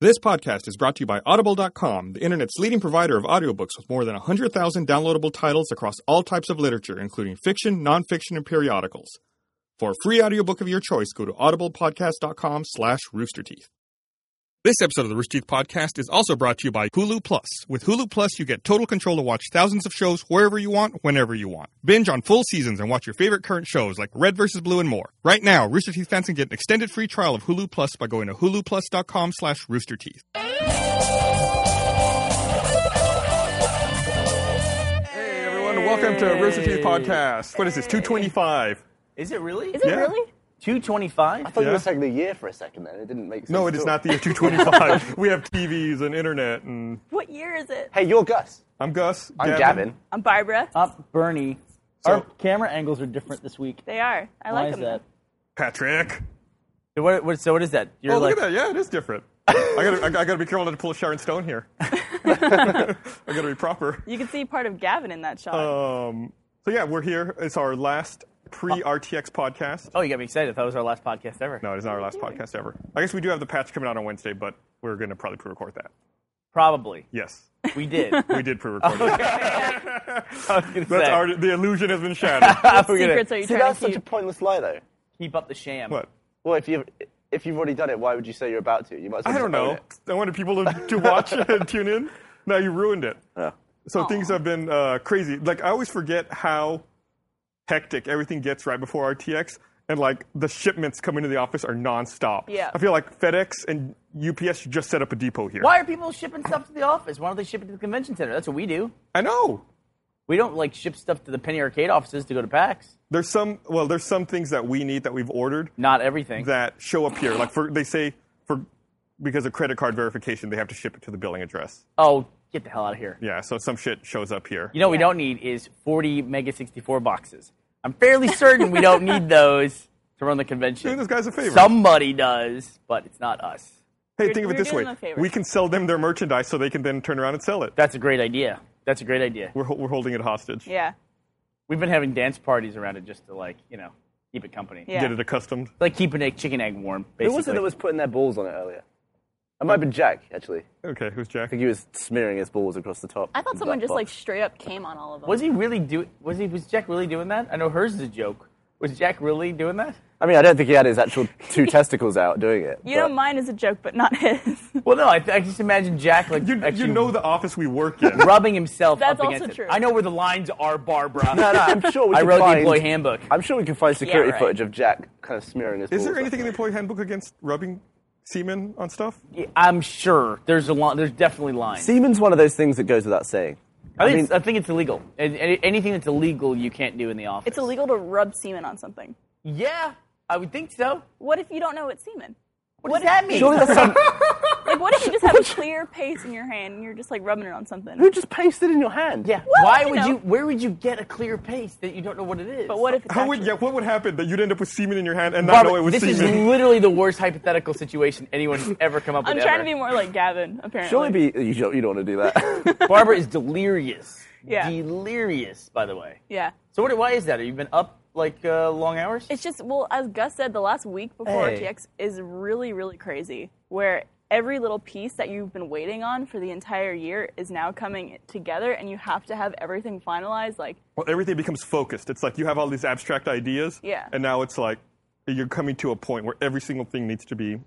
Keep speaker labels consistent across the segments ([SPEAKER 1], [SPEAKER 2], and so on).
[SPEAKER 1] This podcast is brought to you by Audible.com, the internet's leading provider of audiobooks with more than 100,000 downloadable titles across all types of literature, including fiction, nonfiction, and periodicals. For a free audiobook of your choice, go to audiblepodcast.com slash roosterteeth. This episode of the Rooster Teeth Podcast is also brought to you by Hulu Plus. With Hulu Plus, you get total control to watch thousands of shows wherever you want, whenever you want. Binge on full seasons and watch your favorite current shows like Red vs. Blue and more. Right now, Rooster Teeth fans can get an extended free trial of Hulu Plus by going to huluplus.com slash roosterteeth. Hey everyone, welcome to Rooster Teeth Podcast. What is this, 225?
[SPEAKER 2] Is it really?
[SPEAKER 3] Is it
[SPEAKER 1] Yeah.
[SPEAKER 3] really?
[SPEAKER 2] 225?
[SPEAKER 4] I thought
[SPEAKER 1] Yeah.
[SPEAKER 4] you were saying the year for a second then. It didn't make sense.
[SPEAKER 1] No, it
[SPEAKER 4] at
[SPEAKER 1] is
[SPEAKER 4] all.
[SPEAKER 1] not the year 225. we have TVs and internet and...
[SPEAKER 3] What year is it?
[SPEAKER 4] Hey, you're Gus.
[SPEAKER 1] I'm Gus.
[SPEAKER 4] I'm Gavin.
[SPEAKER 3] I'm Barbara.
[SPEAKER 2] Up Bernie.
[SPEAKER 1] So-
[SPEAKER 2] Our camera angles are different this week.
[SPEAKER 3] They are. I
[SPEAKER 2] Why
[SPEAKER 3] like
[SPEAKER 2] is
[SPEAKER 3] them.
[SPEAKER 2] that?
[SPEAKER 1] Patrick.
[SPEAKER 2] So What, what, so what is that? You're
[SPEAKER 1] Oh,
[SPEAKER 2] like,
[SPEAKER 1] look at that. Yeah, it is different. I gotta, I, gotta be careful not to pull a Sharon Stone here. I gotta be proper.
[SPEAKER 3] You can see part of Gavin in that shot.
[SPEAKER 1] Um, so yeah, we're here. It's our last pre-RTX podcast.
[SPEAKER 2] Oh, you got me excited. I thought it was our last podcast ever.
[SPEAKER 1] No, it is not our last podcast ever. I guess we do have the patch coming out on Wednesday, but we're gonna probably pre-record that.
[SPEAKER 2] Probably.
[SPEAKER 1] Yes,
[SPEAKER 2] We did.
[SPEAKER 1] we did pre-record
[SPEAKER 2] Oh,
[SPEAKER 1] it.
[SPEAKER 2] I was gonna
[SPEAKER 1] That's
[SPEAKER 2] say,
[SPEAKER 1] our, the illusion has been shattered.
[SPEAKER 2] we're gonna
[SPEAKER 3] Secrets are you
[SPEAKER 4] See,
[SPEAKER 3] trying
[SPEAKER 4] that's
[SPEAKER 3] to
[SPEAKER 4] such a
[SPEAKER 3] keep?
[SPEAKER 4] pointless lie, though.
[SPEAKER 2] keep up the sham.
[SPEAKER 1] what?
[SPEAKER 4] Well, if you've, if you've already done it, why would you say you're about to? You might as well
[SPEAKER 1] I don't
[SPEAKER 4] just own
[SPEAKER 1] know.
[SPEAKER 4] it.
[SPEAKER 1] I wanted people to, to watch and tune in. Now you ruined it.
[SPEAKER 4] Oh.
[SPEAKER 1] So things have been uh, crazy. Like I always forget how hectic everything gets right before RTX, and like the shipments coming to the office are nonstop.
[SPEAKER 3] Yeah.
[SPEAKER 1] I feel like FedEx and UPS should just set up a depot here.
[SPEAKER 2] Why are people shipping stuff to the office? Why don't they ship it to the convention center? That's what we do.
[SPEAKER 1] I know.
[SPEAKER 2] We don't like ship stuff to the Penny Arcade offices to go to PAX.
[SPEAKER 1] There's some. Well, there's some things that we need that we've ordered
[SPEAKER 2] Not everything.
[SPEAKER 1] that show up here. Like for they say for because of credit card verification, they have to ship it to the billing address.
[SPEAKER 2] oh, get the hell out of here.
[SPEAKER 1] Yeah. So some shit shows up here.
[SPEAKER 2] You know what we don't need is 40 Mega 64 boxes. I'm fairly certain we don't need those to run the convention.
[SPEAKER 1] Do those guys a favor.
[SPEAKER 2] Somebody does, but it's not us.
[SPEAKER 1] Hey,
[SPEAKER 3] You're-
[SPEAKER 1] think of it
[SPEAKER 3] you're
[SPEAKER 1] this
[SPEAKER 3] doing
[SPEAKER 1] way:
[SPEAKER 3] them a favor.
[SPEAKER 1] we can sell them their merchandise, so they can then turn around and sell it.
[SPEAKER 2] That's a great idea. That's a great idea.
[SPEAKER 1] We're, ho- we're holding it hostage.
[SPEAKER 3] Yeah.
[SPEAKER 2] We've been having dance parties around it just to like, you know, keep it company.
[SPEAKER 3] Yeah.
[SPEAKER 1] Get it accustomed.
[SPEAKER 2] Like keeping a chicken egg warm,
[SPEAKER 4] Who
[SPEAKER 2] basically.
[SPEAKER 4] was it that was putting their balls on it earlier? It might have been Jack, actually. I
[SPEAKER 1] Okay, who's Jack?
[SPEAKER 4] think he was smearing his balls across the top.
[SPEAKER 3] I thought
[SPEAKER 4] of
[SPEAKER 3] someone
[SPEAKER 4] that
[SPEAKER 3] just like
[SPEAKER 4] box.
[SPEAKER 3] straight up came on all of them.
[SPEAKER 2] Was he really do? Was he? Was Jack really doing that? I know hers is a joke. Was Jack really doing that?
[SPEAKER 4] I mean, I don't think he had his actual two testicles out doing it.
[SPEAKER 3] you
[SPEAKER 4] but
[SPEAKER 3] know, mine is a joke, but not his.
[SPEAKER 2] Well, no. I, I just imagine Jack like
[SPEAKER 1] You, you
[SPEAKER 2] actually
[SPEAKER 1] know the office we work in.
[SPEAKER 2] rubbing himself
[SPEAKER 3] That's
[SPEAKER 2] up
[SPEAKER 3] also
[SPEAKER 2] against
[SPEAKER 3] true.
[SPEAKER 2] it. I know where the lines are, Barbara.
[SPEAKER 4] No, no, I'm sure we
[SPEAKER 2] I
[SPEAKER 4] can
[SPEAKER 2] wrote the
[SPEAKER 4] find-
[SPEAKER 2] employee handbook.
[SPEAKER 4] I'm sure we can find security
[SPEAKER 2] right.
[SPEAKER 4] footage of Jack kind of smearing his
[SPEAKER 1] Is
[SPEAKER 4] balls.
[SPEAKER 1] there
[SPEAKER 4] on
[SPEAKER 1] anything in
[SPEAKER 4] it.
[SPEAKER 1] the employee handbook against rubbing semen on stuff?
[SPEAKER 2] I'm sure there's a line. There's definitely lines.
[SPEAKER 4] Semen's one of those things that goes without saying.
[SPEAKER 2] I, think
[SPEAKER 4] mean-
[SPEAKER 2] it's I think it's illegal. And, and anything that's illegal, you can't do in the office.
[SPEAKER 3] it's illegal to rub semen on something.
[SPEAKER 2] Yeah, I would think so.
[SPEAKER 3] What if you don't know it's semen?
[SPEAKER 2] What, does that mean?
[SPEAKER 4] Surely that's some-
[SPEAKER 3] Like, what if you just have a clear paste in your hand and you're just like rubbing it on something?
[SPEAKER 4] Who just pasted in your hand?
[SPEAKER 2] Yeah.
[SPEAKER 3] Well,
[SPEAKER 2] Why
[SPEAKER 3] you
[SPEAKER 2] would
[SPEAKER 3] know.
[SPEAKER 2] you? Where would you get a clear paste that you don't know what it is?
[SPEAKER 3] But what if it's
[SPEAKER 1] How would
[SPEAKER 3] actually-
[SPEAKER 1] yeah? What would happen that you'd end up with semen in your hand and not
[SPEAKER 2] Barbara,
[SPEAKER 1] know it was
[SPEAKER 2] this is
[SPEAKER 1] semen?
[SPEAKER 2] literally the worst hypothetical situation anyone has ever come up
[SPEAKER 3] I'm
[SPEAKER 2] with.
[SPEAKER 3] trying
[SPEAKER 2] ever.
[SPEAKER 3] to be more like Gavin, apparently.
[SPEAKER 4] Surely be you don't, you don't want to do that.
[SPEAKER 2] Barbara is delirious.
[SPEAKER 3] Yeah.
[SPEAKER 2] Delirious, by the way.
[SPEAKER 3] Yeah.
[SPEAKER 2] So what? Why is that? Have you been up like uh, long hours?
[SPEAKER 3] It's just well, as Gus said, the last week before
[SPEAKER 2] Hey.
[SPEAKER 3] RTX is really, really crazy. Where every little piece that you've been waiting on for the entire year is now coming together, and you have to have everything finalized. Like,
[SPEAKER 1] Well, everything becomes focused. It's like you have all these abstract ideas,
[SPEAKER 3] Yeah.
[SPEAKER 1] and now it's like you're coming to a point where every single thing needs to be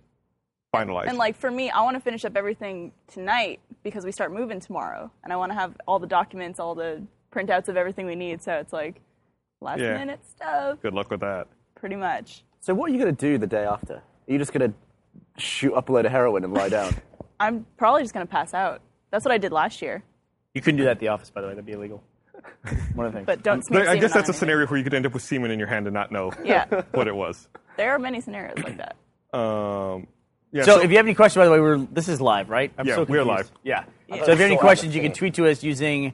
[SPEAKER 1] finalized.
[SPEAKER 3] and like for me, I want to finish up everything tonight because we start moving tomorrow, and I want to have all the documents, all the printouts of everything we need. So it's like last
[SPEAKER 1] Yeah.
[SPEAKER 3] minute stuff,
[SPEAKER 1] Good luck with that.
[SPEAKER 3] pretty much.
[SPEAKER 4] so what are you going to do the day after? Are you just going to shoot up a load of heroin and lie down?
[SPEAKER 3] I'm probably just gonna pass out. That's what I did last year.
[SPEAKER 2] You couldn't do that at the office, by the way. That'd be illegal. One of the things.
[SPEAKER 3] But don't smear.
[SPEAKER 1] But I guess
[SPEAKER 3] semen on
[SPEAKER 1] that's a
[SPEAKER 3] anything.
[SPEAKER 1] scenario where you could end up with semen in your hand and not know
[SPEAKER 3] Yeah,
[SPEAKER 1] what it was.
[SPEAKER 3] there are many scenarios like that.
[SPEAKER 1] Um, yeah.
[SPEAKER 2] So, if you have any questions, by the way, we're this is live, right? I'm
[SPEAKER 1] Yeah,
[SPEAKER 2] so
[SPEAKER 1] we're
[SPEAKER 2] confused.
[SPEAKER 1] live.
[SPEAKER 2] Yeah.
[SPEAKER 3] Yeah.
[SPEAKER 2] So if you have any
[SPEAKER 4] So
[SPEAKER 2] questions, you can tweet
[SPEAKER 4] understand.
[SPEAKER 2] to us using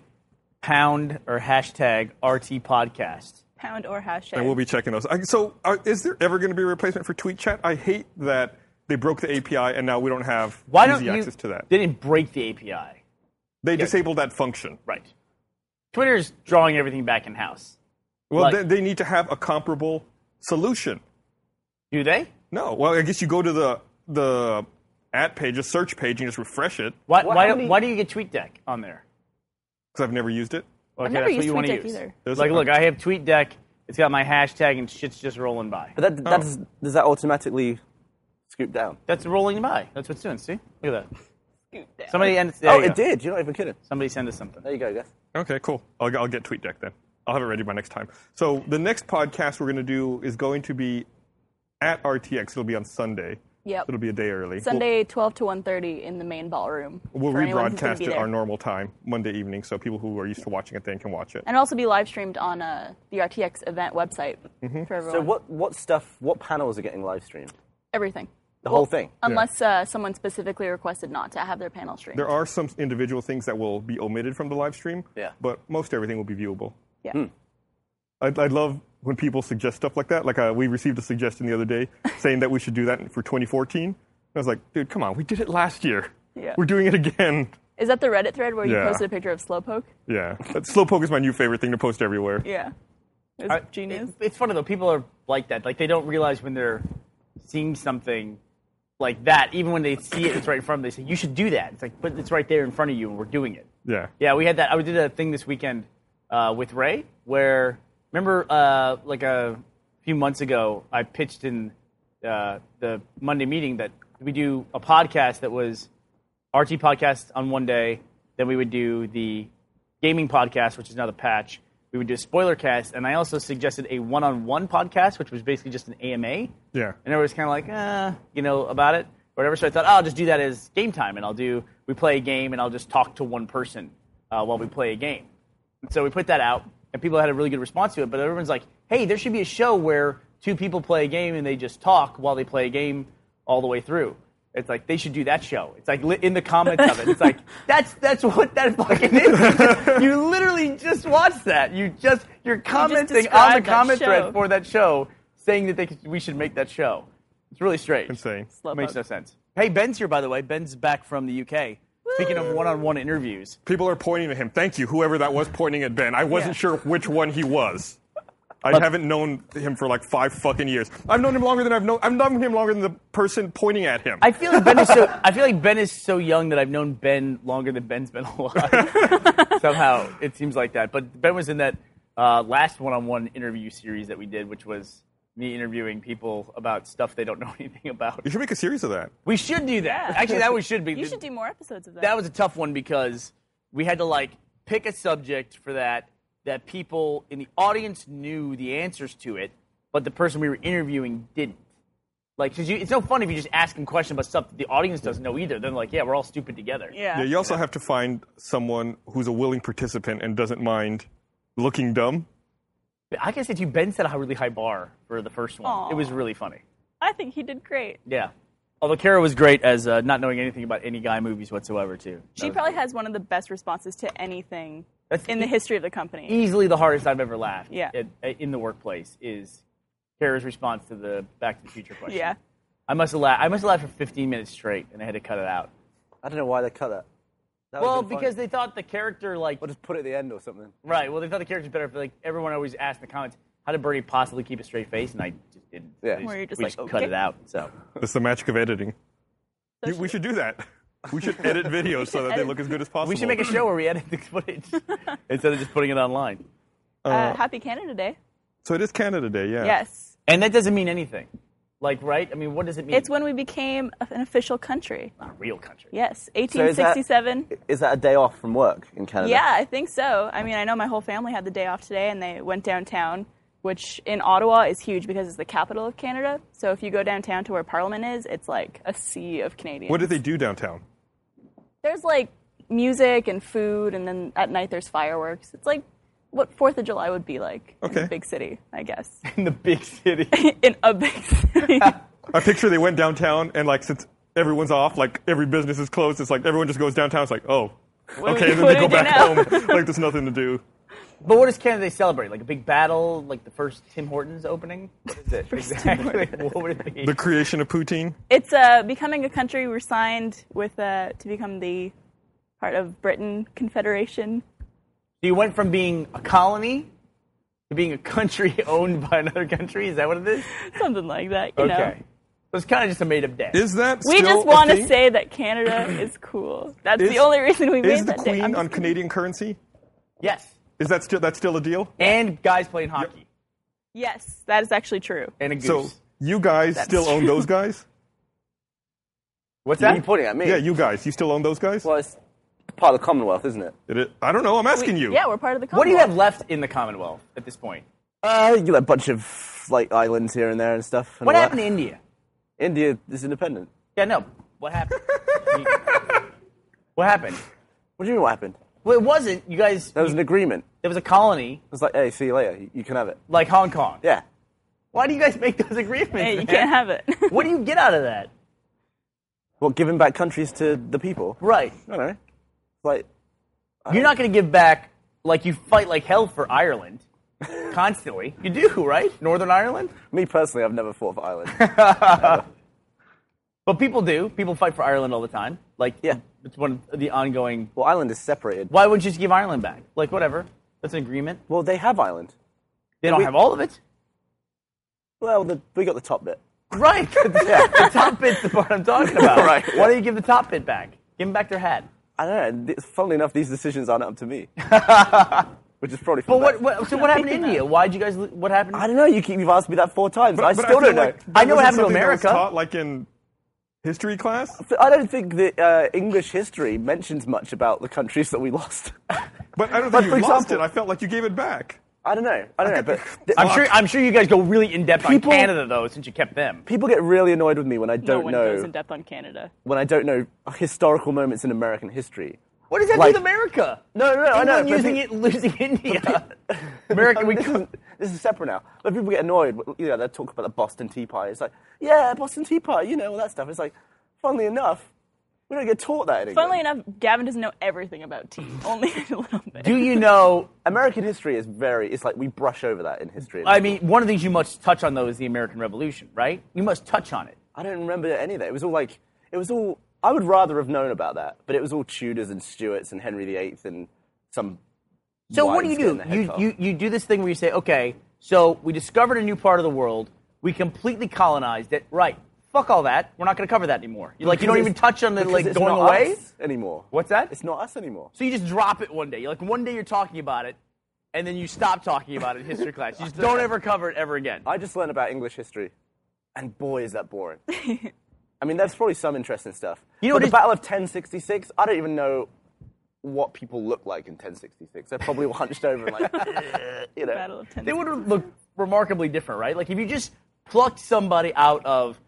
[SPEAKER 2] pound or hashtag RT podcast.
[SPEAKER 3] Pound or hashtag.
[SPEAKER 1] And we'll be checking those. I- So, are, is there ever going to be a replacement for Tweet Chat? I hate that they broke the API and now we don't have
[SPEAKER 2] Why don't
[SPEAKER 1] easy
[SPEAKER 2] you?
[SPEAKER 1] access to that.
[SPEAKER 2] They didn't break the API,
[SPEAKER 1] They disabled that function.
[SPEAKER 2] right? Twitter's drawing everything back in house.
[SPEAKER 1] Well,
[SPEAKER 2] Like-
[SPEAKER 1] then they need to have a comparable solution.
[SPEAKER 2] Do they?
[SPEAKER 1] No. Well, I guess you go to the the at page, a search page, and you just refresh it
[SPEAKER 2] Why,
[SPEAKER 4] What-
[SPEAKER 2] why,
[SPEAKER 4] how
[SPEAKER 2] do-
[SPEAKER 4] many-
[SPEAKER 2] why do you get TweetDeck on there?
[SPEAKER 1] because I've never used it.
[SPEAKER 2] Okay, that's
[SPEAKER 3] never
[SPEAKER 2] what
[SPEAKER 3] used
[SPEAKER 2] you want to
[SPEAKER 3] TweetDeck
[SPEAKER 2] use.
[SPEAKER 3] either.
[SPEAKER 1] There's
[SPEAKER 2] Like,
[SPEAKER 1] a-
[SPEAKER 2] look, I have TweetDeck. It's got my hashtag and shit's just rolling by.
[SPEAKER 4] But that, that does, does that automatically scoop down?
[SPEAKER 2] That's rolling by. That's what's doing. See, look at that.
[SPEAKER 3] Scoot down.
[SPEAKER 2] Somebody and
[SPEAKER 4] oh, it did. You're not even kidding.
[SPEAKER 2] Somebody send us something.
[SPEAKER 4] There you go, guys.
[SPEAKER 1] Okay, cool. I'll, g- I'll get TweetDeck then. I'll have it ready by next time. So the next podcast we're going to do is going to be at RTX. It'll be on Sunday.
[SPEAKER 3] Yep.
[SPEAKER 1] It'll be a day early.
[SPEAKER 3] Sunday, 12 to 1.30 in the main ballroom.
[SPEAKER 1] We'll,
[SPEAKER 3] for
[SPEAKER 1] we'll
[SPEAKER 3] anyone who's gonna
[SPEAKER 1] rebroadcast
[SPEAKER 3] be
[SPEAKER 1] it
[SPEAKER 3] there.
[SPEAKER 1] our normal time Monday evening, so people who are used to watching it then can watch it.
[SPEAKER 3] And it'll also be live streamed on uh, the RTX event website
[SPEAKER 1] Mm-hmm.
[SPEAKER 3] for everyone.
[SPEAKER 4] So what, what stuff, what panels are getting live streamed?
[SPEAKER 3] Everything.
[SPEAKER 4] The whole thing?
[SPEAKER 2] um,
[SPEAKER 3] Unless uh, someone specifically requested not to have their panel streamed.
[SPEAKER 1] There are some individual things that will be omitted from the live stream,
[SPEAKER 4] Yeah.
[SPEAKER 1] but most everything will be viewable.
[SPEAKER 3] yeah.
[SPEAKER 1] I'd, I'd love when people suggest stuff like that. Like uh, we received a suggestion the other day saying that we should do that for 2014. And I was like, dude, come on, we did it last year.
[SPEAKER 3] Yeah.
[SPEAKER 1] We're doing it again.
[SPEAKER 3] Is that the Reddit thread where you
[SPEAKER 1] Yeah.
[SPEAKER 3] posted a picture of Slowpoke?
[SPEAKER 1] Yeah, that slowpoke is my new favorite thing to post everywhere.
[SPEAKER 3] Yeah. It was
[SPEAKER 2] I-
[SPEAKER 3] genius.
[SPEAKER 2] it- it's funny though. People are like that. Like they don't realize when they're seeing something like that. Even when they see it, it's right in front of them. They say, "You should do that." It's like, but it's right there in front of you, and we're doing it.
[SPEAKER 1] Yeah.
[SPEAKER 2] Yeah, we had that. I did a thing this weekend uh, with Ray where remember uh, like a few months ago I pitched in uh, the Monday meeting that we do a podcast that was RT podcast on one day, then we would do the gaming podcast, which is now the patch. We would do a spoiler cast, and I also suggested a one-on-one podcast, which was basically just an AMA.
[SPEAKER 1] Yeah.
[SPEAKER 2] And everybody's kind of like, uh, you know, about it or whatever. So I thought, oh, I'll just do that as game time, and I'll do we play a game, and I'll just talk to one person uh, while we play a game. And so we put that out, and people had a really good response to it. But everyone's like, hey, there should be a show where two people play a game and they just talk while they play a game all the way through. It's like they should do that show. It's like li- in the comments of it. It's like that's that's what that fucking is. You, just- you literally just watched that. You just you're commenting on the
[SPEAKER 3] described that
[SPEAKER 2] comment
[SPEAKER 3] show.
[SPEAKER 2] thread for that show, saying that they could, we should make that show. It's really strange.
[SPEAKER 1] Insane.
[SPEAKER 3] Slowpoke.
[SPEAKER 2] Makes no sense. Hey, Ben's here by the way. Ben's back from the UK. Speaking of one-on-one interviews,
[SPEAKER 1] People are pointing at him. Thank you, whoever that was pointing at Ben. I wasn't
[SPEAKER 3] Yeah.
[SPEAKER 1] sure which one he was. I haven't known him for like five fucking years. I've known him longer than I've known. I've known him longer than the person pointing at him.
[SPEAKER 2] I feel like Ben is so. I feel like Ben is so young that I've known Ben longer than Ben's been alive. Somehow it seems like that. But Ben was in that uh, last one-on-one interview series that we did, which was me interviewing people about stuff they don't know anything about.
[SPEAKER 1] you should make a series of that.
[SPEAKER 2] We should do that.
[SPEAKER 3] Yeah.
[SPEAKER 2] Actually, that we should be.
[SPEAKER 3] You should do more episodes of that.
[SPEAKER 2] That was a tough one because we had to like pick a subject for that that people in the audience knew the answers to it, but the person we were interviewing didn't. Like, 'cause you, it's no fun if you just ask them questions about stuff that the audience doesn't know either. Then like, yeah, we're all stupid together.
[SPEAKER 3] yeah.
[SPEAKER 1] Yeah, you also have to find someone who's a willing participant and doesn't mind looking dumb.
[SPEAKER 2] But I can say to you, Ben set a really high bar for the first one.
[SPEAKER 3] Aw.
[SPEAKER 2] It was really funny.
[SPEAKER 3] I think he did great.
[SPEAKER 2] Yeah. Although Kara was great as uh, not knowing anything about any guy movies whatsoever, too. That
[SPEAKER 3] She
[SPEAKER 2] was
[SPEAKER 3] probably has one of the best responses to anything
[SPEAKER 2] That's-
[SPEAKER 3] in the history of the
[SPEAKER 1] E-
[SPEAKER 3] company.
[SPEAKER 2] easily the hardest I've ever laughed.
[SPEAKER 3] Yeah.
[SPEAKER 2] at- in the workplace is Kara's response to the Back to the Future question.
[SPEAKER 3] Yeah.
[SPEAKER 2] I must have laughed. I must have laughed for 15 minutes straight, and I had to cut it out.
[SPEAKER 4] I don't know why they cut that. that would've
[SPEAKER 2] Well,
[SPEAKER 4] been fine.
[SPEAKER 2] because they thought the character like
[SPEAKER 4] Or just put it at the end or something.
[SPEAKER 2] right. Well, they thought the character's better. For like everyone always asked in the comments, how did Bernie possibly keep a straight face? And I just didn't.
[SPEAKER 4] Yeah.
[SPEAKER 2] We
[SPEAKER 4] Where
[SPEAKER 3] you're just
[SPEAKER 2] we
[SPEAKER 3] like,
[SPEAKER 2] cut
[SPEAKER 3] okay.
[SPEAKER 2] it out. So
[SPEAKER 1] That's the magic of editing. You- we should do that. We should edit videos so that they
[SPEAKER 3] edit-
[SPEAKER 1] look as good as possible.
[SPEAKER 2] we should make a show where we edit the footage instead of just putting it online.
[SPEAKER 3] Uh, happy Canada Day.
[SPEAKER 1] So it is Canada Day, yeah.
[SPEAKER 3] Yes.
[SPEAKER 2] And that doesn't mean anything. Like, right? I mean, what does it mean?
[SPEAKER 3] It's when we became an official country.
[SPEAKER 2] not a real country.
[SPEAKER 3] Yes.
[SPEAKER 4] is that-
[SPEAKER 3] 1867.
[SPEAKER 4] Is that a day off from work in Canada?
[SPEAKER 3] Yeah, I think so. I mean, I know my whole family had the day off today and they went downtown, which in Ottawa is huge because it's the capital of Canada. So if you go downtown to where Parliament is, it's like a sea of Canadians.
[SPEAKER 1] What do they do downtown?
[SPEAKER 3] There's like music and food, and then at night there's fireworks. It's like what Fourth of July would be like in
[SPEAKER 1] Okay.
[SPEAKER 3] a big city, I guess.
[SPEAKER 2] In the big city.
[SPEAKER 3] in a big city.
[SPEAKER 1] I picture they went downtown and like since everyone's off, like every business is closed, it's like everyone just goes downtown. It's like, oh, okay, and then
[SPEAKER 3] what
[SPEAKER 1] they go
[SPEAKER 3] do we do
[SPEAKER 1] back
[SPEAKER 3] now?
[SPEAKER 1] home. Like there's nothing to do.
[SPEAKER 2] But what does Canada Day celebrate? Like a big battle, like the first Tim Hortons opening? What is it? exactly. What would it be?
[SPEAKER 1] The creation of poutine.
[SPEAKER 3] it's uh, becoming a country. We're signed with uh, to become the part of Britain Confederation.
[SPEAKER 2] you went from being a colony to being a country owned by another country. Is that what it is?
[SPEAKER 3] something like that. You know,
[SPEAKER 2] it's kind of just a made up day.
[SPEAKER 1] Is that
[SPEAKER 3] We
[SPEAKER 1] still
[SPEAKER 3] just
[SPEAKER 1] a
[SPEAKER 3] want to
[SPEAKER 1] thing?
[SPEAKER 3] say that Canada is cool. That's
[SPEAKER 1] Is-
[SPEAKER 3] the only reason we
[SPEAKER 1] Is
[SPEAKER 3] made
[SPEAKER 1] the
[SPEAKER 3] that day.
[SPEAKER 1] Queen
[SPEAKER 3] I'm
[SPEAKER 1] on
[SPEAKER 3] just-
[SPEAKER 1] Canadian currency?
[SPEAKER 2] yes.
[SPEAKER 1] Is that still that's still a deal?
[SPEAKER 2] And guys playing hockey.
[SPEAKER 3] Yes, that is actually true.
[SPEAKER 2] And a goose.
[SPEAKER 1] So you guys
[SPEAKER 3] That's
[SPEAKER 1] still own
[SPEAKER 3] true.
[SPEAKER 1] those guys?
[SPEAKER 2] What's
[SPEAKER 4] Are
[SPEAKER 2] that?
[SPEAKER 4] you pointing at me?
[SPEAKER 1] Yeah, you guys. You still own those guys?
[SPEAKER 4] Well, it's part of the Commonwealth, isn't it?
[SPEAKER 1] It is- I don't know. I'm asking you.
[SPEAKER 3] Yeah, we're part of the.
[SPEAKER 2] what do you have
[SPEAKER 3] Commonwealth.
[SPEAKER 2] left in the Commonwealth at this point?
[SPEAKER 4] Uh, you got a bunch of like islands here and there and stuff. and
[SPEAKER 2] What
[SPEAKER 4] all
[SPEAKER 2] happened to
[SPEAKER 4] that.
[SPEAKER 2] India?
[SPEAKER 4] India is independent.
[SPEAKER 2] Yeah, no. What happened? what happened?
[SPEAKER 4] What do you mean? What happened?
[SPEAKER 2] Well, it wasn't. You guys.
[SPEAKER 4] There was an agreement.
[SPEAKER 2] there was a colony
[SPEAKER 4] It was like, hey, see you later. You- You can have it.
[SPEAKER 2] like Hong Kong.
[SPEAKER 4] Yeah.
[SPEAKER 2] Why do you guys make those agreements?
[SPEAKER 3] Hey, you
[SPEAKER 2] man?
[SPEAKER 3] can't have it.
[SPEAKER 2] What do you get out of that?
[SPEAKER 4] Well, giving back countries to the people.
[SPEAKER 2] Right.
[SPEAKER 4] I don't know. Like,
[SPEAKER 2] You're not going to give back. Like you fight like hell for Ireland, constantly. You do, right? Northern Ireland.
[SPEAKER 4] me personally, I've never fought for Ireland.
[SPEAKER 2] But people do. People fight for Ireland all the time. Like
[SPEAKER 4] Yeah.
[SPEAKER 2] it's one of the ongoing.
[SPEAKER 4] well, Ireland is separated.
[SPEAKER 2] Why wouldn't you just give Ireland back? Like whatever. That's an agreement.
[SPEAKER 4] Well, they have Ireland.
[SPEAKER 2] They don't
[SPEAKER 4] We-
[SPEAKER 2] have all of it.
[SPEAKER 4] Well, the, we got the top bit.
[SPEAKER 2] Right. the top bit's the part I'm talking about.
[SPEAKER 4] Right.
[SPEAKER 2] Why don't you give the top bit back? Give them back their hat.
[SPEAKER 4] I don't know. Th- Funnily enough, these decisions aren't up to me, which is probably.
[SPEAKER 2] But
[SPEAKER 4] for the
[SPEAKER 2] what,
[SPEAKER 4] best.
[SPEAKER 2] what? So what happened in India? Why would you guys? What happened?
[SPEAKER 4] I don't know. You keep, you've asked me that four times.
[SPEAKER 1] But-
[SPEAKER 4] I
[SPEAKER 1] but
[SPEAKER 4] still
[SPEAKER 1] feel
[SPEAKER 4] don't know.
[SPEAKER 1] like that
[SPEAKER 2] I know what
[SPEAKER 1] wasn't
[SPEAKER 2] happened to
[SPEAKER 1] something that was
[SPEAKER 2] America.
[SPEAKER 1] taught, like in history class.
[SPEAKER 4] But I don't think that uh, English history mentions much about the countries that we lost.
[SPEAKER 1] But I don't
[SPEAKER 4] But
[SPEAKER 1] think you
[SPEAKER 4] for
[SPEAKER 1] lost
[SPEAKER 4] example-
[SPEAKER 1] it. I felt like you gave it back.
[SPEAKER 4] I don't know. I don't know. But th-
[SPEAKER 2] I'm sure. I'm sure you guys go really in depth
[SPEAKER 4] People-
[SPEAKER 2] on Canada though, since you kept them.
[SPEAKER 4] people get really annoyed with me when I
[SPEAKER 3] no
[SPEAKER 4] don't
[SPEAKER 3] one goes in
[SPEAKER 4] know
[SPEAKER 3] depth on Canada.
[SPEAKER 4] when I don't know historical moments in American history.
[SPEAKER 2] What does that
[SPEAKER 4] Like-
[SPEAKER 2] do with America?
[SPEAKER 4] No, no, no, I know,
[SPEAKER 2] England
[SPEAKER 4] but
[SPEAKER 2] using
[SPEAKER 4] the-
[SPEAKER 2] it, losing India. America,
[SPEAKER 4] I
[SPEAKER 2] we
[SPEAKER 4] mean, this,
[SPEAKER 2] couldn't.
[SPEAKER 4] is, this is separate now. But people get annoyed. but, You know, they talk about the Boston Tea Party. It's like, yeah, Boston Tea Party. You know, all that stuff. It's like, funnily enough, we don't get taught that in England.
[SPEAKER 3] Funnily enough, Gavin doesn't know everything about tea, only a little bit.
[SPEAKER 2] Do you know?
[SPEAKER 4] American history is very. It's like we brush over that in history.
[SPEAKER 2] I mean, one of the things you must touch on though is the American Revolution, right? You must touch on it.
[SPEAKER 4] I don't remember any of that. It was all like, it was all. I would rather have known about that, but it was all Tudors and Stuarts and Henry VIII and some.
[SPEAKER 2] So what do you
[SPEAKER 4] wives
[SPEAKER 2] do?
[SPEAKER 4] getting their head
[SPEAKER 2] You,
[SPEAKER 4] cut off.
[SPEAKER 2] you, you do this thing where you say, okay, so we discovered a new part of the world. We completely colonized it. Right. Fuck all that. We're not going to cover that anymore. You like you
[SPEAKER 4] Because
[SPEAKER 2] don't even
[SPEAKER 4] it's-
[SPEAKER 2] touch on the
[SPEAKER 4] because
[SPEAKER 2] like
[SPEAKER 4] it's
[SPEAKER 2] going
[SPEAKER 4] not
[SPEAKER 2] away.
[SPEAKER 4] us anymore.
[SPEAKER 2] What's that?
[SPEAKER 4] It's not us anymore.
[SPEAKER 2] So you just drop it one day. You're like one day you're talking about it, and then you stop talking about it in history class. You just don't ever cover it ever again.
[SPEAKER 4] I just learned about English history, and boy, is that boring. I mean, there's probably some interesting stuff.
[SPEAKER 2] You know
[SPEAKER 4] But
[SPEAKER 2] what
[SPEAKER 4] the
[SPEAKER 2] is-
[SPEAKER 4] Battle of 1066. I don't even know what people look like in 1066. They're probably hunched over and like, you know.
[SPEAKER 3] Battle of Tennessee.
[SPEAKER 2] they would have looked remarkably different, right? Like if you just plucked somebody out of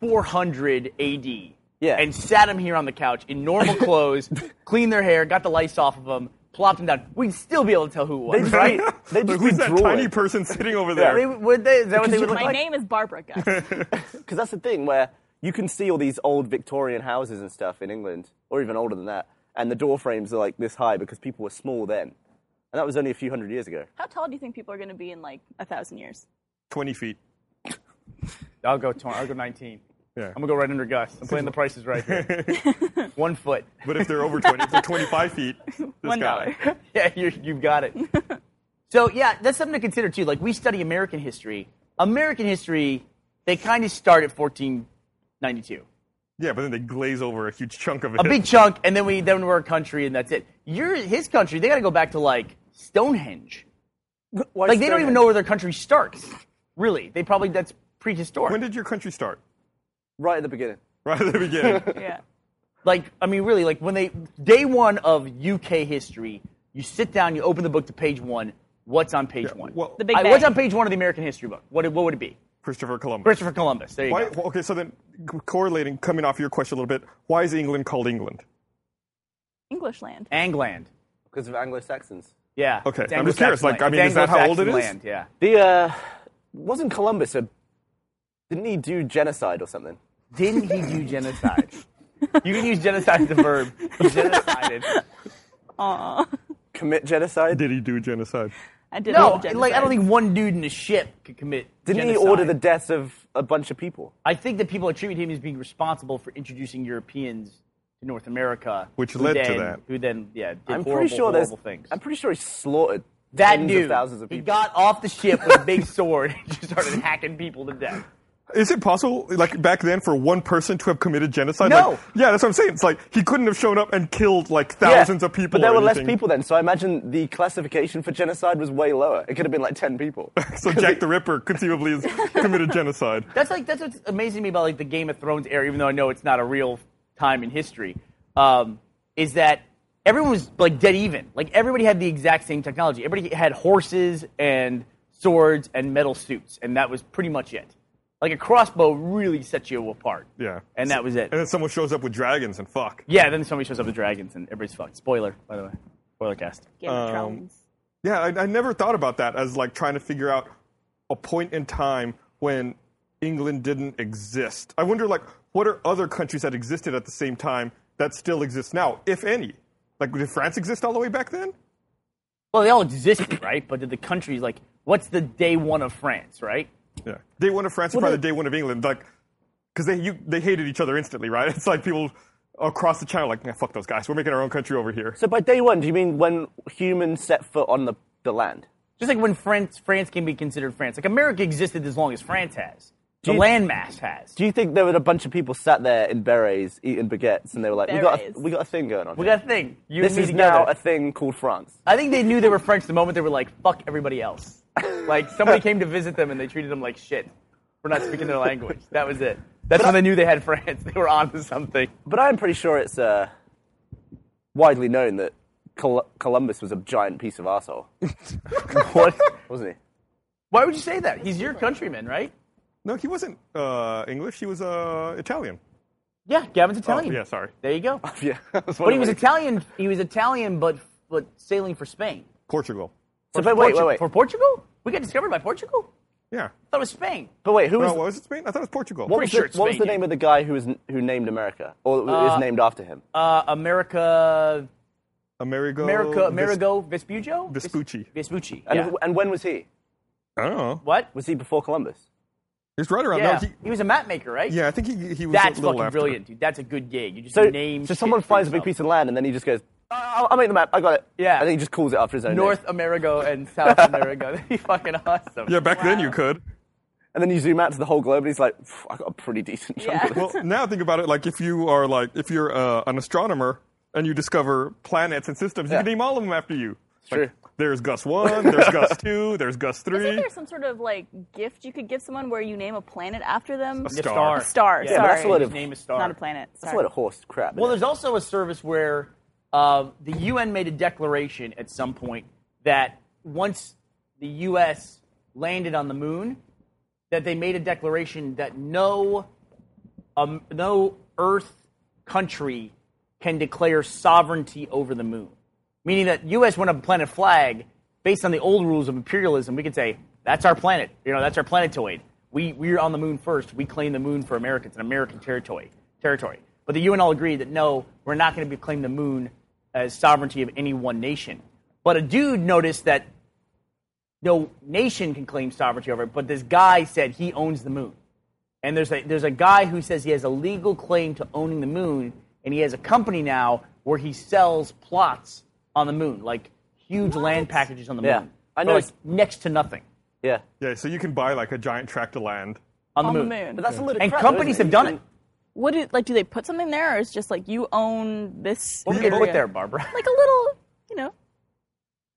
[SPEAKER 2] 400 AD
[SPEAKER 4] Yeah.
[SPEAKER 2] and sat them here on the couch in normal clothes, cleaned their hair, got the lice off of them, plopped them down, we'd still be able to tell who it was,
[SPEAKER 4] just
[SPEAKER 2] right?
[SPEAKER 4] be- They just
[SPEAKER 1] Like, who's that
[SPEAKER 4] redraw
[SPEAKER 1] tiny
[SPEAKER 4] it.
[SPEAKER 1] person sitting over
[SPEAKER 4] Yeah.
[SPEAKER 1] there?
[SPEAKER 2] They- would they, is that what they
[SPEAKER 4] you
[SPEAKER 2] would look
[SPEAKER 3] My
[SPEAKER 2] like?
[SPEAKER 3] name is Barbara, guys.
[SPEAKER 4] Because that's the thing where you can see all these old Victorian houses and stuff in England, or even older than that, and the door frames are like this high because people were small then. And that was only a few hundred years ago.
[SPEAKER 3] How tall do you think people are going to be in like a thousand years?
[SPEAKER 1] Twenty feet.
[SPEAKER 2] I'll go 20, I'll go 19.
[SPEAKER 1] Yeah.
[SPEAKER 2] I'm gonna go right under Gus. I'm playing the prices right here. One foot.
[SPEAKER 1] But if they're over twenty, if they're twenty-five feet, this
[SPEAKER 3] One
[SPEAKER 1] guy.
[SPEAKER 3] dollar.
[SPEAKER 2] Yeah, you you've got it. so yeah, that's something to consider too. Like we study American history. American history, they kind of start at 1492,
[SPEAKER 1] Yeah, but then they glaze over a huge chunk of it.
[SPEAKER 2] a big chunk, and then we then we're a country, and that's it. Your his country, they got to go back to like Stonehenge. Like they don't even know where their country starts. Really, they probably that's prehistoric.
[SPEAKER 1] When did your country start?
[SPEAKER 4] Right at the beginning.
[SPEAKER 1] Right at the beginning.
[SPEAKER 3] Yeah.
[SPEAKER 2] like I mean, really, like when they day one of UK history, you sit down, you open the book to page one. What's on page one?
[SPEAKER 1] well- The
[SPEAKER 3] Big
[SPEAKER 2] I- what's on
[SPEAKER 3] Bang.
[SPEAKER 2] page one of the American history book? What what would it be?
[SPEAKER 1] Christopher Columbus.
[SPEAKER 2] Christopher Columbus. There you
[SPEAKER 1] Why,
[SPEAKER 2] go.
[SPEAKER 1] well, okay, so then c- correlating, coming off your question a little bit, why is England called England?
[SPEAKER 3] English land.
[SPEAKER 2] Angland.
[SPEAKER 4] Because of Anglo Saxons.
[SPEAKER 2] Yeah.
[SPEAKER 1] Okay,
[SPEAKER 2] It's
[SPEAKER 1] I'm just curious,
[SPEAKER 2] Anglo-Saxon
[SPEAKER 1] like, I
[SPEAKER 2] land.
[SPEAKER 1] mean,
[SPEAKER 2] It's
[SPEAKER 1] is that how old it
[SPEAKER 2] Anglo-Saxon
[SPEAKER 1] is?
[SPEAKER 2] Land, yeah.
[SPEAKER 4] The, uh, wasn't Columbus a. Didn't he do genocide or something?
[SPEAKER 2] Didn't he do genocide? you can use genocide as the verb. He genocided.
[SPEAKER 4] Commit genocide?
[SPEAKER 1] Did he do genocide?
[SPEAKER 3] I did
[SPEAKER 2] No,
[SPEAKER 3] love genocide.
[SPEAKER 2] like I don't think one dude in a ship could commit.
[SPEAKER 4] Didn't he
[SPEAKER 2] genocide.
[SPEAKER 4] order the deaths of a bunch of people?
[SPEAKER 2] I think that people attribute him as being responsible for introducing Europeans to North America,
[SPEAKER 1] Which
[SPEAKER 2] who
[SPEAKER 1] led to
[SPEAKER 2] then-
[SPEAKER 1] that.
[SPEAKER 2] Who then, yeah, did
[SPEAKER 4] I'm
[SPEAKER 2] horrible,
[SPEAKER 4] pretty sure there's.
[SPEAKER 2] horrible things.
[SPEAKER 4] I'm pretty sure he slaughtered
[SPEAKER 2] that
[SPEAKER 4] tens
[SPEAKER 2] dude,
[SPEAKER 4] of thousands of
[SPEAKER 2] he
[SPEAKER 4] people.
[SPEAKER 2] got off the ship with a big sword and just started hacking people to death.
[SPEAKER 1] Is it possible, like back then, for one person to have committed genocide?
[SPEAKER 2] No.
[SPEAKER 1] Like, yeah, that's what I'm saying. It's like he couldn't have shown up and killed like thousands
[SPEAKER 4] Yeah,
[SPEAKER 1] of people.
[SPEAKER 4] But there
[SPEAKER 1] or
[SPEAKER 4] were less
[SPEAKER 1] anything.
[SPEAKER 4] people then, so I imagine the classification for genocide was way lower. It could have been like 10 people.
[SPEAKER 1] So Jack the Ripper conceivably has committed genocide.
[SPEAKER 2] That's like that's what's amazing to me about like the Game of Thrones era, even though I know it's not a real time in history, um, is that everyone was like dead even. Like everybody had the exact same technology. Everybody had horses and swords and metal suits, and that was pretty much it. Like a crossbow really set you apart.
[SPEAKER 1] Yeah.
[SPEAKER 2] and that was it.
[SPEAKER 1] And then someone shows up with dragons and fuck.
[SPEAKER 2] Yeah, then somebody shows up with dragons and everybody's fucked. Spoiler, by the way. Spoiler cast.
[SPEAKER 3] Game of
[SPEAKER 1] Um,
[SPEAKER 3] Thrones.
[SPEAKER 1] Yeah, I, I never thought about that as like trying to figure out a point in time when England didn't exist. I wonder, like, what are other countries that existed at the same time that still exist now, if any? Like, did France exist all the way back then?
[SPEAKER 2] Well, they all existed, right? But did the countries like what's the day one of France, right?
[SPEAKER 1] Yeah. Day one of France is
[SPEAKER 4] Well,
[SPEAKER 1] probably
[SPEAKER 4] they-
[SPEAKER 1] day one of England. Like, because they you, they hated each other instantly, right? It's like people across the channel, like, nah, fuck those guys. We're making our own country over here.
[SPEAKER 4] So by day one, do you mean when humans set foot on the, the land?
[SPEAKER 2] Just like when France France can be considered France. Like America existed as long as France has. The
[SPEAKER 4] you-
[SPEAKER 2] landmass has.
[SPEAKER 4] Do you think there were a bunch of people sat there in berets eating baguettes and they were like, we got,
[SPEAKER 3] Berets.
[SPEAKER 4] a, we got a thing going on
[SPEAKER 2] we
[SPEAKER 4] here.
[SPEAKER 2] got a thing. You
[SPEAKER 4] This
[SPEAKER 2] and me
[SPEAKER 4] is
[SPEAKER 2] together.
[SPEAKER 4] now a thing called France.
[SPEAKER 2] I think they knew they were French the moment they were like, fuck everybody else. Like somebody came to visit them and they treated them like shit. We're not speaking their language. That was it. That's when they knew they had France. They were onto something.
[SPEAKER 4] But I'm pretty sure it's uh, widely known that Col- Columbus was a giant piece of arsehole,
[SPEAKER 2] What?
[SPEAKER 4] wasn't he?
[SPEAKER 2] Why would you say that? He's your countryman, right?
[SPEAKER 1] No, he wasn't uh, English. He was uh, Italian. Oh,
[SPEAKER 2] Yeah,
[SPEAKER 4] Oh,
[SPEAKER 2] Gavin's Italian.
[SPEAKER 1] yeah, sorry.
[SPEAKER 2] There you go.
[SPEAKER 4] Yeah.
[SPEAKER 2] But he was Italian. He was Italian, but but sailing for Spain.
[SPEAKER 1] Portugal.
[SPEAKER 4] So, but wait,
[SPEAKER 2] Portu-
[SPEAKER 4] wait, wait.
[SPEAKER 2] For Portugal? We got discovered by Portugal?
[SPEAKER 1] Yeah.
[SPEAKER 2] I thought it was Spain.
[SPEAKER 4] But wait, who
[SPEAKER 1] No,
[SPEAKER 4] was,
[SPEAKER 1] what was it Spain? I thought it was Portugal.
[SPEAKER 4] what was
[SPEAKER 2] sure
[SPEAKER 4] the,
[SPEAKER 2] it's
[SPEAKER 4] what was the
[SPEAKER 2] Spain,
[SPEAKER 4] name
[SPEAKER 2] yeah.
[SPEAKER 4] of the guy who was n- who named America or who is named after him?
[SPEAKER 2] Uh, America,
[SPEAKER 1] Amerigo.
[SPEAKER 2] America,
[SPEAKER 1] Vis-
[SPEAKER 2] Amerigo Vespuccio?
[SPEAKER 1] Oh,
[SPEAKER 2] Vis-
[SPEAKER 1] Vespucci.
[SPEAKER 2] Vespucci.
[SPEAKER 4] and,
[SPEAKER 2] yeah.
[SPEAKER 4] and when was he?
[SPEAKER 1] I don't know.
[SPEAKER 2] What?
[SPEAKER 4] Was he before Columbus?
[SPEAKER 1] He's right around.
[SPEAKER 2] Yeah.
[SPEAKER 1] No,
[SPEAKER 2] he,
[SPEAKER 1] he,
[SPEAKER 2] was a map maker, right?
[SPEAKER 1] yeah, I think he, he was
[SPEAKER 2] That's
[SPEAKER 1] a little
[SPEAKER 2] fucking
[SPEAKER 1] after.
[SPEAKER 2] brilliant, dude. That's a good gig. You just
[SPEAKER 4] So,
[SPEAKER 2] name.
[SPEAKER 4] so
[SPEAKER 2] shit
[SPEAKER 4] someone
[SPEAKER 2] for
[SPEAKER 4] finds a big
[SPEAKER 2] yourself.
[SPEAKER 4] piece of land and then he just goes, I'll, I'll make the map. I got it.
[SPEAKER 2] Yeah.
[SPEAKER 4] And then he just calls it after his own name.
[SPEAKER 2] North Amerigo and South Amerigo. That'd be fucking awesome.
[SPEAKER 1] Yeah, back then you
[SPEAKER 3] Wow.
[SPEAKER 1] could.
[SPEAKER 4] And then you zoom out to the whole globe and he's like, "Phew, I got a pretty decent chunk
[SPEAKER 3] Yeah.
[SPEAKER 4] of this.
[SPEAKER 1] Well, now think about it. Like if you are like if you're uh, an astronomer and you discover planets and systems, you
[SPEAKER 4] Yeah.
[SPEAKER 1] can name all of them after you. Like,
[SPEAKER 4] Sure.
[SPEAKER 1] There's Gus one. There's Gus two. There's Gus
[SPEAKER 3] Isn't
[SPEAKER 1] three.
[SPEAKER 3] there some sort of like gift you could give someone where you name a planet after them?
[SPEAKER 1] A star.
[SPEAKER 2] star.
[SPEAKER 1] A
[SPEAKER 3] star,
[SPEAKER 2] Yeah,
[SPEAKER 3] sorry.
[SPEAKER 4] that's a lot
[SPEAKER 2] His
[SPEAKER 4] of-
[SPEAKER 2] name is Star.
[SPEAKER 3] Not a planet.
[SPEAKER 4] That's
[SPEAKER 3] sorry.
[SPEAKER 4] a lot of horse crap.
[SPEAKER 2] Well, there's also a service where uh, the UN made a declaration at some point that once the U.S. landed on the moon, that they made a declaration that no, um, no Earth country can declare sovereignty over the moon. Meaning that U.S. want to plant a flag based on the old rules of imperialism. We could say that's our planet. You know, that's our planetoid. We we're on the moon first. We claim the moon for America. It's an American territory. Territory. But the UN all agreed that no, we're not going to be claim the moon as sovereignty of any one nation. But a dude noticed that no nation can claim sovereignty over it. But this guy said he owns the moon. And there's a there's a guy who says he has a legal claim to owning the moon, and he has a company now where he sells plots on the moon, like huge land packages on the
[SPEAKER 4] Yeah.
[SPEAKER 2] moon.
[SPEAKER 4] I
[SPEAKER 2] for,
[SPEAKER 4] know
[SPEAKER 2] like
[SPEAKER 4] it's-
[SPEAKER 2] next to nothing
[SPEAKER 4] yeah.
[SPEAKER 1] Yeah, so you can buy like a giant tract of land.
[SPEAKER 2] on,
[SPEAKER 3] on
[SPEAKER 2] the,
[SPEAKER 3] the
[SPEAKER 2] moon.
[SPEAKER 3] moon.
[SPEAKER 4] But that's a load of
[SPEAKER 2] And
[SPEAKER 4] crap,
[SPEAKER 2] companies
[SPEAKER 4] isn't
[SPEAKER 2] have done
[SPEAKER 4] You
[SPEAKER 2] it.
[SPEAKER 4] can-
[SPEAKER 3] What do like? Do they put something there, or it's just like you own this?
[SPEAKER 2] What
[SPEAKER 3] area?
[SPEAKER 2] would you put there, Barbara?
[SPEAKER 3] Like a little, you know,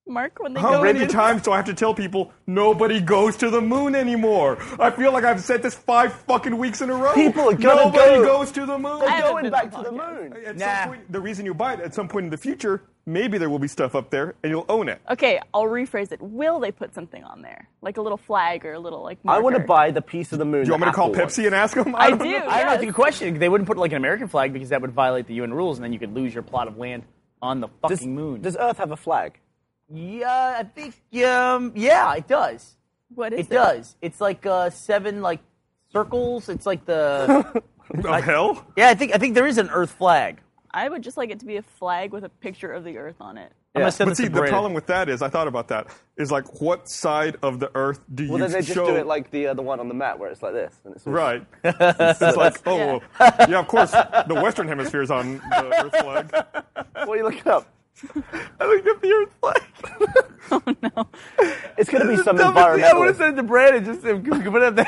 [SPEAKER 3] mark when they
[SPEAKER 1] How
[SPEAKER 3] go.
[SPEAKER 1] many
[SPEAKER 3] in.
[SPEAKER 1] times do I have to tell people nobody goes to the moon anymore? I feel like I've said this five fucking weeks in a row.
[SPEAKER 4] People are gonna
[SPEAKER 1] nobody
[SPEAKER 4] go.
[SPEAKER 1] goes to the moon.
[SPEAKER 3] I haven't
[SPEAKER 4] Going
[SPEAKER 3] been
[SPEAKER 4] back
[SPEAKER 3] on
[SPEAKER 4] to the
[SPEAKER 3] podcast.
[SPEAKER 4] moon.
[SPEAKER 1] At
[SPEAKER 2] Nah.
[SPEAKER 1] some point, the reason you buy it at some point in the future, maybe there will be stuff up there, and you'll own it.
[SPEAKER 3] Okay, I'll rephrase it. Will they put something on there, like a little flag or a little like?
[SPEAKER 4] I want to
[SPEAKER 3] marker?
[SPEAKER 4] buy the piece of the moon.
[SPEAKER 1] Do you want me to call Pepsi and ask them? I,
[SPEAKER 3] I
[SPEAKER 1] don't
[SPEAKER 3] do.
[SPEAKER 1] know.
[SPEAKER 2] I don't know. It's a
[SPEAKER 3] Yes.
[SPEAKER 2] good question. They wouldn't put like an American flag because that would violate the UN rules, and then you could lose your plot of land on the fucking
[SPEAKER 4] Does,
[SPEAKER 2] moon.
[SPEAKER 4] does Earth have a flag?
[SPEAKER 2] yeah, I think. Um, yeah, it does.
[SPEAKER 3] What is
[SPEAKER 2] It does. It's like uh, seven like circles. It's like the
[SPEAKER 1] Of hell?
[SPEAKER 2] yeah. I think I think there is an Earth flag.
[SPEAKER 3] I would just like it to be a flag with a picture of the Earth on it.
[SPEAKER 2] I'm gonna send
[SPEAKER 1] But
[SPEAKER 2] this
[SPEAKER 1] see,
[SPEAKER 2] to
[SPEAKER 1] the
[SPEAKER 2] Brandon.
[SPEAKER 1] problem with that is, I thought about that, is like, what side of the earth do
[SPEAKER 4] Well,
[SPEAKER 1] you
[SPEAKER 4] then they just
[SPEAKER 1] show?
[SPEAKER 4] do it like the uh, the one on the map where it's like this. And it's all-
[SPEAKER 1] right. it's like, oh, well, yeah. of course, the Western Hemisphere is on the earth flag.
[SPEAKER 4] What are you looking up?
[SPEAKER 2] I looked up the Earth flag.
[SPEAKER 4] It's going to be some
[SPEAKER 2] That was- yeah, I want to
[SPEAKER 4] environmental.
[SPEAKER 2] send it to Brandon. Just if we could put it up there.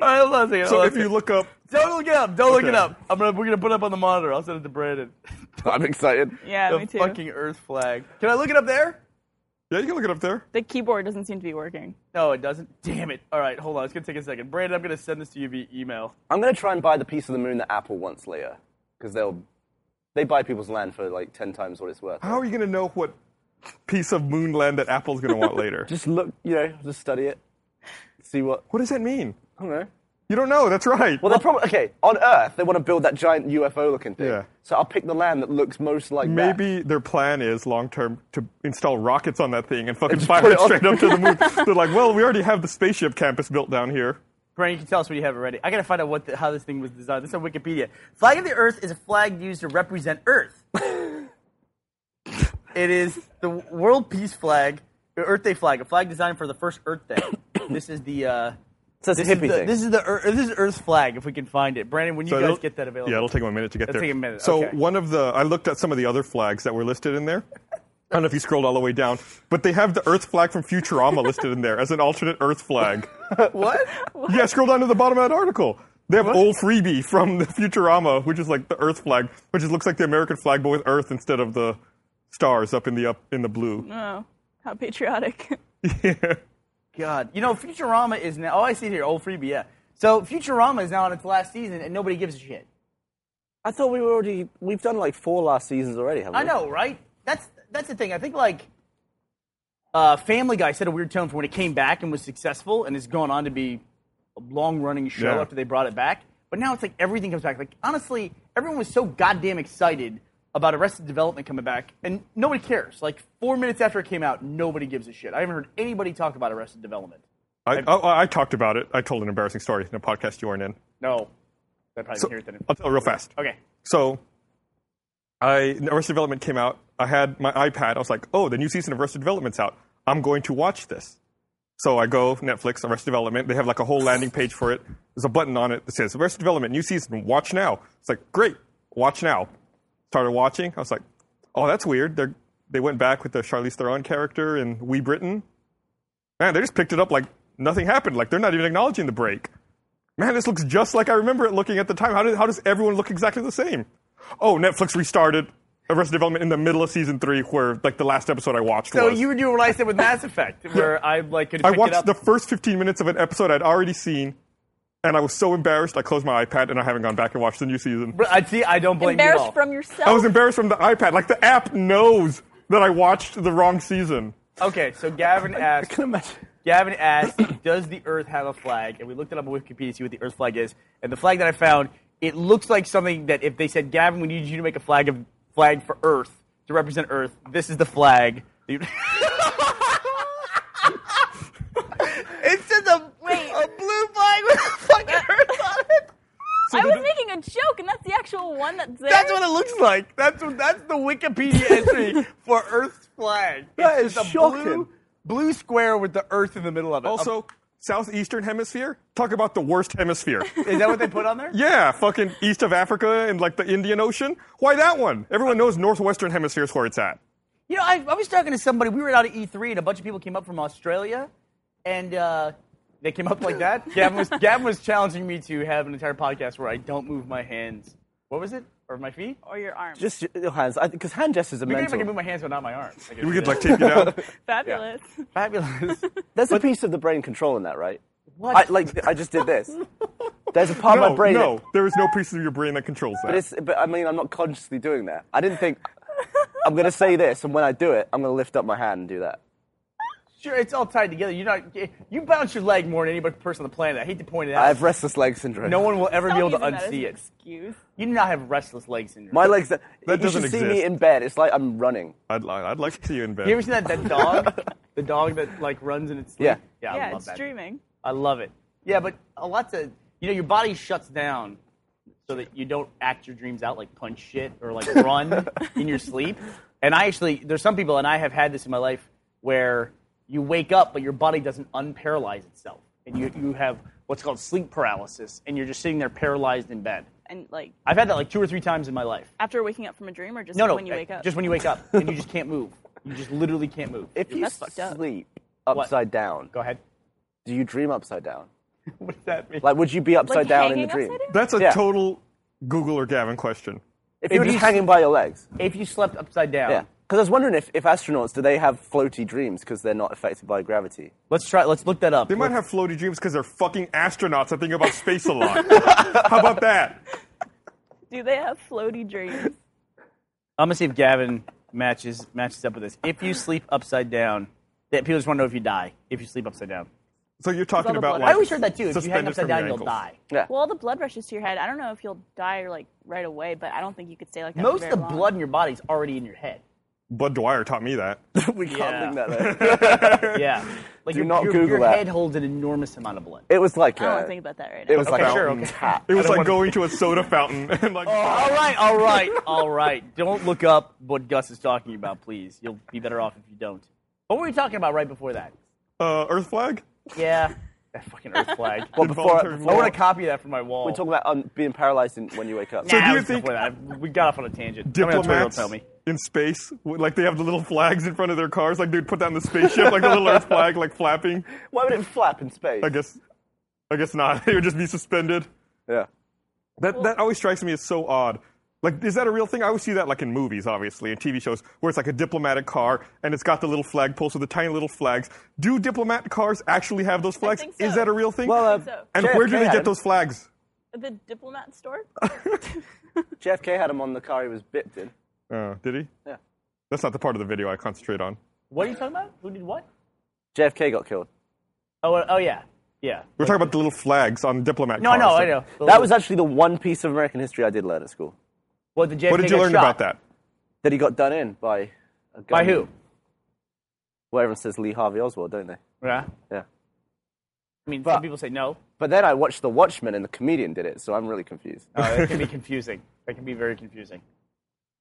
[SPEAKER 2] right, hold on a second.
[SPEAKER 1] So
[SPEAKER 2] hold on a
[SPEAKER 1] if you
[SPEAKER 2] second.
[SPEAKER 1] look up,
[SPEAKER 2] don't look it up, don't look it
[SPEAKER 1] Okay.
[SPEAKER 2] up. I'm gonna we're gonna put it up on the monitor. I'll send it to Brandon.
[SPEAKER 4] I'm excited.
[SPEAKER 3] Yeah,
[SPEAKER 2] the
[SPEAKER 3] me too.
[SPEAKER 2] fucking Earth flag. Can I look it up there?
[SPEAKER 1] yeah, you can look it up there.
[SPEAKER 3] The keyboard doesn't seem to be working.
[SPEAKER 2] No, it doesn't. Damn it. All right, hold on. It's gonna take a second. Brandon, I'm gonna send this to you via email.
[SPEAKER 4] I'm gonna try and buy the piece of the moon that Apple wants later, because they'll they buy people's land for like ten times what it's worth.
[SPEAKER 1] How are you going to know what piece of moon land that Apple's going to want later?
[SPEAKER 4] Just look, you know, just study it, see what.
[SPEAKER 1] What does that mean?
[SPEAKER 4] I don't know.
[SPEAKER 1] You don't know. That's right.
[SPEAKER 4] Well, they're probably okay on Earth. They want to build that giant UFO-looking thing.
[SPEAKER 1] Yeah.
[SPEAKER 4] So I'll pick the land that looks most like that.
[SPEAKER 1] Maybe their plan is long term to install rockets on that thing and fucking
[SPEAKER 4] just
[SPEAKER 1] fire
[SPEAKER 4] put
[SPEAKER 1] it
[SPEAKER 4] it on-
[SPEAKER 1] straight up to the moon. They're like, well, we already have the spaceship campus built down here.
[SPEAKER 2] Brandon, you can tell us what you have already. I gotta find out what the, how this thing was designed. This is on Wikipedia. Flag of the Earth is a flag used to represent Earth. it is the World Peace Flag, or Earth Day flag, a flag designed for the first Earth Day. this is the. Uh,
[SPEAKER 4] So it's a
[SPEAKER 2] this,
[SPEAKER 4] hippie
[SPEAKER 2] is the
[SPEAKER 4] thing.
[SPEAKER 2] this is the Earth, this is Earth's flag. If we can find it, Brandon, when you guys
[SPEAKER 1] it'll-
[SPEAKER 2] get that available,
[SPEAKER 1] Yeah, it'll take 'em a minute to get
[SPEAKER 2] It'll
[SPEAKER 1] there.
[SPEAKER 2] take a minute,
[SPEAKER 1] So
[SPEAKER 2] okay.
[SPEAKER 1] one of the I looked at some of the other flags that were listed in there. I don't know if you scrolled all the way down, but they have the Earth flag from Futurama listed in there as an alternate Earth flag.
[SPEAKER 2] what?
[SPEAKER 1] yeah, scroll down to the bottom of that article. They have old freebie from the Futurama, which is like the Earth flag, which is, looks like the American flag but with Earth instead of the stars up in the up in the blue.
[SPEAKER 3] Oh, how patriotic.
[SPEAKER 2] God, you know Futurama is now. Oh, I see it here. Old freebie. Yeah. So Futurama is now on its last season, and nobody gives a shit.
[SPEAKER 4] I thought we were already. We've done like four last seasons already, haven't we?
[SPEAKER 2] I know, right? That's that's the thing. I think like uh, Family Guy set a weird tone for when it came back and was successful, and it's gone on to be a long running show
[SPEAKER 1] Yeah.
[SPEAKER 2] after they brought it back. But now it's like everything comes back. Like honestly, everyone was so goddamn excited about Arrested Development coming back, and nobody cares. Like four minutes after it came out, nobody gives a shit. I haven't heard anybody talk about Arrested Development.
[SPEAKER 1] I, oh, I, I talked about it. I told an embarrassing story in a podcast you weren't in.
[SPEAKER 2] No, I probably
[SPEAKER 1] So,
[SPEAKER 2] didn't hear it then.
[SPEAKER 1] I'll tell real fast.
[SPEAKER 2] Okay.
[SPEAKER 1] So, I Arrested Development came out. I had my iPad. I was like, oh, the new season of Arrested Development's out. I'm going to watch this. So I go Netflix, Arrested Development. They have like a whole landing page for it. There's a button on it that says Arrested Development, new season, watch now. It's like great, watch now. Started watching. I was like, oh, that's weird. They they went back with the Charlize Theron character in We Britain. Man, they just picked it up like nothing happened. Like they're not even acknowledging the break. Man, this looks just like I remember it looking at the time. How, did, how does everyone look exactly the same? Oh, Netflix restarted Arrested Development in the middle of season three, where like the last episode I watched.
[SPEAKER 2] So
[SPEAKER 1] was.
[SPEAKER 2] you were doing what I said with Mass Effect, where I like could
[SPEAKER 1] I
[SPEAKER 2] pick it
[SPEAKER 1] watched
[SPEAKER 2] up.
[SPEAKER 1] the first 15 minutes of an episode I'd already seen, and I was so embarrassed I closed my iPad and I haven't gone back and watched the new season.
[SPEAKER 2] I see. I don't blame you at all.
[SPEAKER 3] Embarrassed from yourself.
[SPEAKER 1] I was embarrassed from the iPad. Like the app knows that I watched the wrong season.
[SPEAKER 2] Okay, so Gavin
[SPEAKER 4] I
[SPEAKER 2] asked.
[SPEAKER 4] can imagine.
[SPEAKER 2] Gavin asked, "Does the Earth have a flag?" And we looked it up on Wikipedia to see what the Earth flag is. And the flag that I found, it looks like something that if they said, "Gavin, we need you to make a flag of flag for Earth to represent Earth," this is the flag. it says a, a blue flag with a fucking Earth on it.
[SPEAKER 3] I was making a joke, and that's the actual one that's there.
[SPEAKER 2] That's what it looks like. That's what- that's the Wikipedia entry for Earth's flag.
[SPEAKER 4] That
[SPEAKER 2] It's
[SPEAKER 4] is
[SPEAKER 2] just a Blue,
[SPEAKER 4] shocking.
[SPEAKER 2] blue square with the Earth in the middle of it.
[SPEAKER 1] Also, Um, southeastern hemisphere. Talk about the worst hemisphere.
[SPEAKER 2] is that what they put on there?
[SPEAKER 1] yeah, fucking east of Africa and like the Indian Ocean. Why that one? Everyone knows northwestern hemisphere is where it's at.
[SPEAKER 2] You know, I, I was talking to somebody. We were out at E3, and a bunch of people came up from Australia, and uh, they came up like that. Gavin was, Gavin was challenging me to have an entire podcast where I don't move my hands. What was it? Or my feet?
[SPEAKER 3] or your arm.
[SPEAKER 4] Just your hands, because hand gestures are
[SPEAKER 2] Maybe if I
[SPEAKER 4] mental.
[SPEAKER 2] can move my hands, but not my arms. I guess
[SPEAKER 1] We
[SPEAKER 2] it
[SPEAKER 1] could
[SPEAKER 2] is.
[SPEAKER 1] like take it out.
[SPEAKER 3] Fabulous.
[SPEAKER 2] fabulous.
[SPEAKER 4] There's a piece of the brain controlling that, right?
[SPEAKER 2] What?
[SPEAKER 4] I, like I just did this. There's a part of my
[SPEAKER 1] No,
[SPEAKER 4] brain.
[SPEAKER 1] no,
[SPEAKER 4] that-
[SPEAKER 1] there is no piece of your brain that controls that.
[SPEAKER 4] but it's. But I mean, I'm not consciously doing that. I didn't think I'm gonna say this, and when I do it, I'm gonna lift up my hand and do that.
[SPEAKER 2] Sure, it's all tied together. You're not. You bounce your leg more than any person on the planet. I hate to point it out.
[SPEAKER 4] I have restless leg syndrome.
[SPEAKER 2] no one will ever
[SPEAKER 3] Stop
[SPEAKER 2] be able to
[SPEAKER 3] using that as an
[SPEAKER 2] unsee it.
[SPEAKER 3] Excuse.
[SPEAKER 2] You do not have restless leg syndrome.
[SPEAKER 4] My legs. That you
[SPEAKER 1] doesn't
[SPEAKER 4] should see
[SPEAKER 1] exist.
[SPEAKER 4] me in bed. It's like I'm running.
[SPEAKER 1] I'd, li- I'd like to see you in bed.
[SPEAKER 2] you ever seen that, that dog? the dog that like runs in its sleep.
[SPEAKER 4] Yeah.
[SPEAKER 2] yeah, I
[SPEAKER 3] Yeah,
[SPEAKER 2] love
[SPEAKER 3] it's
[SPEAKER 2] that.
[SPEAKER 3] streaming.
[SPEAKER 2] I love it. Yeah, but a lot of you know your body shuts down so that you don't act your dreams out like punch shit or like run in your sleep. And I actually there's some people and I have had this in my life where you wake up but your body doesn't unparalyze itself and you you have what's called sleep paralysis and you're just sitting there paralyzed in bed.
[SPEAKER 3] And like
[SPEAKER 2] I've had that like two or three times in my life.
[SPEAKER 3] after waking up from a dream, or just
[SPEAKER 2] No, no,
[SPEAKER 3] when you
[SPEAKER 2] uh,
[SPEAKER 3] wake up.
[SPEAKER 2] just when you wake up and you just can't move. You just literally can't move.
[SPEAKER 4] If you
[SPEAKER 3] That's fucked up.
[SPEAKER 4] sleep upside down,
[SPEAKER 2] Go ahead.
[SPEAKER 4] do you dream upside down?
[SPEAKER 2] what does that mean?
[SPEAKER 4] Like, would you be upside
[SPEAKER 3] Like
[SPEAKER 4] down in
[SPEAKER 3] hanging
[SPEAKER 4] the dream?
[SPEAKER 3] upside down?
[SPEAKER 1] That's a
[SPEAKER 4] Yeah.
[SPEAKER 1] total Google or Gavin question.
[SPEAKER 4] If you were
[SPEAKER 2] If
[SPEAKER 4] just
[SPEAKER 2] you-
[SPEAKER 4] hanging by your legs.
[SPEAKER 2] If you slept upside down,
[SPEAKER 4] Yeah. Because I was wondering if, if astronauts, do they have floaty dreams because they're not affected by gravity?
[SPEAKER 2] let's try. Let's look that up.
[SPEAKER 1] They might have floaty dreams because they're fucking astronauts that think about space a lot. How about that?
[SPEAKER 3] Do they have floaty dreams?
[SPEAKER 2] I'm gonna see if Gavin matches matches up with this. If you sleep upside down, that people just want to know if you die if you sleep upside down.
[SPEAKER 1] So you're talking
[SPEAKER 3] the
[SPEAKER 1] about
[SPEAKER 3] blood.
[SPEAKER 1] like
[SPEAKER 2] I always heard that too. If you hang
[SPEAKER 1] suspended
[SPEAKER 2] upside
[SPEAKER 1] from your
[SPEAKER 2] down, you'll
[SPEAKER 1] ankles.
[SPEAKER 2] die.
[SPEAKER 4] Yeah.
[SPEAKER 3] Well, all the blood rushes to your head. I don't know if you'll die like right away, but I don't think you could stay like that. for
[SPEAKER 2] Most of
[SPEAKER 3] very
[SPEAKER 2] the
[SPEAKER 3] long.
[SPEAKER 2] blood in your body is already in your head.
[SPEAKER 1] Bud Dwyer taught me that.
[SPEAKER 4] we can't
[SPEAKER 2] Yeah.
[SPEAKER 4] link that there.
[SPEAKER 2] Yeah. Like
[SPEAKER 4] Do
[SPEAKER 2] your,
[SPEAKER 4] not
[SPEAKER 2] your,
[SPEAKER 4] Google
[SPEAKER 2] your
[SPEAKER 4] that.
[SPEAKER 2] head holds an enormous amount of blood.
[SPEAKER 4] it was like
[SPEAKER 3] I don't
[SPEAKER 4] a-
[SPEAKER 3] want to think about that right now.
[SPEAKER 4] It was like
[SPEAKER 1] Okay,
[SPEAKER 4] a
[SPEAKER 1] sure,
[SPEAKER 4] mountain
[SPEAKER 2] okay.
[SPEAKER 4] tap.
[SPEAKER 1] It was like
[SPEAKER 2] wanna- Oh.
[SPEAKER 1] going to a soda fountain and like
[SPEAKER 2] all right, all right, all right. Don't look up what Gus is talking about, please. You'll be better off if you don't. What were we talking about right before that?
[SPEAKER 1] uh, Earth flag.
[SPEAKER 2] Yeah. That fucking earth flag.
[SPEAKER 4] Well, before,
[SPEAKER 1] Involuntary
[SPEAKER 2] I
[SPEAKER 4] before
[SPEAKER 2] want to copy that for my wall.
[SPEAKER 4] we talk about um, being paralyzed in, when you wake up.
[SPEAKER 2] Nah,
[SPEAKER 1] do you
[SPEAKER 2] it was
[SPEAKER 1] think
[SPEAKER 2] before that. we got off on a tangent? Somebody on Twitter will
[SPEAKER 1] Diplomats
[SPEAKER 2] tell me.
[SPEAKER 1] in space, w- like they have the little flags in front of their cars, like they'd put down the spaceship, like the little Earth flag, like flapping.
[SPEAKER 4] Why would it flap in space?
[SPEAKER 1] I guess, I guess not. It would just be suspended.
[SPEAKER 4] Yeah.
[SPEAKER 1] That that always strikes me as so odd. Like, is that a real thing? I always see that like in movies, obviously, and TV shows, where it's like a diplomatic car and it's got the little flagpoles with the tiny little flags. Do diplomat cars actually have those flags?
[SPEAKER 3] think so.
[SPEAKER 1] Is that a real thing?
[SPEAKER 4] Well, uh,
[SPEAKER 3] think so.
[SPEAKER 1] and
[SPEAKER 4] JFK
[SPEAKER 1] where do they
[SPEAKER 4] had
[SPEAKER 1] get
[SPEAKER 4] 'em.
[SPEAKER 1] those flags?
[SPEAKER 3] the diplomat store.
[SPEAKER 4] JFK had him on the car he was bipped in.
[SPEAKER 1] Uh, did he?
[SPEAKER 4] Yeah.
[SPEAKER 1] That's not the part of the video I concentrate on.
[SPEAKER 2] What are you talking about? Who did what?
[SPEAKER 4] JFK got killed.
[SPEAKER 2] Oh, uh, oh yeah, yeah.
[SPEAKER 1] We're talking about the little flags on diplomat
[SPEAKER 2] No,
[SPEAKER 1] cars.
[SPEAKER 2] no, I know.
[SPEAKER 4] That was actually the one piece of American history I did learn at school.
[SPEAKER 2] Well, the JFK
[SPEAKER 1] What did you
[SPEAKER 2] got
[SPEAKER 1] learn
[SPEAKER 2] shot.
[SPEAKER 1] about that?
[SPEAKER 4] That he got done in by a gun.
[SPEAKER 2] By who?
[SPEAKER 4] Well, everyone says Lee Harvey Oswald, don't they?
[SPEAKER 2] Yeah.
[SPEAKER 4] Yeah.
[SPEAKER 2] I mean,
[SPEAKER 4] But-
[SPEAKER 2] some people say no.
[SPEAKER 4] But then I watched The Watchmen and the comedian did it, so I'm really confused.
[SPEAKER 2] Oh, that can be confusing. That can be very confusing.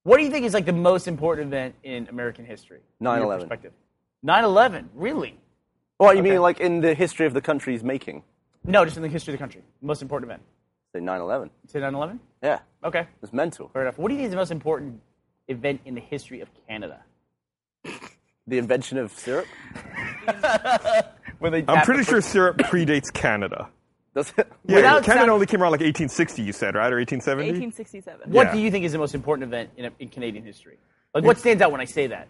[SPEAKER 2] What do you think is like the most important event in American history? from your
[SPEAKER 4] 9/11.
[SPEAKER 2] Perspective. 9/11. Really?
[SPEAKER 4] Well, you mean like in the history of the country's making?
[SPEAKER 2] No, just in the history of the country. Most important event.
[SPEAKER 4] Say 9/11.
[SPEAKER 2] Say 9/11.
[SPEAKER 4] Yeah.
[SPEAKER 2] Okay.
[SPEAKER 4] It's mental.
[SPEAKER 2] Fair enough. What do you think is the most important event in the history of Canada?
[SPEAKER 4] The invention of syrup.
[SPEAKER 2] Where they
[SPEAKER 1] I'm pretty sure syrup predates Canada.
[SPEAKER 4] Does it?
[SPEAKER 1] Yeah,
[SPEAKER 2] Without
[SPEAKER 1] Canada
[SPEAKER 2] sound-
[SPEAKER 1] only came around like 1860, you said, right? Or 1870?
[SPEAKER 3] 1867.
[SPEAKER 2] What
[SPEAKER 1] Yeah.
[SPEAKER 2] do you think is the most important event in, in Canadian history? Like, what stands out when I say that?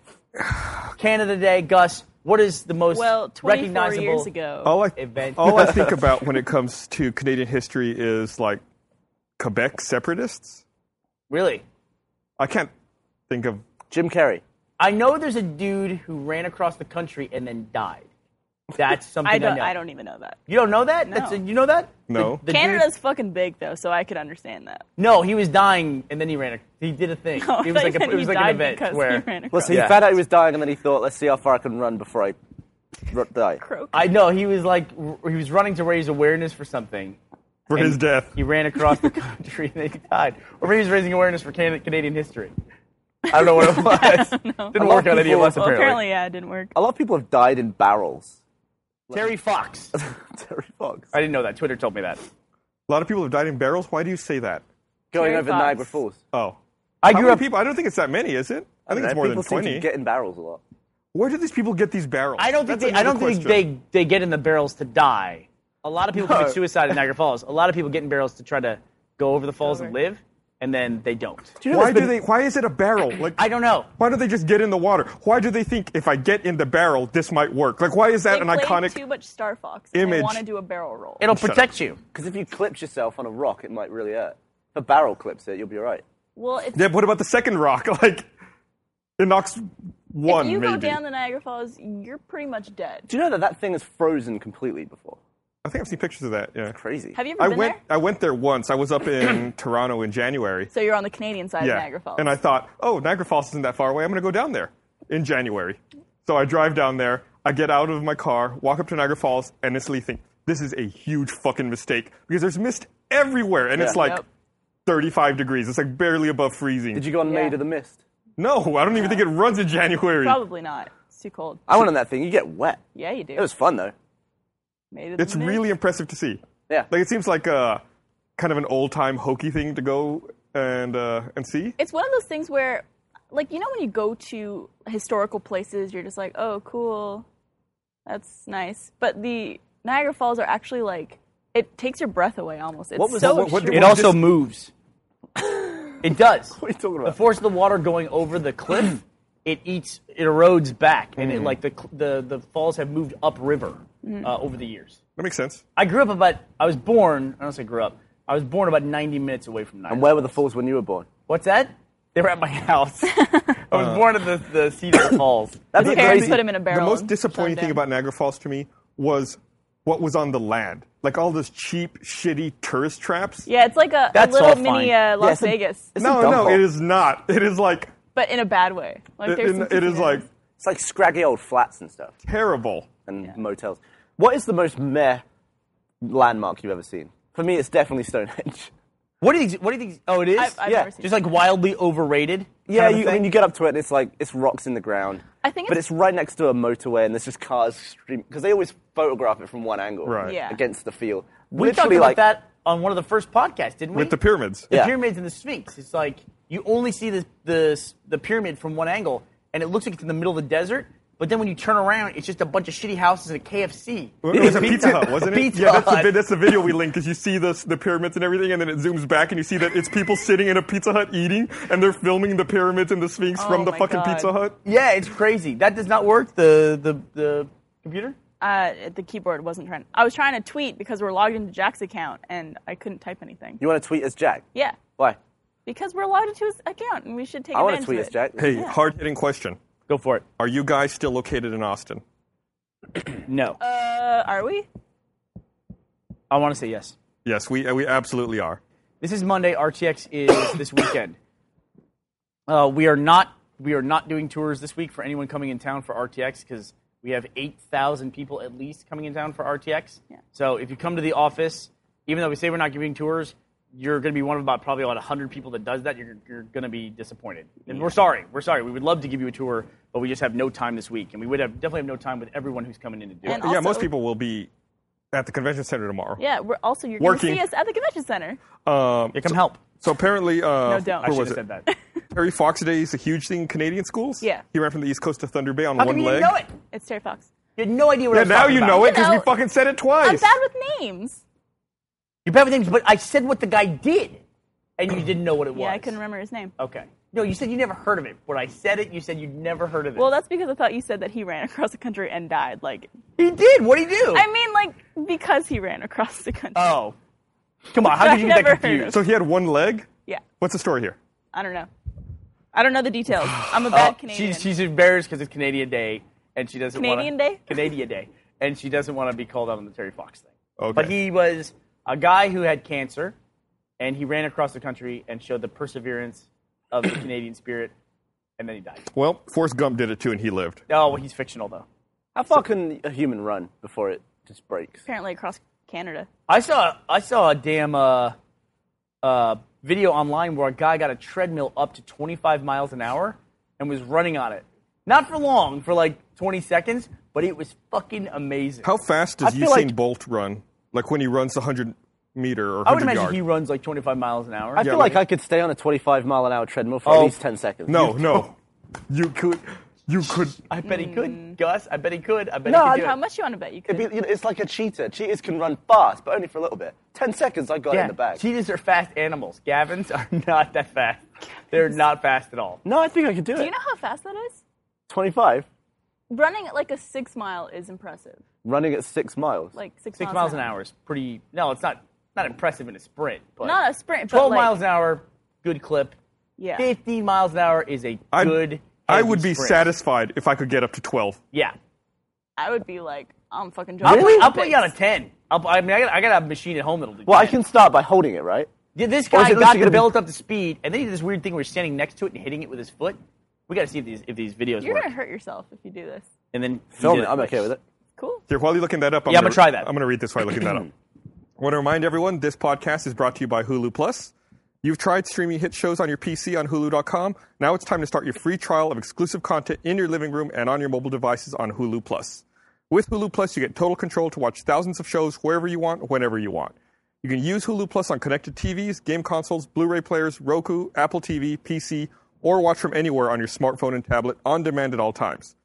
[SPEAKER 2] Canada Day, Gus. What is the most
[SPEAKER 3] Well, 24
[SPEAKER 2] recognizable Oh,
[SPEAKER 3] years ago.
[SPEAKER 1] all I,
[SPEAKER 2] event?
[SPEAKER 1] all I think about when it comes to Canadian history is like Quebec separatists.
[SPEAKER 2] really?
[SPEAKER 1] I can't think of.
[SPEAKER 4] Jim Carrey.
[SPEAKER 2] I know there's a dude who ran across the country and then died. That's something
[SPEAKER 3] I don't.
[SPEAKER 2] know.
[SPEAKER 3] I don't even know that.
[SPEAKER 2] You don't know that?
[SPEAKER 3] No.
[SPEAKER 2] That's a, you know that?
[SPEAKER 1] No.
[SPEAKER 2] The- the dude-
[SPEAKER 3] Canada's fucking big though, so I could understand that.
[SPEAKER 2] no, he was dying and then he ran. A, he did a thing.
[SPEAKER 3] Oh,
[SPEAKER 2] it was
[SPEAKER 3] I
[SPEAKER 2] like
[SPEAKER 3] thought
[SPEAKER 2] a,
[SPEAKER 3] you
[SPEAKER 2] it was
[SPEAKER 3] said
[SPEAKER 2] like
[SPEAKER 3] he
[SPEAKER 2] an
[SPEAKER 3] died
[SPEAKER 2] event
[SPEAKER 3] because
[SPEAKER 2] where
[SPEAKER 3] he ran
[SPEAKER 4] Well,
[SPEAKER 3] across
[SPEAKER 4] so he
[SPEAKER 2] Yeah.
[SPEAKER 4] found out he was dying, and then he thought, "Let's see how far I can run before I ru- die."
[SPEAKER 3] Croak.
[SPEAKER 2] I know he was like r- he was running to raise awareness for something.
[SPEAKER 1] For
[SPEAKER 2] and
[SPEAKER 1] his death.
[SPEAKER 2] He ran across the country and then he died. Or maybe he was raising awareness for Can- Canadian history. I don't know what it was. Didn't
[SPEAKER 4] lot
[SPEAKER 2] work
[SPEAKER 4] of
[SPEAKER 2] on any of
[SPEAKER 4] people-
[SPEAKER 2] us
[SPEAKER 3] well,
[SPEAKER 2] apparently.
[SPEAKER 3] apparently, yeah, it didn't work.
[SPEAKER 4] A lot of people have died in barrels.
[SPEAKER 2] Terry Fox.
[SPEAKER 4] Terry Fox
[SPEAKER 2] I didn't know that. Twitter told me that.
[SPEAKER 1] A lot of people have died in barrels. Why do you say that?
[SPEAKER 4] going
[SPEAKER 3] Terry
[SPEAKER 4] over
[SPEAKER 3] Fox.
[SPEAKER 4] Niagara Falls.
[SPEAKER 1] Oh.
[SPEAKER 2] I
[SPEAKER 1] How
[SPEAKER 2] grew
[SPEAKER 1] many
[SPEAKER 2] up.
[SPEAKER 1] people? I don't think it's that many, is it? I think
[SPEAKER 4] Yeah,
[SPEAKER 1] it's more than
[SPEAKER 4] people seem to
[SPEAKER 1] 20.
[SPEAKER 4] get in barrels a lot.
[SPEAKER 1] Where do these people get these barrels?
[SPEAKER 2] I don't think
[SPEAKER 1] That's
[SPEAKER 2] they, I
[SPEAKER 1] another
[SPEAKER 2] don't think
[SPEAKER 1] question.
[SPEAKER 2] they, they get in the barrels to die. A lot of people
[SPEAKER 4] No.
[SPEAKER 2] commit suicide in Niagara Falls. A lot of people get in barrels to try to go over the falls and
[SPEAKER 3] over.
[SPEAKER 2] live, and then they don't.
[SPEAKER 4] you know
[SPEAKER 1] Why
[SPEAKER 4] there's
[SPEAKER 1] do
[SPEAKER 4] been-
[SPEAKER 1] they? Why is it a barrel? Like
[SPEAKER 2] I don't know.
[SPEAKER 1] Why do they just get in the water? Why do they think if I get in the barrel, this might work? Like, why is that
[SPEAKER 3] They
[SPEAKER 1] an
[SPEAKER 3] played
[SPEAKER 1] iconic?
[SPEAKER 3] too much Star Fox.
[SPEAKER 1] image.
[SPEAKER 3] They want to do a barrel roll.
[SPEAKER 2] It'll
[SPEAKER 1] Shut up.
[SPEAKER 2] protect you.
[SPEAKER 4] Because if you clipped yourself on a rock, it might really hurt. If a barrel clips it, you'll be all right.
[SPEAKER 3] well, it's
[SPEAKER 1] Yeah, what about the second rock? Like, it knocks one.
[SPEAKER 3] if you
[SPEAKER 1] maybe.
[SPEAKER 3] go down the Niagara Falls, you're pretty much dead.
[SPEAKER 4] Do you know that that thing is frozen completely before?
[SPEAKER 1] I think I've seen pictures of that. Yeah.
[SPEAKER 4] Crazy.
[SPEAKER 3] Have you ever
[SPEAKER 1] I
[SPEAKER 3] been
[SPEAKER 1] went.
[SPEAKER 3] there?
[SPEAKER 1] I went there once. I was up in Toronto in January.
[SPEAKER 3] So you're on the Canadian side
[SPEAKER 1] yeah.
[SPEAKER 3] of Niagara Falls.
[SPEAKER 1] And I thought, oh, Niagara Falls isn't that far away. I'm going to go down there in January. So I drive down there. I get out of my car, walk up to Niagara Falls, and instantly think, this is a huge fucking mistake because there's mist everywhere, and it's
[SPEAKER 4] Yeah.
[SPEAKER 1] like
[SPEAKER 3] Yep.
[SPEAKER 1] 35 degrees. It's like barely above freezing.
[SPEAKER 4] Did you go on
[SPEAKER 3] Yeah.
[SPEAKER 4] Maid of the Mist?
[SPEAKER 1] No, I don't even think it runs in January.
[SPEAKER 3] Probably not. It's too cold.
[SPEAKER 4] I went on that thing. You get wet.
[SPEAKER 3] Yeah, you do.
[SPEAKER 4] It was fun though.
[SPEAKER 3] Made it
[SPEAKER 1] It's really impressive to see.
[SPEAKER 4] Yeah.
[SPEAKER 1] Like it seems like a kind of an old time hokey thing to go and uh, and see.
[SPEAKER 3] It's one of those things where, like, you know, when you go to historical places, you're just like, oh, cool, that's nice. But the Niagara Falls are actually like It takes your breath away almost. It's
[SPEAKER 4] What was
[SPEAKER 3] so
[SPEAKER 4] that- what- what-
[SPEAKER 3] extreme.
[SPEAKER 2] It also moves. It does.
[SPEAKER 4] What are you talking about?
[SPEAKER 2] The force of the water going over the cliff, it eats, it erodes back, and
[SPEAKER 4] Mm.
[SPEAKER 2] it like the cl- the the falls have moved upriver
[SPEAKER 3] Mm.
[SPEAKER 2] uh, over the years.
[SPEAKER 1] That makes sense.
[SPEAKER 2] I grew up about. I was born. I don't say grew up. I was born about 90 minutes away from Niagara.
[SPEAKER 4] And where were the falls when you were born?
[SPEAKER 2] What's that? They were at my house. I was born at the, the Cedar Falls.
[SPEAKER 4] That's
[SPEAKER 3] His
[SPEAKER 4] a
[SPEAKER 3] parents
[SPEAKER 4] crazy-
[SPEAKER 3] put him in a barrel.
[SPEAKER 1] The most
[SPEAKER 3] and
[SPEAKER 1] disappointing
[SPEAKER 3] shoved
[SPEAKER 1] thing
[SPEAKER 3] him.
[SPEAKER 1] about Niagara Falls to me was what was on the land. Like all those cheap, shitty tourist traps.
[SPEAKER 3] yeah, it's like a, a
[SPEAKER 2] That's all
[SPEAKER 3] little
[SPEAKER 2] fine.
[SPEAKER 3] mini uh, Las
[SPEAKER 4] it's a-
[SPEAKER 3] Vegas,
[SPEAKER 4] it's a
[SPEAKER 1] no,
[SPEAKER 4] dump
[SPEAKER 1] no,
[SPEAKER 4] hole.
[SPEAKER 1] it is not. It is like
[SPEAKER 3] but in a bad way. Like
[SPEAKER 1] it,
[SPEAKER 3] there's some
[SPEAKER 1] it- it is
[SPEAKER 3] craziness.
[SPEAKER 1] like
[SPEAKER 4] It's like scraggy old flats and stuff
[SPEAKER 1] terrible.
[SPEAKER 4] and motels. What is the most meh landmark you've ever seen? For me, it's definitely Stonehenge.
[SPEAKER 2] What do you? What do you think? Oh, it is.
[SPEAKER 3] I've, I've
[SPEAKER 4] yeah,
[SPEAKER 3] never seen
[SPEAKER 2] Just
[SPEAKER 3] it.
[SPEAKER 2] like wildly overrated.
[SPEAKER 4] Yeah,
[SPEAKER 2] kind of
[SPEAKER 4] you, I
[SPEAKER 2] thing?
[SPEAKER 4] mean, you get up to it and it's like it's rocks in the ground.
[SPEAKER 3] I think
[SPEAKER 4] but
[SPEAKER 3] it's-
[SPEAKER 4] it's right next to a motorway and there's just cars streaming because they always photograph it from one angle,
[SPEAKER 1] Right.
[SPEAKER 3] Yeah.
[SPEAKER 4] against the field.
[SPEAKER 2] we talked
[SPEAKER 4] Literally,
[SPEAKER 2] about
[SPEAKER 4] like,
[SPEAKER 2] that on one of the first podcasts, didn't we?
[SPEAKER 1] With the pyramids.
[SPEAKER 2] the
[SPEAKER 4] Yeah.
[SPEAKER 2] pyramids and the Sphinx. It's like you only see the, the the pyramid from one angle, and it looks like it's in the middle of the desert. But then when you turn around, it's just a bunch of shitty houses and a KFC.
[SPEAKER 1] It was a Pizza Hut, wasn't it?
[SPEAKER 2] Pizza
[SPEAKER 1] yeah, that's the,
[SPEAKER 2] Hut.
[SPEAKER 1] vi- that's the video we linked because you see the, the pyramids and everything, and then it zooms back and you see that it's people sitting in a Pizza Hut eating, and they're filming the pyramids and the Sphinx from
[SPEAKER 3] Oh
[SPEAKER 1] the
[SPEAKER 3] my
[SPEAKER 1] fucking
[SPEAKER 3] God.
[SPEAKER 1] Pizza Hut.
[SPEAKER 2] Yeah, it's crazy. That does not work. The the the computer.
[SPEAKER 3] uh, the keyboard wasn't trying. I was trying to tweet because we're logged into Jack's account and I couldn't type anything.
[SPEAKER 4] you want to tweet as Jack?
[SPEAKER 3] Yeah,
[SPEAKER 4] Why?
[SPEAKER 3] because we're logged into his account and we should take
[SPEAKER 4] I want
[SPEAKER 3] advantage
[SPEAKER 4] to tweet
[SPEAKER 3] of
[SPEAKER 4] as
[SPEAKER 3] it.
[SPEAKER 4] Jack.
[SPEAKER 1] Hey, hard hitting question:
[SPEAKER 2] Go for it.
[SPEAKER 1] Are you guys still located in Austin?
[SPEAKER 2] No,
[SPEAKER 3] Uh, are we?
[SPEAKER 2] I want to say yes.
[SPEAKER 1] Yes, we uh, we absolutely are.
[SPEAKER 2] This is Monday. RTX is this weekend. Uh, we are not we are not doing tours this week for anyone coming in town for RTX because we have eight thousand people at least coming in town for RTX.
[SPEAKER 3] Yeah.
[SPEAKER 2] So if you come to the office, even though we say we're not giving tours, you're going to be one of about probably about hundred people that does that. You're, you're going to be disappointed. And we're sorry. We're sorry. We would love to give you a tour, but we just have no time this week, and we would have definitely have no time with everyone who's coming in to do
[SPEAKER 3] And
[SPEAKER 2] it.
[SPEAKER 1] yeah,
[SPEAKER 3] Also-
[SPEAKER 1] most people will be at the convention center tomorrow.
[SPEAKER 3] Yeah, we're also you're going to
[SPEAKER 1] Working.
[SPEAKER 3] see us at the convention center.
[SPEAKER 1] Um,
[SPEAKER 2] Yeah, come help.
[SPEAKER 1] so apparently, uh,
[SPEAKER 3] No,
[SPEAKER 1] where
[SPEAKER 3] don't. I
[SPEAKER 2] I should
[SPEAKER 1] was it?
[SPEAKER 2] have said that.
[SPEAKER 1] Terry Fox Day is a huge thing in Canadian schools.
[SPEAKER 3] Yeah.
[SPEAKER 1] He ran from the East Coast to Thunder Bay on
[SPEAKER 2] How
[SPEAKER 1] one
[SPEAKER 2] come you
[SPEAKER 1] leg.
[SPEAKER 2] didn't know it?
[SPEAKER 3] It's Terry Fox.
[SPEAKER 2] You had no idea what I
[SPEAKER 1] Yeah,
[SPEAKER 2] was
[SPEAKER 1] now
[SPEAKER 2] talking
[SPEAKER 1] you
[SPEAKER 2] about.
[SPEAKER 1] know it because
[SPEAKER 3] You
[SPEAKER 1] we
[SPEAKER 3] know-
[SPEAKER 1] fucking said it
[SPEAKER 3] I'm
[SPEAKER 1] twice.
[SPEAKER 3] bad with names.
[SPEAKER 2] You're bad with names, but I said what the guy did, and you didn't know what it was.
[SPEAKER 3] Yeah, I couldn't remember his name.
[SPEAKER 2] Okay. No, you said you never heard of it. When I said it, you said you'd never heard of it.
[SPEAKER 3] Well, that's because I thought you said that he ran across the country and died. Like,
[SPEAKER 2] he did. What did he do?
[SPEAKER 3] I mean, like because he ran across the country.
[SPEAKER 2] oh, come on. How did you get
[SPEAKER 3] Never
[SPEAKER 2] that
[SPEAKER 3] heard of
[SPEAKER 2] confused?
[SPEAKER 1] So he had one leg.
[SPEAKER 3] yeah,
[SPEAKER 1] What's the story here?
[SPEAKER 3] I don't know. I don't know the details. I'm a
[SPEAKER 4] Oh,
[SPEAKER 3] bad Canadian.
[SPEAKER 2] She's, she's embarrassed because it's Canadian Day, and she doesn't
[SPEAKER 3] Canadian
[SPEAKER 2] wanna,
[SPEAKER 3] Day?
[SPEAKER 2] Canadian Day, and she doesn't want to be called out on the Terry Fox thing.
[SPEAKER 1] Okay.
[SPEAKER 2] But he was a guy who had cancer, and he ran across the country and showed the perseverance of the Canadian spirit, and then he died.
[SPEAKER 1] Well, Forrest Gump did it too, and he lived.
[SPEAKER 2] Oh, well, he's fictional though.
[SPEAKER 4] How far can a human run before it just breaks?
[SPEAKER 3] apparently across Canada.
[SPEAKER 2] I saw I saw a damn uh, uh, video online where a guy got a treadmill up to 25 miles an hour and was running on it. Not for long, for like 20 seconds, but it was fucking amazing.
[SPEAKER 1] How fast does
[SPEAKER 2] I feel
[SPEAKER 1] Usain
[SPEAKER 2] like-
[SPEAKER 1] Bolt run? Like when he runs the hundred meter or
[SPEAKER 2] I would
[SPEAKER 1] hundred
[SPEAKER 2] imagine
[SPEAKER 1] yard?
[SPEAKER 2] he runs like 25 miles an hour.
[SPEAKER 4] I feel
[SPEAKER 1] Yeah,
[SPEAKER 4] like
[SPEAKER 1] right.
[SPEAKER 4] I could stay on a 25 mile an hour treadmill for
[SPEAKER 2] Oh.
[SPEAKER 4] at least 10 seconds.
[SPEAKER 1] no, no. You could, you could.
[SPEAKER 2] I bet he could, Gus. I bet he could. I bet
[SPEAKER 4] No,
[SPEAKER 2] he could.
[SPEAKER 4] I'd-
[SPEAKER 2] do
[SPEAKER 3] How
[SPEAKER 2] it.
[SPEAKER 3] much you want to bet you could?
[SPEAKER 4] It'd be- you know, it's like a cheetah. Cheetahs can run fast, but only for a little bit. 10 seconds, I got it in the
[SPEAKER 2] Yeah,
[SPEAKER 4] bag.
[SPEAKER 2] cheetahs are fast animals. Gavins are not that fast. They're not fast at all.
[SPEAKER 4] no, I think I could do,
[SPEAKER 3] Do
[SPEAKER 4] it.
[SPEAKER 3] you know how fast that is?
[SPEAKER 4] 25,
[SPEAKER 3] Running at like a six mile is impressive.
[SPEAKER 4] running at six miles.
[SPEAKER 3] Like six,
[SPEAKER 2] Six miles an hour is pretty. No, it's not. Not impressive in a sprint, but
[SPEAKER 3] Not a sprint, but
[SPEAKER 2] 12
[SPEAKER 3] like,
[SPEAKER 2] miles an hour, good clip.
[SPEAKER 3] Yeah.
[SPEAKER 2] 15 miles an hour is a
[SPEAKER 1] I'd-
[SPEAKER 2] good.
[SPEAKER 1] I
[SPEAKER 2] heavy
[SPEAKER 1] would be
[SPEAKER 2] sprint.
[SPEAKER 1] satisfied if I could get up to twelve.
[SPEAKER 2] Yeah.
[SPEAKER 3] I would be like, I'm fucking
[SPEAKER 2] I'll,
[SPEAKER 3] joining.
[SPEAKER 2] put-
[SPEAKER 3] the
[SPEAKER 2] I'll put you on a
[SPEAKER 3] Olympics.
[SPEAKER 2] 10. I'll, I mean, I got, I got a machine at home that'll do
[SPEAKER 4] Well, I
[SPEAKER 2] 10.
[SPEAKER 4] can start by holding it, right?
[SPEAKER 2] Yeah, this
[SPEAKER 4] Or is
[SPEAKER 2] guy
[SPEAKER 4] it
[SPEAKER 2] got
[SPEAKER 4] listed
[SPEAKER 2] the
[SPEAKER 4] gonna be-
[SPEAKER 2] belt up to speed, and then he did this weird thing where he's standing next to it and hitting it with his foot. We got to see if these if these videos
[SPEAKER 3] You're
[SPEAKER 2] work.
[SPEAKER 3] gonna hurt yourself if you do this.
[SPEAKER 2] And then he
[SPEAKER 4] Film
[SPEAKER 2] did
[SPEAKER 4] it. I'm okay with it.
[SPEAKER 3] Cool.
[SPEAKER 1] Here, while you're looking that up, I'm
[SPEAKER 2] Yeah, I'm
[SPEAKER 1] gonna,
[SPEAKER 2] gonna try that.
[SPEAKER 1] I'm gonna read this while you're looking that up. I want to remind everyone this podcast is brought to you by Hulu Plus. You've tried streaming hit shows on your PC on Hulu.com. Now it's time to start your free trial of exclusive content in your living room and on your mobile devices on Hulu Plus. With Hulu Plus, you get total control to watch thousands of shows wherever you want, whenever you want. You can use Hulu Plus on connected TVs, game consoles, Blu-ray players, Roku, Apple TV, PC, or watch from anywhere on your smartphone and tablet on demand at all times.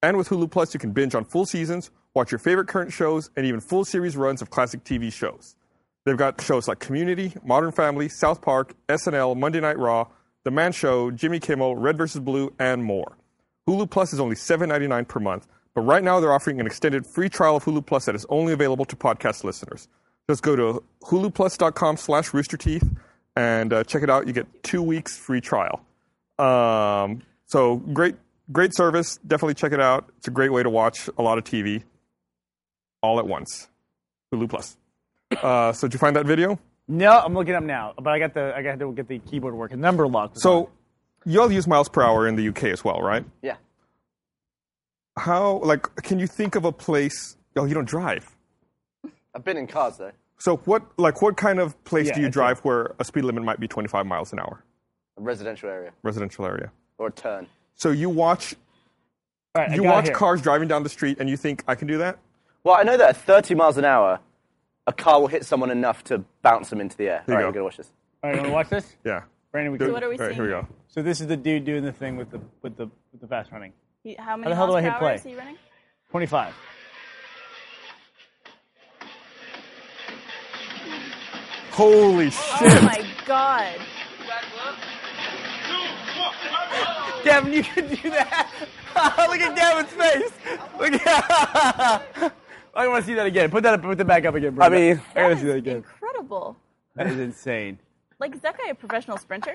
[SPEAKER 1] And with Hulu Plus, you can binge on full seasons, watch your favorite current shows, and even full series runs of classic TV shows. They've got shows like Community, Modern Family, South Park, SNL, Monday Night Raw, The Man Show, Jimmy Kimmel, Red vs. Blue, and more. Hulu Plus is only $7.99 per month, but right now they're offering an extended free trial of Hulu Plus that is only available to podcast listeners. Just go to huluplus.com slash roosterteeth and uh, check it out. You get two weeks free trial. Um, so great, great service. Definitely check it out. It's a great way to watch a lot of TV all at once. Hulu Plus. Uh, so did you find that video?
[SPEAKER 2] No, I'm looking up now, but I got the I got to get the keyboard working. Number lock. was on.
[SPEAKER 1] So you all use miles per hour in the UK as well, right?
[SPEAKER 4] Yeah.
[SPEAKER 1] How like can you think of a place? Oh, you don't drive.
[SPEAKER 4] I've been in cars though.
[SPEAKER 1] So what like what kind of place
[SPEAKER 2] Yeah,
[SPEAKER 1] do you
[SPEAKER 2] I
[SPEAKER 1] drive where a speed limit might be 25 miles an hour,
[SPEAKER 4] A residential area
[SPEAKER 1] residential area?
[SPEAKER 4] or a turn.
[SPEAKER 1] So you watch
[SPEAKER 2] All right, I
[SPEAKER 1] you
[SPEAKER 2] got it
[SPEAKER 1] watch
[SPEAKER 2] here.
[SPEAKER 1] cars driving down the street and you think I can do that?
[SPEAKER 4] Well, I know that at 30 miles an hour, a car will hit someone enough to bounce them into the air.
[SPEAKER 1] There you
[SPEAKER 4] All right,
[SPEAKER 1] go.
[SPEAKER 4] we're gonna watch this.
[SPEAKER 2] All right, you want to watch this?
[SPEAKER 1] Yeah.
[SPEAKER 2] Brandon, we
[SPEAKER 1] Do-
[SPEAKER 2] can-
[SPEAKER 3] what are we
[SPEAKER 1] all right, here we
[SPEAKER 3] seeing?
[SPEAKER 1] go.
[SPEAKER 2] So this is the dude doing the thing with the with the with the fast running.
[SPEAKER 3] He- How many
[SPEAKER 2] the hell do
[SPEAKER 3] miles
[SPEAKER 2] I hit
[SPEAKER 3] per hour
[SPEAKER 2] play?
[SPEAKER 3] is he running?
[SPEAKER 2] 25.
[SPEAKER 1] Holy shit.
[SPEAKER 3] Oh my god.
[SPEAKER 2] Devin, you can do that. Look at Devin's face. Look at. I want to see that again. Put that put that back up again, bro.
[SPEAKER 4] I mean-
[SPEAKER 2] I gotta
[SPEAKER 3] That
[SPEAKER 2] see that
[SPEAKER 3] is
[SPEAKER 2] again.
[SPEAKER 3] incredible.
[SPEAKER 2] That is insane.
[SPEAKER 3] Like, is that guy a professional sprinter?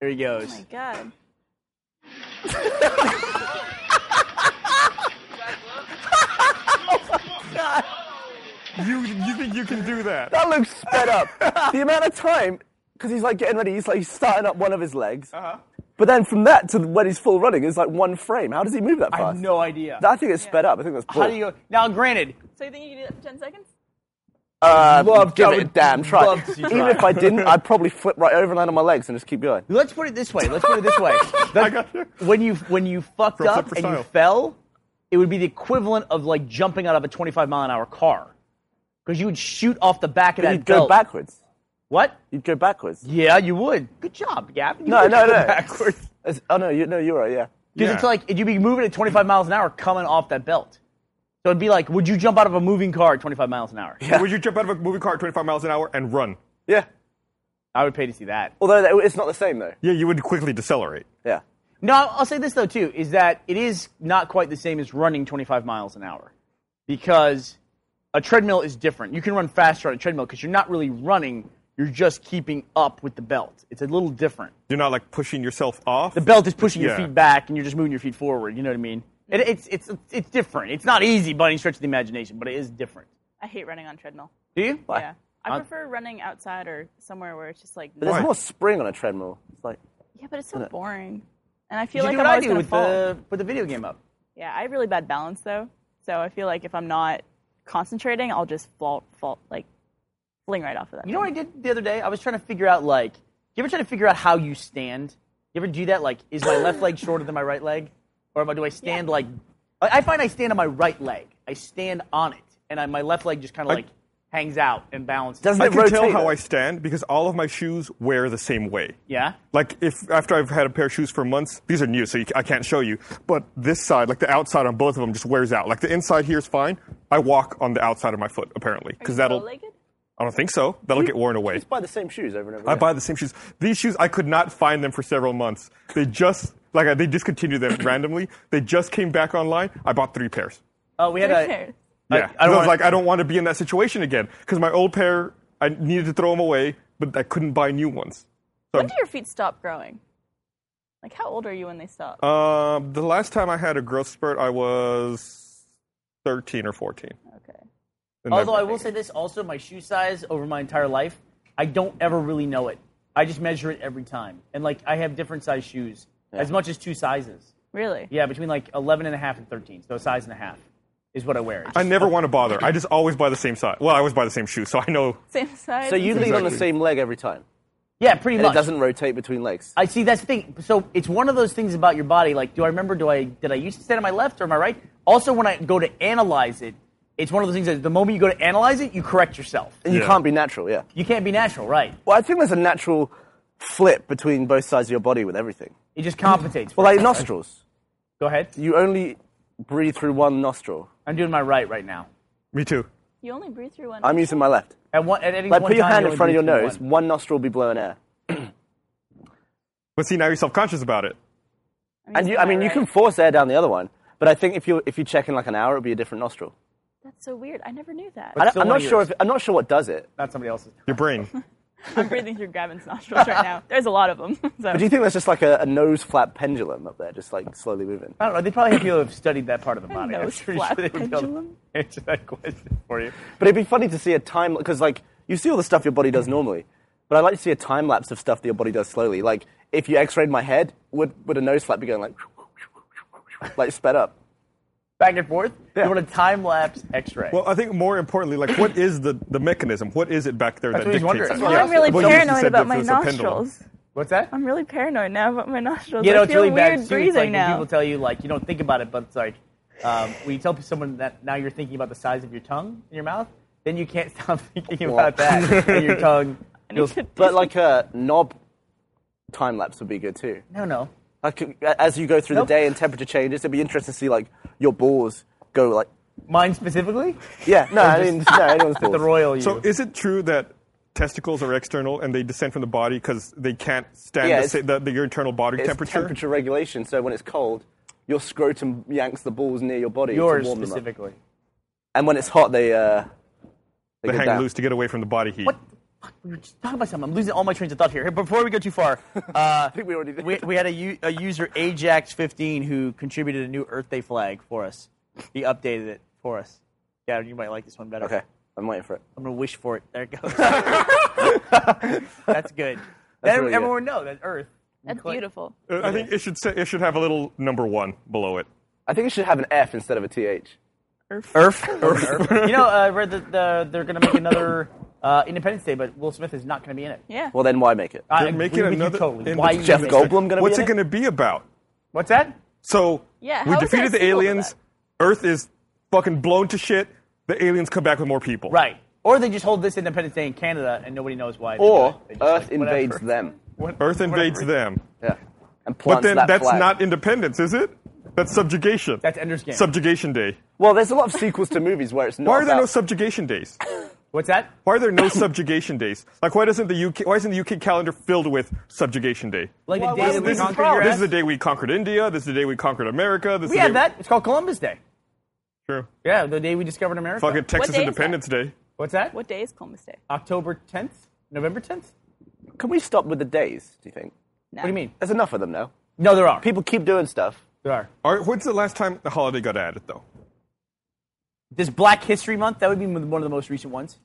[SPEAKER 2] There he goes.
[SPEAKER 3] Oh my god.
[SPEAKER 1] You you think you can do that?
[SPEAKER 4] That looks sped up. the amount of time, because he's like getting ready, he's like starting up one of his legs. Uh-huh. But then from that to when he's full running is like one frame. How does he move that
[SPEAKER 2] I
[SPEAKER 4] fast?
[SPEAKER 2] have no idea.
[SPEAKER 4] I think it's sped up. I think that's bull.
[SPEAKER 2] How do you go? Now, granted,
[SPEAKER 3] So you think you can do that for 10 seconds?
[SPEAKER 4] uh,
[SPEAKER 2] Love-
[SPEAKER 4] give
[SPEAKER 2] I
[SPEAKER 4] it a
[SPEAKER 2] would
[SPEAKER 4] damn try.
[SPEAKER 2] love to see you
[SPEAKER 4] Even
[SPEAKER 2] try.
[SPEAKER 4] if I didn't, I'd probably flip right over and land on my legs and just keep going.
[SPEAKER 2] let's put it this way. Let's put it this way.
[SPEAKER 1] I got you.
[SPEAKER 2] when you when you fucked
[SPEAKER 1] From
[SPEAKER 2] up
[SPEAKER 1] Super
[SPEAKER 2] and
[SPEAKER 1] Style.
[SPEAKER 2] you fell, it would be the equivalent of like jumping out of a 25 mile an hour car, because you would shoot off the back of that
[SPEAKER 4] You'd go
[SPEAKER 2] belt.
[SPEAKER 4] backwards.
[SPEAKER 2] What?
[SPEAKER 4] You'd go backwards.
[SPEAKER 2] Yeah, you would. Good job, Gavin. You
[SPEAKER 4] No,
[SPEAKER 2] would
[SPEAKER 4] no,
[SPEAKER 2] go
[SPEAKER 4] no.
[SPEAKER 2] Backwards.
[SPEAKER 4] It's- oh no, you, no, you're right. Yeah.
[SPEAKER 2] Because
[SPEAKER 1] Yeah.
[SPEAKER 2] it's like you'd be moving at 25 miles an hour coming off that belt. So it'd be like, would you jump out of a moving car at 25 miles an hour?
[SPEAKER 1] Would you jump out of a moving car at 25 miles an hour and run?
[SPEAKER 4] Yeah.
[SPEAKER 2] I would pay to see that.
[SPEAKER 4] Although that- it's not the same though.
[SPEAKER 1] Yeah, you would quickly decelerate.
[SPEAKER 4] Yeah.
[SPEAKER 2] No, I'll I'll say this though too is that it is not quite the same as running 25 miles an hour because a treadmill is different. You can run faster on a treadmill because you're not really running; you're just keeping up with the belt. It's a little different.
[SPEAKER 1] You're not like pushing yourself off.
[SPEAKER 2] The belt is pushing your
[SPEAKER 1] Yeah.
[SPEAKER 2] feet back, and you're just moving your feet forward. You know what I mean? It, it's it's it's different. It's not easy by any stretch of the imagination, but it is different.
[SPEAKER 3] I hate running on treadmill.
[SPEAKER 2] Do you?
[SPEAKER 3] Yeah. I prefer running outside or somewhere where it's just like.
[SPEAKER 4] But there's
[SPEAKER 1] Why?
[SPEAKER 4] more spring on a treadmill. It's like
[SPEAKER 3] Yeah, but it's so boring. And I feel
[SPEAKER 2] You
[SPEAKER 3] like
[SPEAKER 2] do
[SPEAKER 3] I'm
[SPEAKER 2] what I
[SPEAKER 3] always
[SPEAKER 2] do
[SPEAKER 3] gonna
[SPEAKER 2] with
[SPEAKER 3] fall.
[SPEAKER 2] the with the video game up.
[SPEAKER 3] Yeah, I have really bad balance though, so I feel like if I'm not concentrating, I'll just fall, fall like fling right off of that.
[SPEAKER 2] You know what I did the other day? I was trying to figure out like, you ever try to figure out how you stand? You ever do that? Like, is my left leg shorter than my right leg, or am I, do I stand like? I I find I stand on my right leg. I stand on it, and I, my left leg just kind of like hangs out and balances.
[SPEAKER 4] doesn't
[SPEAKER 1] I
[SPEAKER 4] it
[SPEAKER 1] can
[SPEAKER 4] rotate?
[SPEAKER 1] tell how
[SPEAKER 4] though?
[SPEAKER 1] I stand because all of my shoes wear the same way.
[SPEAKER 2] Yeah.
[SPEAKER 1] Like if after I've had a pair of shoes for months, these are new, so you, I can't show you. But this side, like the outside on both of them, just wears out. Like the inside here is fine. I walk on the outside of my foot apparently because that'll.
[SPEAKER 3] legged.
[SPEAKER 1] I don't think so. That'll get worn away.
[SPEAKER 4] Just buy the same shoes over and over.
[SPEAKER 1] I
[SPEAKER 4] again.
[SPEAKER 1] buy the same shoes. These shoes I could not find them for several months. They just like I- they discontinued them randomly. They just came back online. I bought three pairs.
[SPEAKER 2] Oh, we had a.
[SPEAKER 3] Fair.
[SPEAKER 1] Yeah,
[SPEAKER 2] I
[SPEAKER 1] I,
[SPEAKER 2] don't
[SPEAKER 1] was
[SPEAKER 2] wanna-
[SPEAKER 1] like, I don't want to be in that situation again because my old pair, I needed to throw them away, but I couldn't buy new ones.
[SPEAKER 3] When do your feet stop growing? Like, how old are you when they stop?
[SPEAKER 1] Um, the last time I had a growth spurt, I was thirteen or fourteen.
[SPEAKER 3] okay.
[SPEAKER 1] And
[SPEAKER 2] Although
[SPEAKER 1] that-
[SPEAKER 2] I will say this, also my shoe size over my entire life, I don't ever really know it. I just measure it every time, and like I have different size shoes, as much as two sizes.
[SPEAKER 3] Really?
[SPEAKER 2] Yeah, between like 11 and a half and 13. So a size and a half is what I wear. It's
[SPEAKER 1] I
[SPEAKER 2] just-
[SPEAKER 1] never want to bother. I just always buy the same size. Well, I always buy the same shoe, so I know.
[SPEAKER 3] Same size.
[SPEAKER 4] So you lean on the
[SPEAKER 1] Exactly.
[SPEAKER 4] same leg every time.
[SPEAKER 2] yeah, pretty
[SPEAKER 4] And
[SPEAKER 2] much.
[SPEAKER 4] it doesn't rotate between legs.
[SPEAKER 2] I see that's the thing. So it's one of those things about your body. Like, do I remember? Do I did I used to stand on my left or my right? Also, when I go to analyze it, it's one of those things that the moment you go to analyze it, you correct yourself.
[SPEAKER 4] And you
[SPEAKER 1] Yeah.
[SPEAKER 4] can't be natural, yeah.
[SPEAKER 2] You can't be natural, right?
[SPEAKER 4] Well, I think there's a natural flip between both sides of your body with everything.
[SPEAKER 2] It just compensates. for
[SPEAKER 4] Well, like
[SPEAKER 2] itself, right?
[SPEAKER 4] nostrils.
[SPEAKER 2] Go ahead.
[SPEAKER 4] You only breathe through one nostril.
[SPEAKER 2] I'm doing my right right now.
[SPEAKER 1] Me too.
[SPEAKER 3] You only breathe through one.
[SPEAKER 4] I'm using my left.
[SPEAKER 2] At one, at any
[SPEAKER 4] Like,
[SPEAKER 2] one
[SPEAKER 4] put your
[SPEAKER 2] time,
[SPEAKER 4] hand
[SPEAKER 2] you
[SPEAKER 4] in
[SPEAKER 2] only
[SPEAKER 4] front of your
[SPEAKER 2] breathe through
[SPEAKER 4] nose.
[SPEAKER 2] one.
[SPEAKER 4] One nostril will be blowing air.
[SPEAKER 1] But see, now you're self-conscious about it.
[SPEAKER 3] I'm
[SPEAKER 4] And
[SPEAKER 3] using
[SPEAKER 4] you, I
[SPEAKER 3] my
[SPEAKER 4] mean, you
[SPEAKER 3] right.
[SPEAKER 4] can force air down the other one, but I think if you if you check in like an hour, it'll be a different nostril.
[SPEAKER 3] That's so weird. I never knew that.
[SPEAKER 4] I don't-
[SPEAKER 2] still
[SPEAKER 4] I'm not
[SPEAKER 2] not
[SPEAKER 4] sure
[SPEAKER 2] yours.
[SPEAKER 4] if I'm not sure what does it.
[SPEAKER 2] Not somebody else's.
[SPEAKER 1] Your brain.
[SPEAKER 3] I'm breathing through Gavin's nostrils right now. There's a lot of them. So.
[SPEAKER 4] But do you think that's just like a, a nose flap pendulum up there, just like slowly moving?
[SPEAKER 2] I don't know. They probably have people who have studied that part of the
[SPEAKER 3] A
[SPEAKER 2] body. I'm
[SPEAKER 3] nose
[SPEAKER 2] pretty
[SPEAKER 3] flap
[SPEAKER 2] sure they would be able to
[SPEAKER 3] pendulum?
[SPEAKER 2] answer that question for you.
[SPEAKER 4] But it'd be funny to see a time because like you see all the stuff your body does normally, but I'd like to see a time lapse of stuff that your body does slowly. Like if you X-rayed my head, would would a nose flap be going like like sped up?
[SPEAKER 2] Back and forth.
[SPEAKER 4] Yeah.
[SPEAKER 2] You want a time lapse X-ray?
[SPEAKER 1] Well, I think more importantly, like, what is the, the mechanism? What is it back there
[SPEAKER 2] That's
[SPEAKER 1] that
[SPEAKER 2] what he's
[SPEAKER 1] dictates
[SPEAKER 2] wondering.
[SPEAKER 1] it?
[SPEAKER 3] Well, I'm really
[SPEAKER 1] Well, you just
[SPEAKER 3] paranoid
[SPEAKER 1] said
[SPEAKER 3] about
[SPEAKER 1] that
[SPEAKER 3] my
[SPEAKER 1] there's a pendulum.
[SPEAKER 3] nostrils.
[SPEAKER 2] What's that?
[SPEAKER 3] I'm really paranoid now about my nostrils.
[SPEAKER 2] you know,
[SPEAKER 3] I
[SPEAKER 2] it's
[SPEAKER 3] feel
[SPEAKER 2] really
[SPEAKER 3] weird
[SPEAKER 2] bad too. It's
[SPEAKER 3] breathing
[SPEAKER 2] like when
[SPEAKER 3] now.
[SPEAKER 2] people tell you like you don't think about it, but it's like um, when you tell someone that now you're thinking about the size of your tongue in your mouth, then you can't stop thinking about that and your tongue. Feels,
[SPEAKER 4] But like a knob time lapse would be good too.
[SPEAKER 2] no, no.
[SPEAKER 4] Like as you go through
[SPEAKER 2] Nope.
[SPEAKER 4] the day and temperature changes, it'd be interesting to see like your balls go like
[SPEAKER 2] Mine specifically,
[SPEAKER 4] yeah. No, I mean no, anyone's
[SPEAKER 2] the
[SPEAKER 4] balls.
[SPEAKER 2] royal you.
[SPEAKER 1] So is it true that testicles are external and they descend from the body because they can't stand
[SPEAKER 4] Yeah,
[SPEAKER 1] the, sa-
[SPEAKER 4] it's-
[SPEAKER 1] the, the, your internal body
[SPEAKER 4] it's
[SPEAKER 1] temperature?
[SPEAKER 4] temperature regulation. So when it's cold, your scrotum yanks the balls near your body
[SPEAKER 2] Yours
[SPEAKER 4] to warm them up.
[SPEAKER 2] specifically.
[SPEAKER 4] And when it's hot, they uh,
[SPEAKER 1] They
[SPEAKER 4] they, go
[SPEAKER 1] hang
[SPEAKER 4] down.
[SPEAKER 1] loose to get away from the body heat.
[SPEAKER 2] What? the fuck? We were just talking about something. I'm losing all my trains of thought here. Here, Before we go too far, uh,
[SPEAKER 4] think we already did.
[SPEAKER 2] We, we had a, u- a user Ajax15 who contributed a new Earth Day flag for us. He updated it for us. Yeah, you might like this one better.
[SPEAKER 4] Okay, I'm waiting for it.
[SPEAKER 2] I'm gonna wish for it. There it goes. That's good. Then
[SPEAKER 4] really good.
[SPEAKER 2] everyone know that Earth.
[SPEAKER 3] That's
[SPEAKER 2] Click.
[SPEAKER 3] beautiful.
[SPEAKER 1] Uh, I think it should say, it should have a little number one below it.
[SPEAKER 4] I think it should have an F instead of a TH.
[SPEAKER 2] Earth. you know, uh, I read that the, they're gonna make another uh, Independence Day, but Will Smith is not gonna be in it.
[SPEAKER 3] Yeah.
[SPEAKER 4] Well, then why make it?
[SPEAKER 2] I
[SPEAKER 1] They're
[SPEAKER 2] agree
[SPEAKER 1] making
[SPEAKER 2] with you
[SPEAKER 1] another
[SPEAKER 2] Totally.
[SPEAKER 1] in-
[SPEAKER 2] Why you
[SPEAKER 4] Jeff
[SPEAKER 2] make
[SPEAKER 4] Goldblum
[SPEAKER 2] it?
[SPEAKER 4] going to be
[SPEAKER 1] What's
[SPEAKER 4] in
[SPEAKER 1] it going to be about?
[SPEAKER 2] What's that?
[SPEAKER 1] So
[SPEAKER 3] Yeah,
[SPEAKER 1] we
[SPEAKER 3] how is there a
[SPEAKER 1] defeated the
[SPEAKER 3] sequel to
[SPEAKER 1] aliens. Earth is fucking blown to shit. The aliens come back with more people.
[SPEAKER 2] Right. Or they just hold this Independence Day in Canada and nobody knows why. they do
[SPEAKER 4] Or
[SPEAKER 2] it. They just,
[SPEAKER 4] Earth
[SPEAKER 2] like, whatever.
[SPEAKER 4] invades them.
[SPEAKER 2] What-
[SPEAKER 1] Earth invades
[SPEAKER 2] whatever.
[SPEAKER 1] them.
[SPEAKER 4] Yeah. And
[SPEAKER 1] But
[SPEAKER 4] plants
[SPEAKER 1] then
[SPEAKER 4] that
[SPEAKER 1] that's
[SPEAKER 4] flag.
[SPEAKER 1] not independence, is it? That's subjugation.
[SPEAKER 2] That's Ender's Game.
[SPEAKER 1] Subjugation Day.
[SPEAKER 4] Well, there's a lot of sequels to movies where it's not.
[SPEAKER 1] Why are there no
[SPEAKER 4] about-
[SPEAKER 1] subjugation days?
[SPEAKER 2] What's that?
[SPEAKER 1] Why are there no subjugation days? Like, why doesn't the UK? Why isn't the UK calendar filled with subjugation day?
[SPEAKER 2] Like the
[SPEAKER 4] Why- why
[SPEAKER 2] day that
[SPEAKER 4] would
[SPEAKER 2] we
[SPEAKER 1] this, is,
[SPEAKER 2] conquered
[SPEAKER 4] problem?
[SPEAKER 2] your
[SPEAKER 1] this
[SPEAKER 2] ass?
[SPEAKER 1] is the day we conquered India. This is the day we conquered America. This is
[SPEAKER 2] We
[SPEAKER 1] the
[SPEAKER 2] had
[SPEAKER 1] day
[SPEAKER 2] that. It's called Columbus Day.
[SPEAKER 1] True.
[SPEAKER 2] Yeah, the day we discovered America.
[SPEAKER 1] Fucking Texas
[SPEAKER 3] day is
[SPEAKER 1] Independence Day.
[SPEAKER 2] What's that?
[SPEAKER 3] What day is Columbus Day?
[SPEAKER 2] October 10th? November 10th?
[SPEAKER 4] Can we stop with the days? Do you think?
[SPEAKER 3] No.
[SPEAKER 2] What do you mean?
[SPEAKER 4] There's enough of them now.
[SPEAKER 2] No, there are. People,
[SPEAKER 4] People keep doing stuff.
[SPEAKER 2] there are.
[SPEAKER 1] Are, when's the last time the holiday got added, though?
[SPEAKER 2] This Black History Month, that would be one of the most recent ones.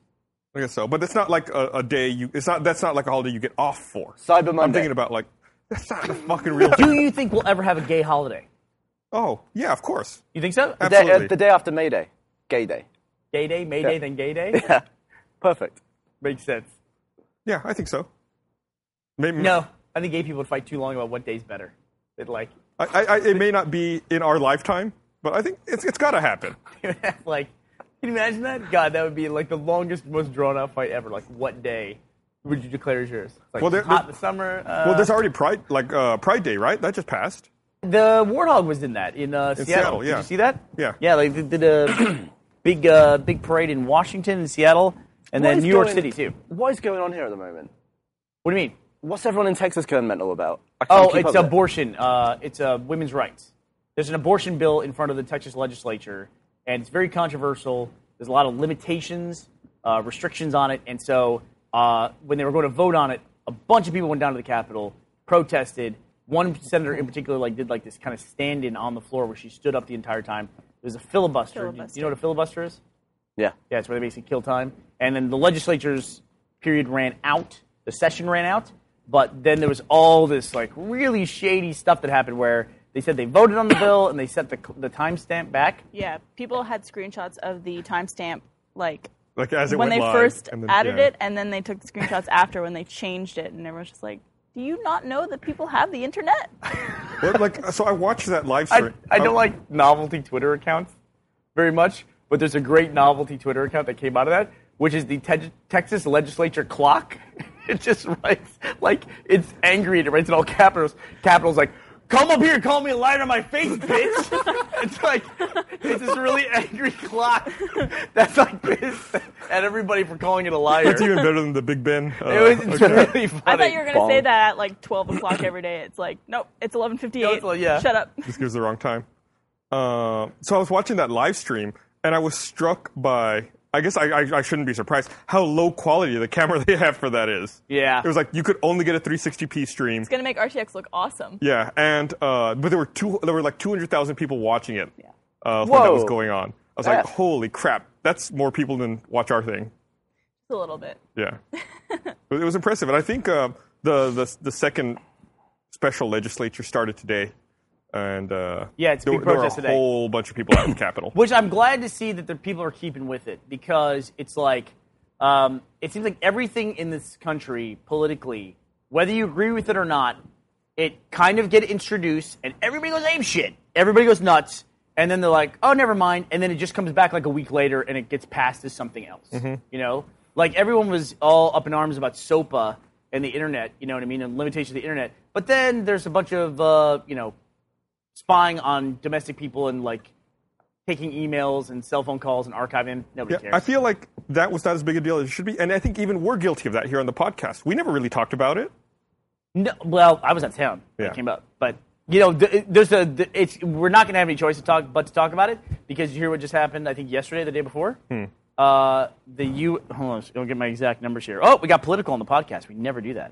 [SPEAKER 1] I guess so. But it's not like a, a day you. It's not. That's not like a holiday you get off for.
[SPEAKER 4] Cyber Monday.
[SPEAKER 1] I'm thinking about like that's not the fucking real.
[SPEAKER 2] Do you think we'll ever have a gay holiday?
[SPEAKER 1] oh yeah, of course.
[SPEAKER 2] You think so?
[SPEAKER 1] Ab-
[SPEAKER 4] Day- uh,
[SPEAKER 1] Absolutely.
[SPEAKER 4] the day after May Day, Gay Day.
[SPEAKER 2] Gay Day, May Day,
[SPEAKER 4] Yeah.
[SPEAKER 2] then Gay Day?
[SPEAKER 4] Perfect.
[SPEAKER 2] Makes sense.
[SPEAKER 1] Yeah, I think so. Maybe,
[SPEAKER 2] No, I think gay people would fight too long about what day's better. They'd like,
[SPEAKER 1] I, I, I, it may not be in our lifetime, but I think it's it's got to happen.
[SPEAKER 2] like, can you imagine that? God, that would be like the longest, most drawn out fight ever. Like, what day would you declare as yours? Like,
[SPEAKER 1] Well, there-
[SPEAKER 2] hot in the summer. Uh,
[SPEAKER 1] Well, there's already Pride, like uh, Pride Day, right? That just passed.
[SPEAKER 2] The Warthog was in that in, uh, Seattle.
[SPEAKER 1] Seattle,
[SPEAKER 2] Did
[SPEAKER 1] yeah.
[SPEAKER 2] you see that?
[SPEAKER 1] Yeah.
[SPEAKER 2] Yeah, they did did a big uh, big parade in Washington and Seattle, and
[SPEAKER 4] What
[SPEAKER 2] then
[SPEAKER 4] is
[SPEAKER 2] New York
[SPEAKER 4] going-
[SPEAKER 2] City too.
[SPEAKER 4] What is going on here at the moment?
[SPEAKER 2] What do you mean?
[SPEAKER 4] What's everyone in Texas going mental about? I can't
[SPEAKER 2] Oh,
[SPEAKER 4] keep
[SPEAKER 2] it's
[SPEAKER 4] up with it.
[SPEAKER 2] abortion. Uh, it's uh, women's rights. There's an abortion bill in front of the Texas legislature, and it's very controversial. There's a lot of limitations, uh, restrictions on it, and so uh, when they were going to vote on it, a bunch of people went down to the Capitol, protested. One senator in particular, like, did like this kind of stand-in on the floor where she stood up the entire time. It was a filibuster. Do you- Do you
[SPEAKER 3] Filibuster.
[SPEAKER 2] know what a filibuster is?
[SPEAKER 4] Yeah.
[SPEAKER 2] Yeah, it's where they basically kill time. And then the legislature's period ran out, the session ran out, but then there was all this like really shady stuff that happened where they said they voted on the bill and they set the the timestamp back.
[SPEAKER 3] Yeah. People had screenshots of the timestamp, like
[SPEAKER 1] Like as it
[SPEAKER 3] when
[SPEAKER 1] went
[SPEAKER 3] they
[SPEAKER 1] live,
[SPEAKER 3] first
[SPEAKER 1] and then-
[SPEAKER 3] added
[SPEAKER 1] yeah.
[SPEAKER 3] it, and then they took the screenshots after when they changed it, and everyone's just like, "Do you not know that people have the internet?"
[SPEAKER 1] Well, like uh, so, I watched that live
[SPEAKER 2] I,
[SPEAKER 1] stream.
[SPEAKER 2] I don't
[SPEAKER 1] Oh,
[SPEAKER 2] like novelty Twitter accounts very much, but there's a great novelty Twitter account that came out of that, which is the Te- Texas Legislature Clock. it just writes like it's angry and it writes in all capitals. Capitals like come up here and call me a liar on my face, bitch. it's like, it's this really angry clock that's like pissed at everybody for calling it a liar.
[SPEAKER 1] It's even better than the Big Ben. Uh,
[SPEAKER 2] It was it's
[SPEAKER 1] okay.
[SPEAKER 2] really funny.
[SPEAKER 3] I thought you were gonna say
[SPEAKER 4] Bomb.
[SPEAKER 3] that at like 12 o'clock every day. It's like, nope, it's 11:58.
[SPEAKER 2] No, it's like- yeah.
[SPEAKER 3] Shut up.
[SPEAKER 1] Just gives the wrong time. Uh, so I was watching that live stream, and I was struck by. I guess I, I, I shouldn't be surprised how low quality the camera they have for that is.
[SPEAKER 2] Yeah.
[SPEAKER 1] It was like you could only get a 360p stream.
[SPEAKER 3] It's gonna make RTX look awesome.
[SPEAKER 1] Yeah, and uh, but there were two. There were like two hundred thousand people watching it.
[SPEAKER 3] Yeah.
[SPEAKER 1] Uh, while that
[SPEAKER 4] Whoa.
[SPEAKER 1] was going on. I was like,
[SPEAKER 4] That-
[SPEAKER 1] holy crap, that's more people than watch our thing.
[SPEAKER 3] Just a little bit.
[SPEAKER 1] Yeah, it was- it was impressive, and I think uh, the the the second special legislature started today, and uh,
[SPEAKER 2] Yeah, it's a
[SPEAKER 1] there, were-
[SPEAKER 2] big
[SPEAKER 1] there were a
[SPEAKER 2] protest today.
[SPEAKER 1] whole bunch of people out in the Capitol.
[SPEAKER 2] Which I'm glad to see that the people are keeping with it because it's like, um, it seems like everything in this country politically, whether you agree with it or not, it kind of get introduced and everybody goes ape shit. Everybody goes nuts. And then they're like, oh, never mind. And then it just comes back like a week later and it gets passed as something else. You know? Like everyone was all up in arms about SOPA and the internet, you know what I mean? And limitation of the internet. But then there's a bunch of, uh, you know, spying on domestic people and like taking emails and cell phone calls and archiving. Nobody
[SPEAKER 1] Yeah,
[SPEAKER 2] cares.
[SPEAKER 1] I feel like that was not as big a deal as it should be, and I think even we're guilty of that here on the podcast. We never really talked about it.
[SPEAKER 2] No, well, I was out of town. when
[SPEAKER 1] Yeah.
[SPEAKER 2] It came up, but you know, th- there's a th- it's we're not going to have any choice to talk but to talk about it because you hear what just happened. I think yesterday, the day before.
[SPEAKER 1] Hmm.
[SPEAKER 2] Uh, the U. Hold on, don't get my exact numbers here. Oh, we got political on the podcast. We never do that.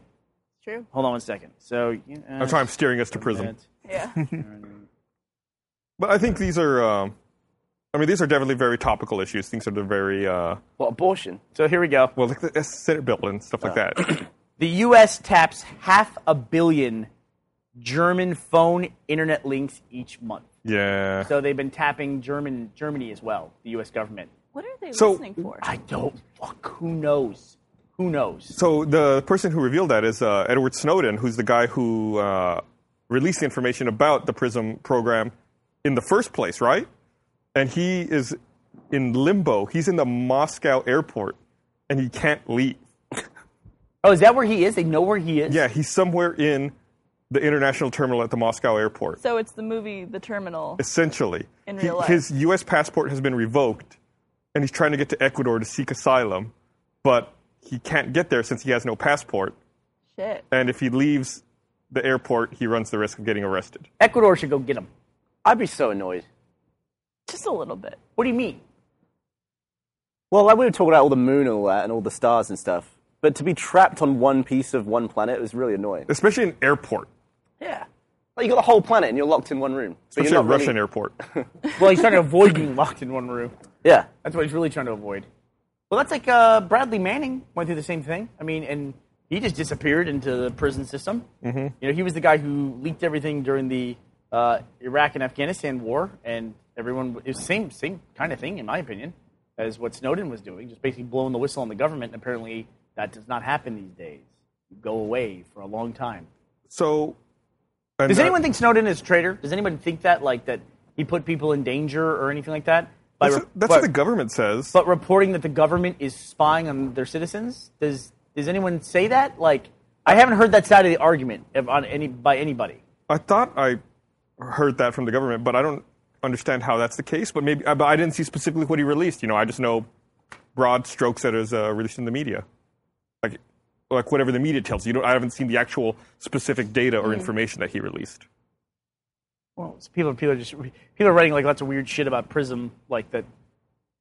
[SPEAKER 3] True.
[SPEAKER 2] Hold on one second. So you- uh,
[SPEAKER 1] That's why I'm steering us to prison.
[SPEAKER 3] Yeah.
[SPEAKER 1] But I think these are. Um, I mean, these are definitely very topical issues. Things that are very. Uh,
[SPEAKER 4] What abortion?
[SPEAKER 2] So here we go.
[SPEAKER 1] Well, like the uh, Senate bill and stuff like that.
[SPEAKER 2] The U.S. taps half a billion German phone internet links each month.
[SPEAKER 1] yeah.
[SPEAKER 2] So they've been tapping German Germany as well. The U.S. government.
[SPEAKER 3] What are they
[SPEAKER 1] So-
[SPEAKER 3] listening for?
[SPEAKER 2] I don't. Fuck. Who knows? Who knows?
[SPEAKER 1] So the person who revealed that is uh, Edward Snowden, who's the guy who uh, released the information about the PRISM program in the first place, right? And he is in limbo. He's in the Moscow airport, and he can't leave.
[SPEAKER 2] Oh, is that where he is? They know where he is.
[SPEAKER 1] Yeah, he's somewhere in the international terminal at the Moscow airport.
[SPEAKER 3] So it's the movie The Terminal.
[SPEAKER 1] essentially.
[SPEAKER 3] In
[SPEAKER 1] He-
[SPEAKER 3] real life.
[SPEAKER 1] His U.S. passport has been revoked, and he's trying to get to Ecuador to seek asylum, but he can't get there since he has no passport.
[SPEAKER 3] Shit.
[SPEAKER 1] And if he leaves the airport, he runs the risk of getting arrested.
[SPEAKER 2] Ecuador should go get him.
[SPEAKER 4] I'd be so annoyed.
[SPEAKER 3] Just a little bit.
[SPEAKER 2] What do you mean?
[SPEAKER 4] Well, like we were talking about all the moon and all that, and all the stars and stuff. But to be trapped on one piece of one planet was really annoying.
[SPEAKER 1] Especially an airport,
[SPEAKER 4] Yeah. Like you got the whole planet and you're locked in one room. But
[SPEAKER 1] especially
[SPEAKER 4] you're
[SPEAKER 1] a
[SPEAKER 4] not
[SPEAKER 1] Russian
[SPEAKER 4] really-
[SPEAKER 1] airport.
[SPEAKER 2] Well, he's trying to avoid being locked in one room.
[SPEAKER 4] Yeah.
[SPEAKER 2] That's what he's really trying to avoid. Well, that's like uh, Bradley Manning went through the same thing. I mean, and he just disappeared into the prison system. Mm-hmm. You know, he was the guy who leaked everything during the uh, Iraq and Afghanistan war, and everyone it was same same kind of thing, in my opinion, as what Snowden was doing, just basically blowing the whistle on the government. And apparently, that does not happen these days. You go away for a long time.
[SPEAKER 1] so, and,
[SPEAKER 2] Does
[SPEAKER 1] uh,
[SPEAKER 2] anyone think Snowden is a traitor? Does anybody think that, like, that he put people in danger or anything like that? By
[SPEAKER 1] that's,
[SPEAKER 2] re-
[SPEAKER 1] what- that's
[SPEAKER 2] by-
[SPEAKER 1] what the government says?
[SPEAKER 2] but reporting that the government is spying on their citizens does does anyone say that like i haven't heard that side of the argument of, on any by anybody
[SPEAKER 1] I thought I heard that from the government, but I don't understand how that's the case. But maybe, uh, but I didn't see specifically what he released. You know, I just know broad strokes that is uh, released in the media, like like whatever the media tells you. you don't, I haven't seen the actual specific data
[SPEAKER 2] Hmm.
[SPEAKER 1] or information that he released.
[SPEAKER 2] well it's people people are just people are writing like lots of weird shit about prism like that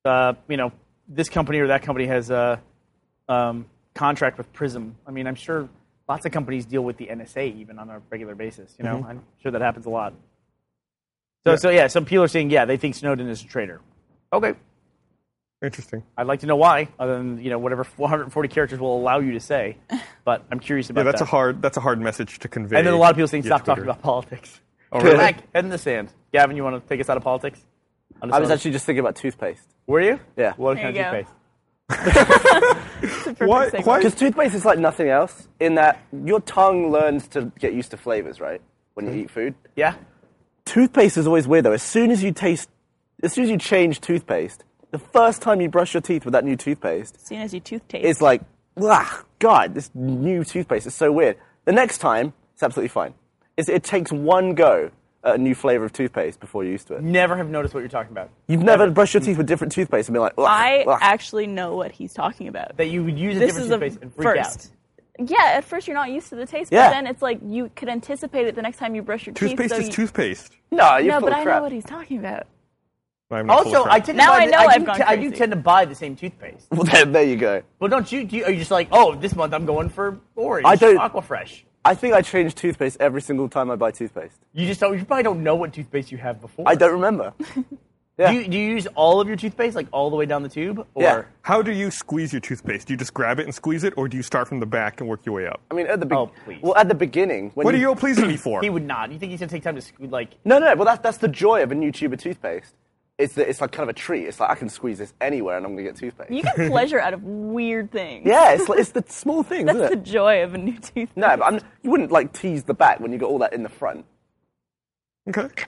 [SPEAKER 2] uh, you know this company or that company has a um, contract with prism i mean i'm sure lots of companies deal with the nsa even on a regular basis you know i'm sure that happens a lot so so Mm-hmm. yeah some people are saying yeah they think snowden is a traitor okay
[SPEAKER 1] Interesting.
[SPEAKER 2] I'd like to know why, other than you know whatever 440 characters will allow you to say. But I'm curious about
[SPEAKER 1] Yeah, that's
[SPEAKER 2] that.
[SPEAKER 1] a hard that's a hard message to convey.
[SPEAKER 2] and then a lot of people saying
[SPEAKER 1] via
[SPEAKER 2] stop talking
[SPEAKER 1] Twitter.
[SPEAKER 2] about politics.
[SPEAKER 1] Oh, really?
[SPEAKER 2] Head in the sand. Gavin, you want to take us out of politics? On this
[SPEAKER 4] I was
[SPEAKER 2] one?
[SPEAKER 4] actually just thinking about toothpaste.
[SPEAKER 2] Were you?
[SPEAKER 4] Yeah.
[SPEAKER 2] What
[SPEAKER 3] There
[SPEAKER 2] kind
[SPEAKER 3] you
[SPEAKER 2] of
[SPEAKER 3] go.
[SPEAKER 2] toothpaste?
[SPEAKER 3] Perfect
[SPEAKER 1] Why-
[SPEAKER 3] segue.
[SPEAKER 1] why-
[SPEAKER 4] Because toothpaste is like nothing else in that your tongue learns to get used to flavors, right? When you eat food.
[SPEAKER 2] Yeah.
[SPEAKER 4] Toothpaste is always weird though. As soon as you taste, as soon as you change toothpaste, the first time you brush your teeth with that new toothpaste,
[SPEAKER 3] As soon as you tooth taste.
[SPEAKER 4] it's like, ah, God, this new toothpaste is so weird. The next time, it's absolutely fine. It's, it takes one go at a new flavor of toothpaste before you're used to it.
[SPEAKER 2] Never have noticed what you're talking about.
[SPEAKER 4] You've never brushed your teeth with different toothpaste and been like, "Ugh,
[SPEAKER 3] I
[SPEAKER 4] ugh."
[SPEAKER 3] actually know what he's talking about.
[SPEAKER 2] That you would use a
[SPEAKER 3] This
[SPEAKER 2] different
[SPEAKER 3] is a
[SPEAKER 2] toothpaste and freak
[SPEAKER 3] first. Yeah, at first you're not used to the taste,
[SPEAKER 4] Yeah.
[SPEAKER 3] but then it's like you could anticipate it the next time you brush your teeth.
[SPEAKER 1] Toothpaste
[SPEAKER 3] so
[SPEAKER 1] is
[SPEAKER 3] you-
[SPEAKER 1] toothpaste.
[SPEAKER 4] no, you're
[SPEAKER 3] No,
[SPEAKER 4] full
[SPEAKER 3] but
[SPEAKER 4] of
[SPEAKER 3] I
[SPEAKER 4] crap.
[SPEAKER 3] know what he's talking about.
[SPEAKER 1] I'm
[SPEAKER 2] out.
[SPEAKER 1] not full of
[SPEAKER 2] Also,
[SPEAKER 1] crap.
[SPEAKER 2] I tend to
[SPEAKER 3] Now
[SPEAKER 2] buy
[SPEAKER 3] I
[SPEAKER 2] the-
[SPEAKER 3] know
[SPEAKER 2] I do
[SPEAKER 3] I've gone
[SPEAKER 2] te- I do
[SPEAKER 3] crazy.
[SPEAKER 2] tend to buy the same toothpaste.
[SPEAKER 4] Well, there, there you go.
[SPEAKER 2] Well, don't you? Do you are you just like, oh, this month I'm going for orange,
[SPEAKER 4] I don't-
[SPEAKER 2] Aquafresh.
[SPEAKER 4] I think I change toothpaste every single time I buy toothpaste.
[SPEAKER 2] You just don't, you probably don't know what toothpaste you have before.
[SPEAKER 4] I don't remember. Yeah.
[SPEAKER 2] Do you, do you use all of your toothpaste, like all the way down the tube? Or
[SPEAKER 4] Yeah.
[SPEAKER 1] How do you squeeze your toothpaste? Do you just grab it and squeeze it, or do you start from the back and work your way up?
[SPEAKER 4] I mean, at the be-
[SPEAKER 2] Oh, please.
[SPEAKER 4] well, at the beginning, when
[SPEAKER 1] What are
[SPEAKER 4] you
[SPEAKER 1] you all pleasing me for?
[SPEAKER 2] he would not. You think he's gonna take time to sque- like?
[SPEAKER 4] No, no. Well, that's that's the joy of a new tube of toothpaste. It's that it's like kind of a treat. It's like I can squeeze this anywhere and I'm gonna get toothpaste.
[SPEAKER 3] You get pleasure out of weird things.
[SPEAKER 4] yeah, it's like, it's the small things,
[SPEAKER 3] That's
[SPEAKER 4] isn't
[SPEAKER 3] the
[SPEAKER 4] it?
[SPEAKER 3] joy of a new toothpaste.
[SPEAKER 4] no, but I'm, you wouldn't like tease the back when you got all that in the front.
[SPEAKER 1] Okay.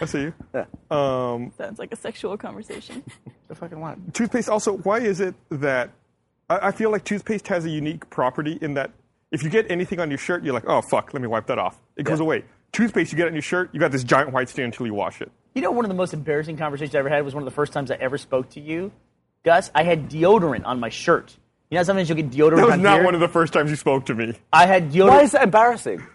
[SPEAKER 1] I see you.
[SPEAKER 4] Yeah.
[SPEAKER 1] Um,
[SPEAKER 3] Sounds like a sexual conversation.
[SPEAKER 2] The fucking what?
[SPEAKER 1] toothpaste also, why is it that I, I feel like toothpaste has a unique property in that if you get anything on your shirt, you're like, oh, fuck, let me wipe that off. It goes
[SPEAKER 4] Yeah.
[SPEAKER 1] away. Toothpaste, you get it on your shirt, you got this giant white stain until you wash it.
[SPEAKER 2] You know, one of the most embarrassing conversations I ever had was one of the first times I ever spoke to you, Gus. I had deodorant on my shirt. You know, how sometimes you'll get deodorant.
[SPEAKER 1] That was
[SPEAKER 2] on
[SPEAKER 1] not
[SPEAKER 2] here?
[SPEAKER 1] one of the first times you spoke to me.
[SPEAKER 2] I had deodorant.
[SPEAKER 4] Why is that embarrassing?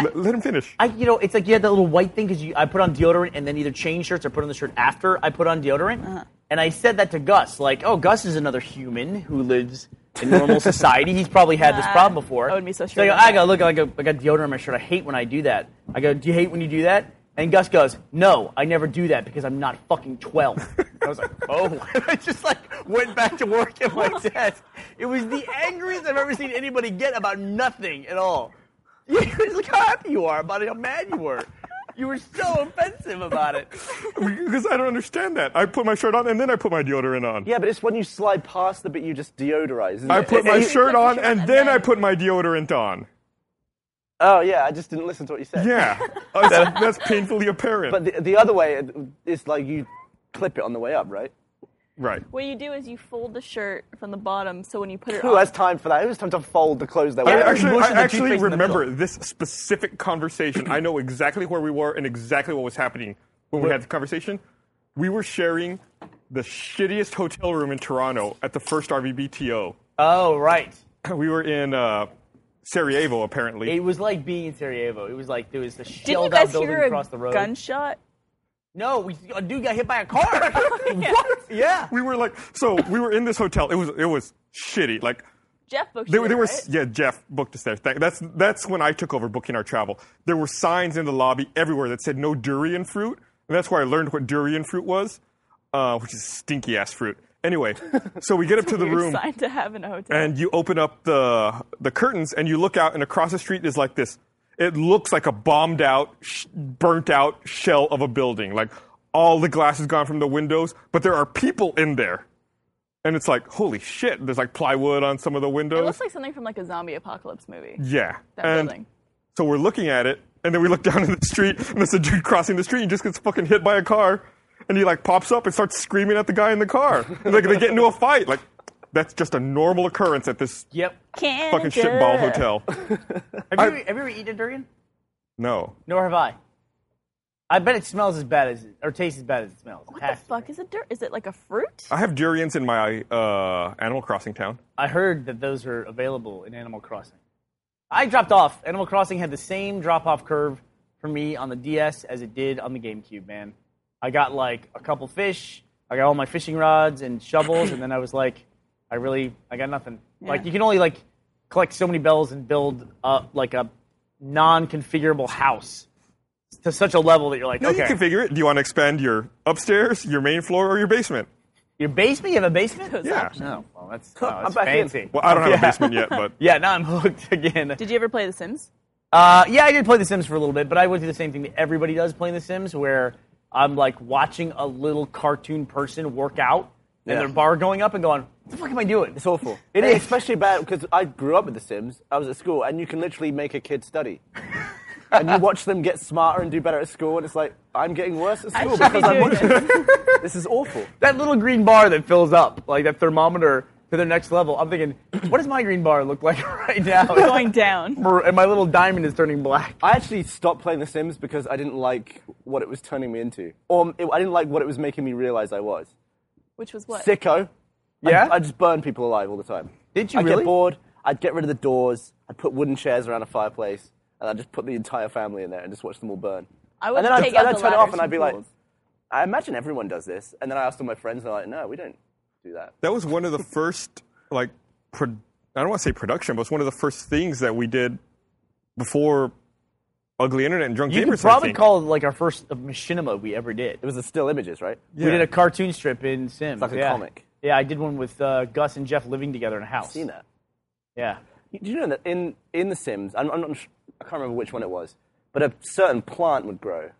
[SPEAKER 1] Let- let him finish.
[SPEAKER 2] I, you know, it's like you had that little white thing because I put on deodorant and then either change shirts or put on the shirt after I put on deodorant.
[SPEAKER 1] Uh-huh.
[SPEAKER 2] And I said that to Gus, like, oh, Gus is another human who lives in normal society. He's probably had this
[SPEAKER 3] Nah,
[SPEAKER 2] problem before.
[SPEAKER 3] I wouldn't be so sure
[SPEAKER 2] I go,
[SPEAKER 3] about
[SPEAKER 2] I go,
[SPEAKER 3] that.
[SPEAKER 2] look, I go, I got deodorant on my shirt. I hate when I do that. I go, do you hate when you do that? And Gus goes, no, I never do that because I'm not fucking 12. I was like, oh. I just like went back to work at my desk. It was the angriest I've ever seen anybody get about nothing at all. You look how happy you are about it, how mad you were. You were so offensive about it.
[SPEAKER 1] Because I don't understand that. I put my shirt on and then I put my deodorant on.
[SPEAKER 4] Yeah, but it's when you slide past the bit you just deodorize. Isn't
[SPEAKER 1] I
[SPEAKER 4] it?
[SPEAKER 1] put
[SPEAKER 4] It-
[SPEAKER 1] my
[SPEAKER 4] it-
[SPEAKER 1] shirt on
[SPEAKER 3] shirt
[SPEAKER 1] and
[SPEAKER 3] and
[SPEAKER 1] then
[SPEAKER 3] then-
[SPEAKER 1] I put my deodorant on.
[SPEAKER 4] Oh yeah, I just didn't listen to what you said.
[SPEAKER 1] Yeah. Uh, that's- that's painfully apparent.
[SPEAKER 4] But the, the other way is like you clip it on the way up, right?
[SPEAKER 1] right.
[SPEAKER 3] what you do is you fold the shirt from the bottom, so when you put it
[SPEAKER 4] Who
[SPEAKER 3] on,
[SPEAKER 4] has time for that? Who has time to fold the clothes their way
[SPEAKER 1] I
[SPEAKER 4] up?
[SPEAKER 1] actually,
[SPEAKER 2] Bushes
[SPEAKER 1] I
[SPEAKER 2] and
[SPEAKER 1] actually
[SPEAKER 2] toothpaste in the
[SPEAKER 1] remember
[SPEAKER 2] middle.
[SPEAKER 1] this specific conversation. I know exactly where we were and exactly what was happening when we had the conversation. We were sharing the shittiest hotel room in Toronto at the first RVBTO.
[SPEAKER 2] Oh, right.
[SPEAKER 1] We were in uh, Sarajevo, apparently.
[SPEAKER 2] It was like being in Sarajevo. It was like there was the
[SPEAKER 3] didn't you
[SPEAKER 2] shelled out
[SPEAKER 3] guys
[SPEAKER 2] building
[SPEAKER 3] hear a
[SPEAKER 2] across the road.
[SPEAKER 3] gunshot?
[SPEAKER 2] No, we, a dude got hit by a car. What? Yeah.
[SPEAKER 1] We were like, so we were in this hotel. It was it was shitty. Like
[SPEAKER 3] Jeff booked
[SPEAKER 1] There,
[SPEAKER 3] you,
[SPEAKER 1] there were
[SPEAKER 3] right?
[SPEAKER 1] yeah. Jeff booked us there. Thank- That's that's when I took over booking our travel. There were signs in the lobby everywhere that said no durian fruit, and that's where I learned what durian fruit was, uh, which is stinky ass fruit. Anyway, so we get up to the
[SPEAKER 3] Weird
[SPEAKER 1] room
[SPEAKER 3] sign to have in a hotel.
[SPEAKER 1] and you open up the the curtains and you look out and across the street is like this. It looks like a bombed out, sh- burnt out shell of a building. Like all the glass is gone from the windows, but there are people in there. And it's like, holy shit, there's like plywood on some of the windows.
[SPEAKER 3] it looks like something from like a zombie apocalypse movie.
[SPEAKER 1] Yeah.
[SPEAKER 3] That
[SPEAKER 1] and
[SPEAKER 3] building.
[SPEAKER 1] So we're looking at it, and then we look down in the street, and there's a dude crossing the street and just gets fucking hit by a car. And he like pops up and starts screaming at the guy in the car. And like they get into a fight. Like that's just a normal occurrence at this
[SPEAKER 2] Yep.
[SPEAKER 3] Canada.
[SPEAKER 1] fucking shitball hotel.
[SPEAKER 2] Have you, ever, have you ever eaten a durian?
[SPEAKER 1] No.
[SPEAKER 2] Nor have I. I bet it smells as bad as it, or tastes as bad as it smells.
[SPEAKER 3] What the fuck is it? Dirt? Is it like a fruit?
[SPEAKER 1] I have durians in my uh, Animal Crossing town.
[SPEAKER 2] I heard that those are available in Animal Crossing. I dropped off. Animal Crossing had the same drop-off curve for me on the DS as it did on the GameCube. Man, I got like a couple fish. I got all my fishing rods and shovels, and then I was like, I really, I got nothing. Like you can only like collect so many bells and build up like a non-configurable house to such a level that you're like,
[SPEAKER 1] No,
[SPEAKER 2] okay,
[SPEAKER 1] Oh, you can figure it. Do you want to expand your upstairs, your main floor, or your basement?
[SPEAKER 2] your basement. You have a basement?
[SPEAKER 3] Those
[SPEAKER 1] Yeah.
[SPEAKER 3] options.
[SPEAKER 2] No, well that's, no, that's
[SPEAKER 4] back in.
[SPEAKER 2] fancy.
[SPEAKER 1] Well, I don't have a basement yet, but
[SPEAKER 2] Yeah, now I'm hooked again.
[SPEAKER 3] Did you ever play The Sims?
[SPEAKER 2] Uh, yeah, I did play The Sims for a little bit, but I went through the same thing that everybody does playing The Sims, where I'm like watching a little cartoon person work out and
[SPEAKER 4] Yeah.
[SPEAKER 2] their bar going up and going, "What the fuck am I doing?"
[SPEAKER 4] It's awful.
[SPEAKER 2] It
[SPEAKER 4] And
[SPEAKER 2] is.
[SPEAKER 4] especially bad because I grew up with The Sims. I was at school, and you can literally make a kid study, and you watch them get smarter and do better at school, and it's like I'm getting worse at school
[SPEAKER 3] should be
[SPEAKER 4] because I'm
[SPEAKER 3] doing
[SPEAKER 4] watching. this is awful.
[SPEAKER 2] that little green bar that fills up, like that thermometer to their next level. I'm thinking, what does my green bar look like right now?
[SPEAKER 3] Going down.
[SPEAKER 2] and my little diamond is turning black.
[SPEAKER 4] I actually stopped playing The Sims because I didn't like what it was turning me into, or it, I didn't like what it was making me realize I was.
[SPEAKER 3] Which was what?
[SPEAKER 4] Sicko. I-
[SPEAKER 2] Yeah?
[SPEAKER 4] I, just burn people alive all the time.
[SPEAKER 2] Did you
[SPEAKER 4] I'd
[SPEAKER 2] really?
[SPEAKER 4] get bored. I'd get rid of the doors. I'd put wooden chairs around a fireplace, and I'd just put the entire family in there and just watch them all burn.
[SPEAKER 3] I would
[SPEAKER 4] and then
[SPEAKER 3] take out
[SPEAKER 4] I'd, and I'd
[SPEAKER 3] the
[SPEAKER 4] turn it
[SPEAKER 3] ladders
[SPEAKER 4] off, and I'd
[SPEAKER 3] and
[SPEAKER 4] be like,
[SPEAKER 3] pools.
[SPEAKER 4] I imagine everyone does this. And then I asked all my friends, and they're like, No, we don't do that.
[SPEAKER 1] That was one of the first, like, pro- I don't want to say production, but it's one of the first things that we did before Ugly Internet and Drunk
[SPEAKER 2] You
[SPEAKER 1] Gamers.
[SPEAKER 2] could
[SPEAKER 1] I
[SPEAKER 2] probably
[SPEAKER 1] think.
[SPEAKER 2] call it like our first machinima we ever did.
[SPEAKER 4] It was the still images, right?
[SPEAKER 1] Yeah.
[SPEAKER 2] We did a cartoon strip in Sims.
[SPEAKER 4] like a
[SPEAKER 2] yeah.
[SPEAKER 4] comic.
[SPEAKER 2] Yeah, I did one with uh, Gus and Jeff living together in a house.
[SPEAKER 4] Seen that.
[SPEAKER 2] Yeah.
[SPEAKER 4] Do you know that in, in The Sims, I'm, I'm not, sh- I can't remember which one it was, but a certain plant would grow,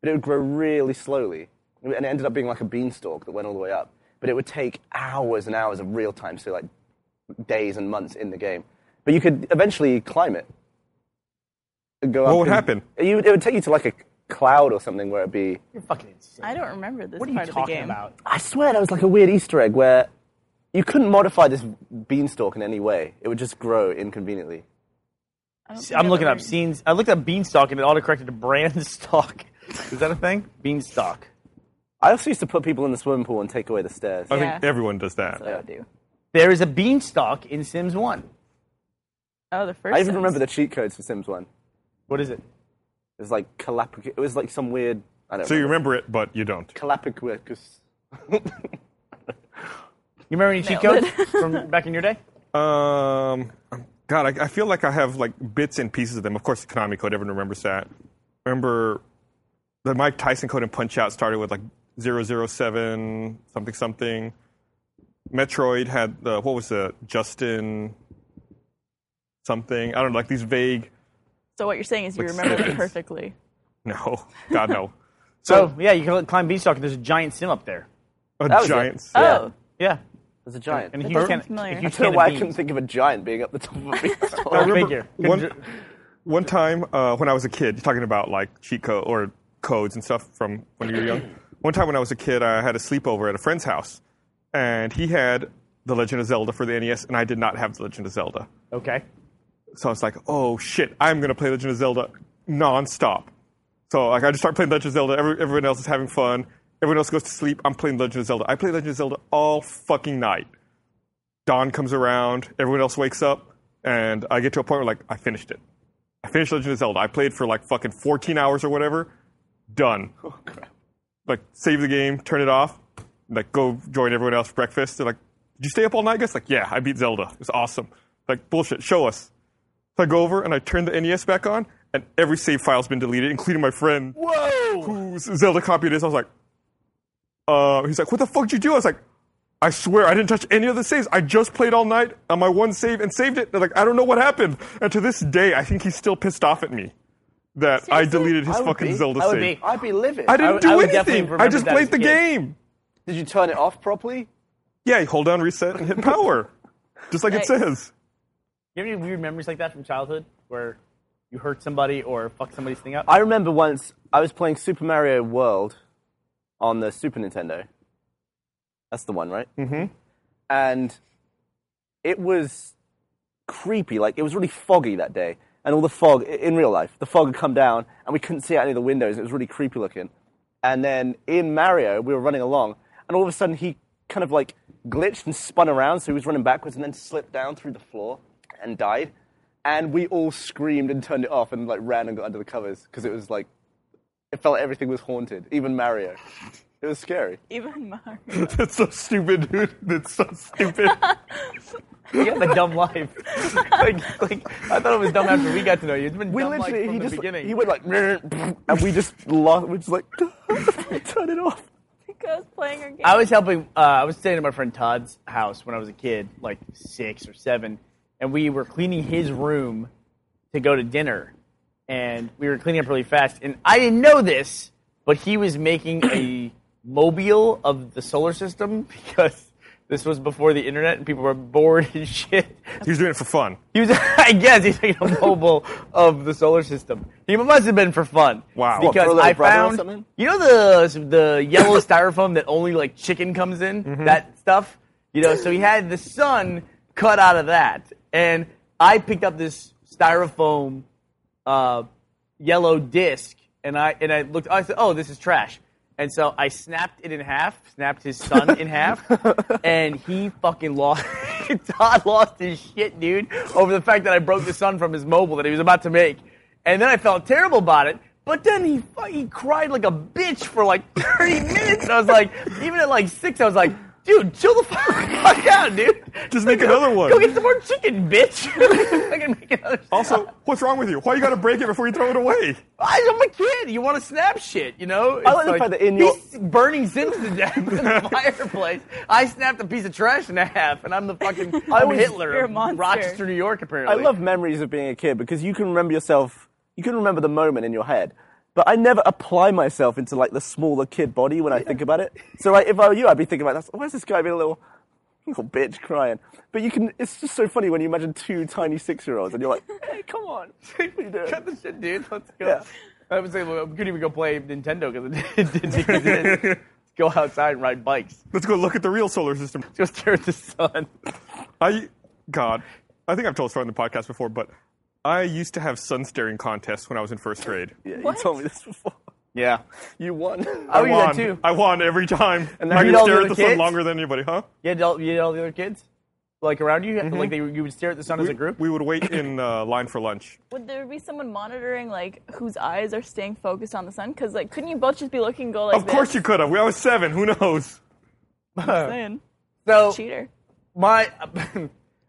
[SPEAKER 4] but it would grow really slowly, and it ended up being like a beanstalk that went all the way up. But it would take hours and hours of real time, so like days and months in the game. But you could eventually climb it. and Go
[SPEAKER 1] What
[SPEAKER 4] up
[SPEAKER 1] would
[SPEAKER 4] and-
[SPEAKER 1] happen?
[SPEAKER 4] You, would- it would take you to like a cloud or something where it'd be.
[SPEAKER 2] You're fucking insane.
[SPEAKER 3] I don't remember this
[SPEAKER 2] What are you
[SPEAKER 3] part of the
[SPEAKER 2] talking
[SPEAKER 3] game.
[SPEAKER 2] about?
[SPEAKER 4] I swear that was like a weird Easter egg where you couldn't modify this beanstalk in any way. It would just grow inconveniently.
[SPEAKER 3] I don't think
[SPEAKER 2] I'm
[SPEAKER 3] I've
[SPEAKER 2] looking
[SPEAKER 3] ever-
[SPEAKER 2] up scenes. I looked up beanstalk and it autocorrected to brandstock. Is that a thing? Beanstalk.
[SPEAKER 4] I also used to put people in the swimming pool and take away the stairs.
[SPEAKER 1] I think
[SPEAKER 3] Yeah.
[SPEAKER 1] everyone does that.
[SPEAKER 3] I would do.
[SPEAKER 2] There is a beanstalk in Sims 1.
[SPEAKER 3] Oh, the first.
[SPEAKER 4] I even
[SPEAKER 3] Sims.
[SPEAKER 4] remember the cheat codes for Sims One. It
[SPEAKER 2] What is it?
[SPEAKER 4] was like Calapagus. It was like some weird. I don't
[SPEAKER 1] So you
[SPEAKER 4] know.
[SPEAKER 1] remember it, but you don't.
[SPEAKER 4] Calapagus.
[SPEAKER 2] You remember any cheat
[SPEAKER 3] Nailed
[SPEAKER 2] codes from back in your day?
[SPEAKER 1] Um, God, I, I feel like I have like bits and pieces of them. Of course, the Konami code. Everyone remembers that. Remember the Mike Tyson code and Punch Out started with like 007 something something. Metroid had the what was the Justin something? I don't know, like these vague.
[SPEAKER 3] So what you're saying is you
[SPEAKER 1] Like
[SPEAKER 3] remember them
[SPEAKER 1] Sims.
[SPEAKER 3] perfectly.
[SPEAKER 1] No, God no.
[SPEAKER 2] So,
[SPEAKER 1] So
[SPEAKER 2] Oh, yeah, you can climb beanstalk and there's a giant sim up there.
[SPEAKER 1] a
[SPEAKER 4] That was it.
[SPEAKER 1] giant.
[SPEAKER 4] Yeah.
[SPEAKER 3] Oh,
[SPEAKER 2] Yeah.
[SPEAKER 4] There's a giant.
[SPEAKER 2] And a
[SPEAKER 4] I
[SPEAKER 2] huge
[SPEAKER 3] sounds
[SPEAKER 2] can,
[SPEAKER 3] familiar.
[SPEAKER 2] a
[SPEAKER 3] I
[SPEAKER 2] huge
[SPEAKER 4] don't
[SPEAKER 2] can
[SPEAKER 4] know why I
[SPEAKER 2] of
[SPEAKER 4] couldn't
[SPEAKER 2] beans.
[SPEAKER 4] think of a giant being up the top of a
[SPEAKER 1] I
[SPEAKER 4] beanstalk.
[SPEAKER 2] remember-
[SPEAKER 1] remember
[SPEAKER 2] figure.
[SPEAKER 1] One, one time uh, when I was a kid, you're talking about like cheat code or codes and stuff from when you were young. One time when I was a kid, I had a sleepover at a friend's house, and he had The Legend of Zelda for the NES, and I did not have The Legend of Zelda.
[SPEAKER 2] Okay.
[SPEAKER 1] So I was like, oh shit, I'm gonna play Legend of Zelda nonstop. So like I just start playing Legend of Zelda. Every, everyone else is having fun. Everyone else goes to sleep. I'm playing Legend of Zelda. I play Legend of Zelda all fucking night. Dawn comes around. Everyone else wakes up, and I get to a point where like I finished it. I finished Legend of Zelda. I played for like fucking 14 hours or whatever. Done. Like save the game, turn it off. Like go join everyone else for breakfast. They're like, did you stay up all night, guys? Like yeah, I beat Zelda. It's awesome. Like bullshit. Show us. So I go over and I turn the NES back on, and every save file's been deleted, including my friend
[SPEAKER 2] Whoa!
[SPEAKER 1] whose Zelda copy it is. I was like, uh, he's like, what the fuck did you do? I was like, I swear I didn't touch any of the saves. I just played all night on my one save and saved it. They're like, I don't know what happened. And to this day, I think he's still pissed off at me that I deleted his
[SPEAKER 4] I would
[SPEAKER 1] fucking
[SPEAKER 4] be-
[SPEAKER 1] Zelda
[SPEAKER 2] I would
[SPEAKER 1] save.
[SPEAKER 2] be.
[SPEAKER 4] I'd be living.
[SPEAKER 1] I
[SPEAKER 2] I
[SPEAKER 1] didn't
[SPEAKER 2] would-
[SPEAKER 1] do
[SPEAKER 2] I would definitely
[SPEAKER 1] anything. I
[SPEAKER 2] remember
[SPEAKER 1] just
[SPEAKER 2] that
[SPEAKER 1] played
[SPEAKER 2] as a
[SPEAKER 1] the
[SPEAKER 2] kid.
[SPEAKER 1] game.
[SPEAKER 4] Did you turn it off properly?
[SPEAKER 1] Yeah, you hold down reset and hit power, just like it
[SPEAKER 3] Yikes.
[SPEAKER 1] says.
[SPEAKER 2] You have any weird memories like that from childhood where you hurt somebody or fucked somebody's thing up?
[SPEAKER 4] I remember once I was playing Super Mario World on the Super Nintendo. That's the one, right? Mm-hmm. And it was creepy. Like it was really foggy that day, and all the fog i- in real life, the fog had come down, and we couldn't see out any of the windows. It was really creepy looking. And then in Mario, we were running along, and all of a sudden he kind of like glitched and spun around, so he was running backwards, and then slipped down through the floor and died. And we all screamed and turned it off, and like ran and got under the covers because it was like it felt like everything was haunted, even Mario. It was scary.
[SPEAKER 3] even Mario.
[SPEAKER 1] That's so stupid, dude. That's so stupid.
[SPEAKER 2] you have a dumb life. like, like, I thought it was dumb after we got to know you. It's been
[SPEAKER 4] We
[SPEAKER 2] dumb like,
[SPEAKER 4] literally,
[SPEAKER 2] from
[SPEAKER 4] he
[SPEAKER 2] the
[SPEAKER 4] just,
[SPEAKER 2] beginning.
[SPEAKER 4] he went like, and we just lost, we just like, turn it off.
[SPEAKER 3] I think I was playing her game.
[SPEAKER 2] I was helping. Uh, I was staying at my friend Todd's house when I was a kid, like six or seven, and we were cleaning his room to go to dinner, and we were cleaning up really fast. And I didn't know this, but he was making a mobile of the solar system because this was before the internet and people were bored and shit.
[SPEAKER 1] he was doing it for fun.
[SPEAKER 2] He was, I guess, he's making a mobile of the solar system. He must have been for fun.
[SPEAKER 1] Wow. What,
[SPEAKER 2] Because
[SPEAKER 4] for a little
[SPEAKER 2] I
[SPEAKER 4] brother or
[SPEAKER 2] found,
[SPEAKER 4] something? Mm-hmm.
[SPEAKER 2] you know, the the yellow styrofoam that only like chicken comes in, that stuff. You know, so he had the sun cut out of that, and I picked up this styrofoam uh, yellow disc, and I and I looked. I said, "Oh, this is trash." And so I snapped it in half, snapped his son in half, and he fucking lost. Todd lost his shit, dude, over the fact that I broke the sun from his mobile that he was about to make, and then I felt terrible about it. But then he fu- he cried like a bitch for like 30 minutes. And I was like, even at like six, I was like, dude, chill the fuck out, dude.
[SPEAKER 1] Just make
[SPEAKER 2] Go-
[SPEAKER 1] another one.
[SPEAKER 2] Go get some more chicken, bitch. I can make another.
[SPEAKER 1] Also, what's wrong with you? Why you gotta break it before you throw it away?
[SPEAKER 2] I- I'm a kid. You want to snap shit, you know? It's
[SPEAKER 4] like the fact that in your-
[SPEAKER 2] he's burning Sims to death in the fireplace. I snapped a piece of trash in half, and I'm the fucking I'm
[SPEAKER 4] always-
[SPEAKER 2] Hitler
[SPEAKER 3] You're a
[SPEAKER 2] of
[SPEAKER 3] monster.
[SPEAKER 2] Rochester, New York. Apparently,
[SPEAKER 4] I love memories of being a kid because you can remember yourself, you can remember the moment in your head. But I never apply myself into like the smaller kid body when I think about it. So like, if I were you, I'd be thinking about that. Why is this guy being a little, little bitch crying? But you can, it's just so funny when you imagine two tiny six-year-olds and you're like, hey, come on, what are you doing?
[SPEAKER 2] Cut the shit, dude. Let's go.
[SPEAKER 4] Yeah.
[SPEAKER 2] I was saying, well, we couldn't even go play Nintendo because it didn't exist. go outside and ride bikes.
[SPEAKER 1] Let's go look at the real solar system.
[SPEAKER 2] Go stare at the sun.
[SPEAKER 1] I, God, I think I've told this story on the podcast before, but I used to have sun staring contests when I was in first grade.
[SPEAKER 4] Yeah, you
[SPEAKER 3] What?
[SPEAKER 4] told me this before.
[SPEAKER 2] Yeah.
[SPEAKER 4] You won.
[SPEAKER 2] I would
[SPEAKER 1] won.
[SPEAKER 2] do that Oh, too.
[SPEAKER 1] I won every time. And
[SPEAKER 2] then
[SPEAKER 1] I
[SPEAKER 2] you
[SPEAKER 1] could
[SPEAKER 2] all
[SPEAKER 1] stare
[SPEAKER 2] the
[SPEAKER 1] at the
[SPEAKER 2] other
[SPEAKER 1] sun
[SPEAKER 2] kids?
[SPEAKER 1] longer than anybody, huh?
[SPEAKER 2] You had all, you had all the other kids, like around you,
[SPEAKER 4] Mm-hmm.
[SPEAKER 2] like they, you would stare at the sun as a group.
[SPEAKER 1] We would wait in uh, line for lunch.
[SPEAKER 3] Would there be someone monitoring like whose eyes are staying focused on the sun? Because like, couldn't you both just be looking and go like
[SPEAKER 1] Of course you could have. We- I was seven. Who knows?
[SPEAKER 3] could.
[SPEAKER 2] so
[SPEAKER 3] Cheater.
[SPEAKER 2] my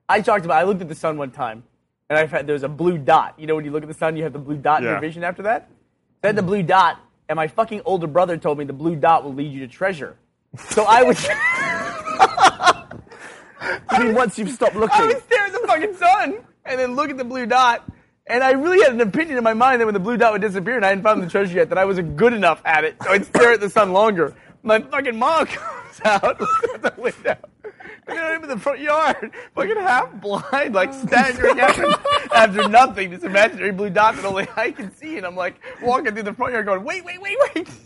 [SPEAKER 2] I talked about I looked at the sun one time and I found there was a blue dot. You know when you look at the sun you have the blue dot in
[SPEAKER 1] Yeah.
[SPEAKER 2] your vision after that? I had the blue dot and my fucking older brother told me the blue dot will lead you to treasure. So I would
[SPEAKER 4] I mean, once you've stopped
[SPEAKER 2] I
[SPEAKER 4] looking,
[SPEAKER 2] would stare at the fucking sun and then look at the blue dot. And I really had an opinion in my mind that when the blue dot would disappear and I hadn't found the treasure yet, that I wasn't good enough at it. So I'd stare at the sun longer. My fucking mom comes out, looks out the window. And I'm in the front yard, fucking half blind, like staggering after, after nothing, this imaginary blue dot that only I can see. And I'm like walking through the front yard going, wait, wait, wait, wait.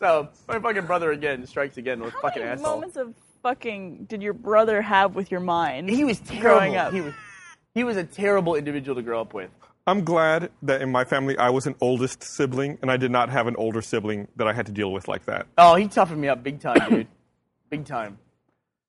[SPEAKER 2] So my fucking brother again strikes again with
[SPEAKER 3] How
[SPEAKER 2] fucking
[SPEAKER 3] many
[SPEAKER 2] asshole.
[SPEAKER 3] moments of fucking did your brother have with your mind?
[SPEAKER 2] He was terrible.
[SPEAKER 3] Growing up.
[SPEAKER 2] He was he was a terrible individual to grow up with.
[SPEAKER 1] I'm glad that in my family I was an oldest sibling, and I did not have an older sibling that I had to deal with like that.
[SPEAKER 2] Oh, he toughened me up big time, dude. big time.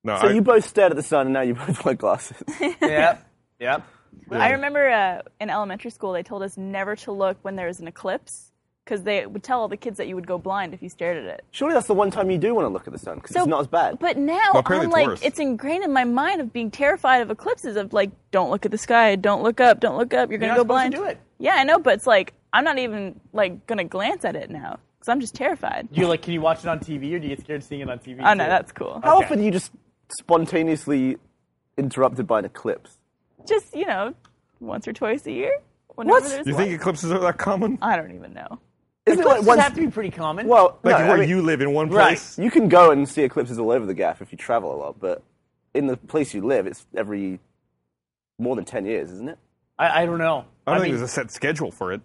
[SPEAKER 1] No,
[SPEAKER 4] so
[SPEAKER 1] I,
[SPEAKER 4] you both stared at the sun and now you both wear glasses.
[SPEAKER 2] Yep. Yep.
[SPEAKER 3] I remember uh, in elementary school they told us never to look when there was an eclipse because they would tell all the kids that you would go blind if you stared at it.
[SPEAKER 4] Surely that's the one time you do want to look at the sun because
[SPEAKER 3] So-
[SPEAKER 4] it's not as bad.
[SPEAKER 3] But now
[SPEAKER 1] Well,
[SPEAKER 3] I'm
[SPEAKER 1] apparently it's
[SPEAKER 3] like,
[SPEAKER 1] worse.
[SPEAKER 3] it's ingrained in my mind of being terrified of eclipses of like, don't look at the sky, don't look up, don't look up, you're gonna
[SPEAKER 2] not
[SPEAKER 3] go
[SPEAKER 2] supposed
[SPEAKER 3] blind.
[SPEAKER 2] to do it.
[SPEAKER 3] Yeah, I know, but it's like I'm not even like gonna glance at it now because I'm just terrified.
[SPEAKER 2] You like? Can you watch it on TV, or do you get scared seeing it on TV?
[SPEAKER 3] Oh no,
[SPEAKER 2] too?
[SPEAKER 3] that's cool.
[SPEAKER 4] How
[SPEAKER 2] Okay.
[SPEAKER 4] often are you just spontaneously interrupted by an eclipse?
[SPEAKER 3] Just you know, once or twice a year. Whenever there's
[SPEAKER 1] you
[SPEAKER 3] one.
[SPEAKER 1] think eclipses are that common?
[SPEAKER 3] I don't even know.
[SPEAKER 4] Isn't it like
[SPEAKER 2] Eclipses
[SPEAKER 4] once?
[SPEAKER 2] have to be pretty common.
[SPEAKER 4] well,
[SPEAKER 1] Like
[SPEAKER 4] no,
[SPEAKER 1] where
[SPEAKER 4] I mean,
[SPEAKER 1] you live in one
[SPEAKER 2] Right.
[SPEAKER 1] place.
[SPEAKER 4] you can go and see eclipses all over the gaff if you travel a lot, but in the place you live, it's every more than ten years, isn't it?
[SPEAKER 2] I, I don't know.
[SPEAKER 1] I don't
[SPEAKER 2] mean,
[SPEAKER 1] think there's a set schedule for it.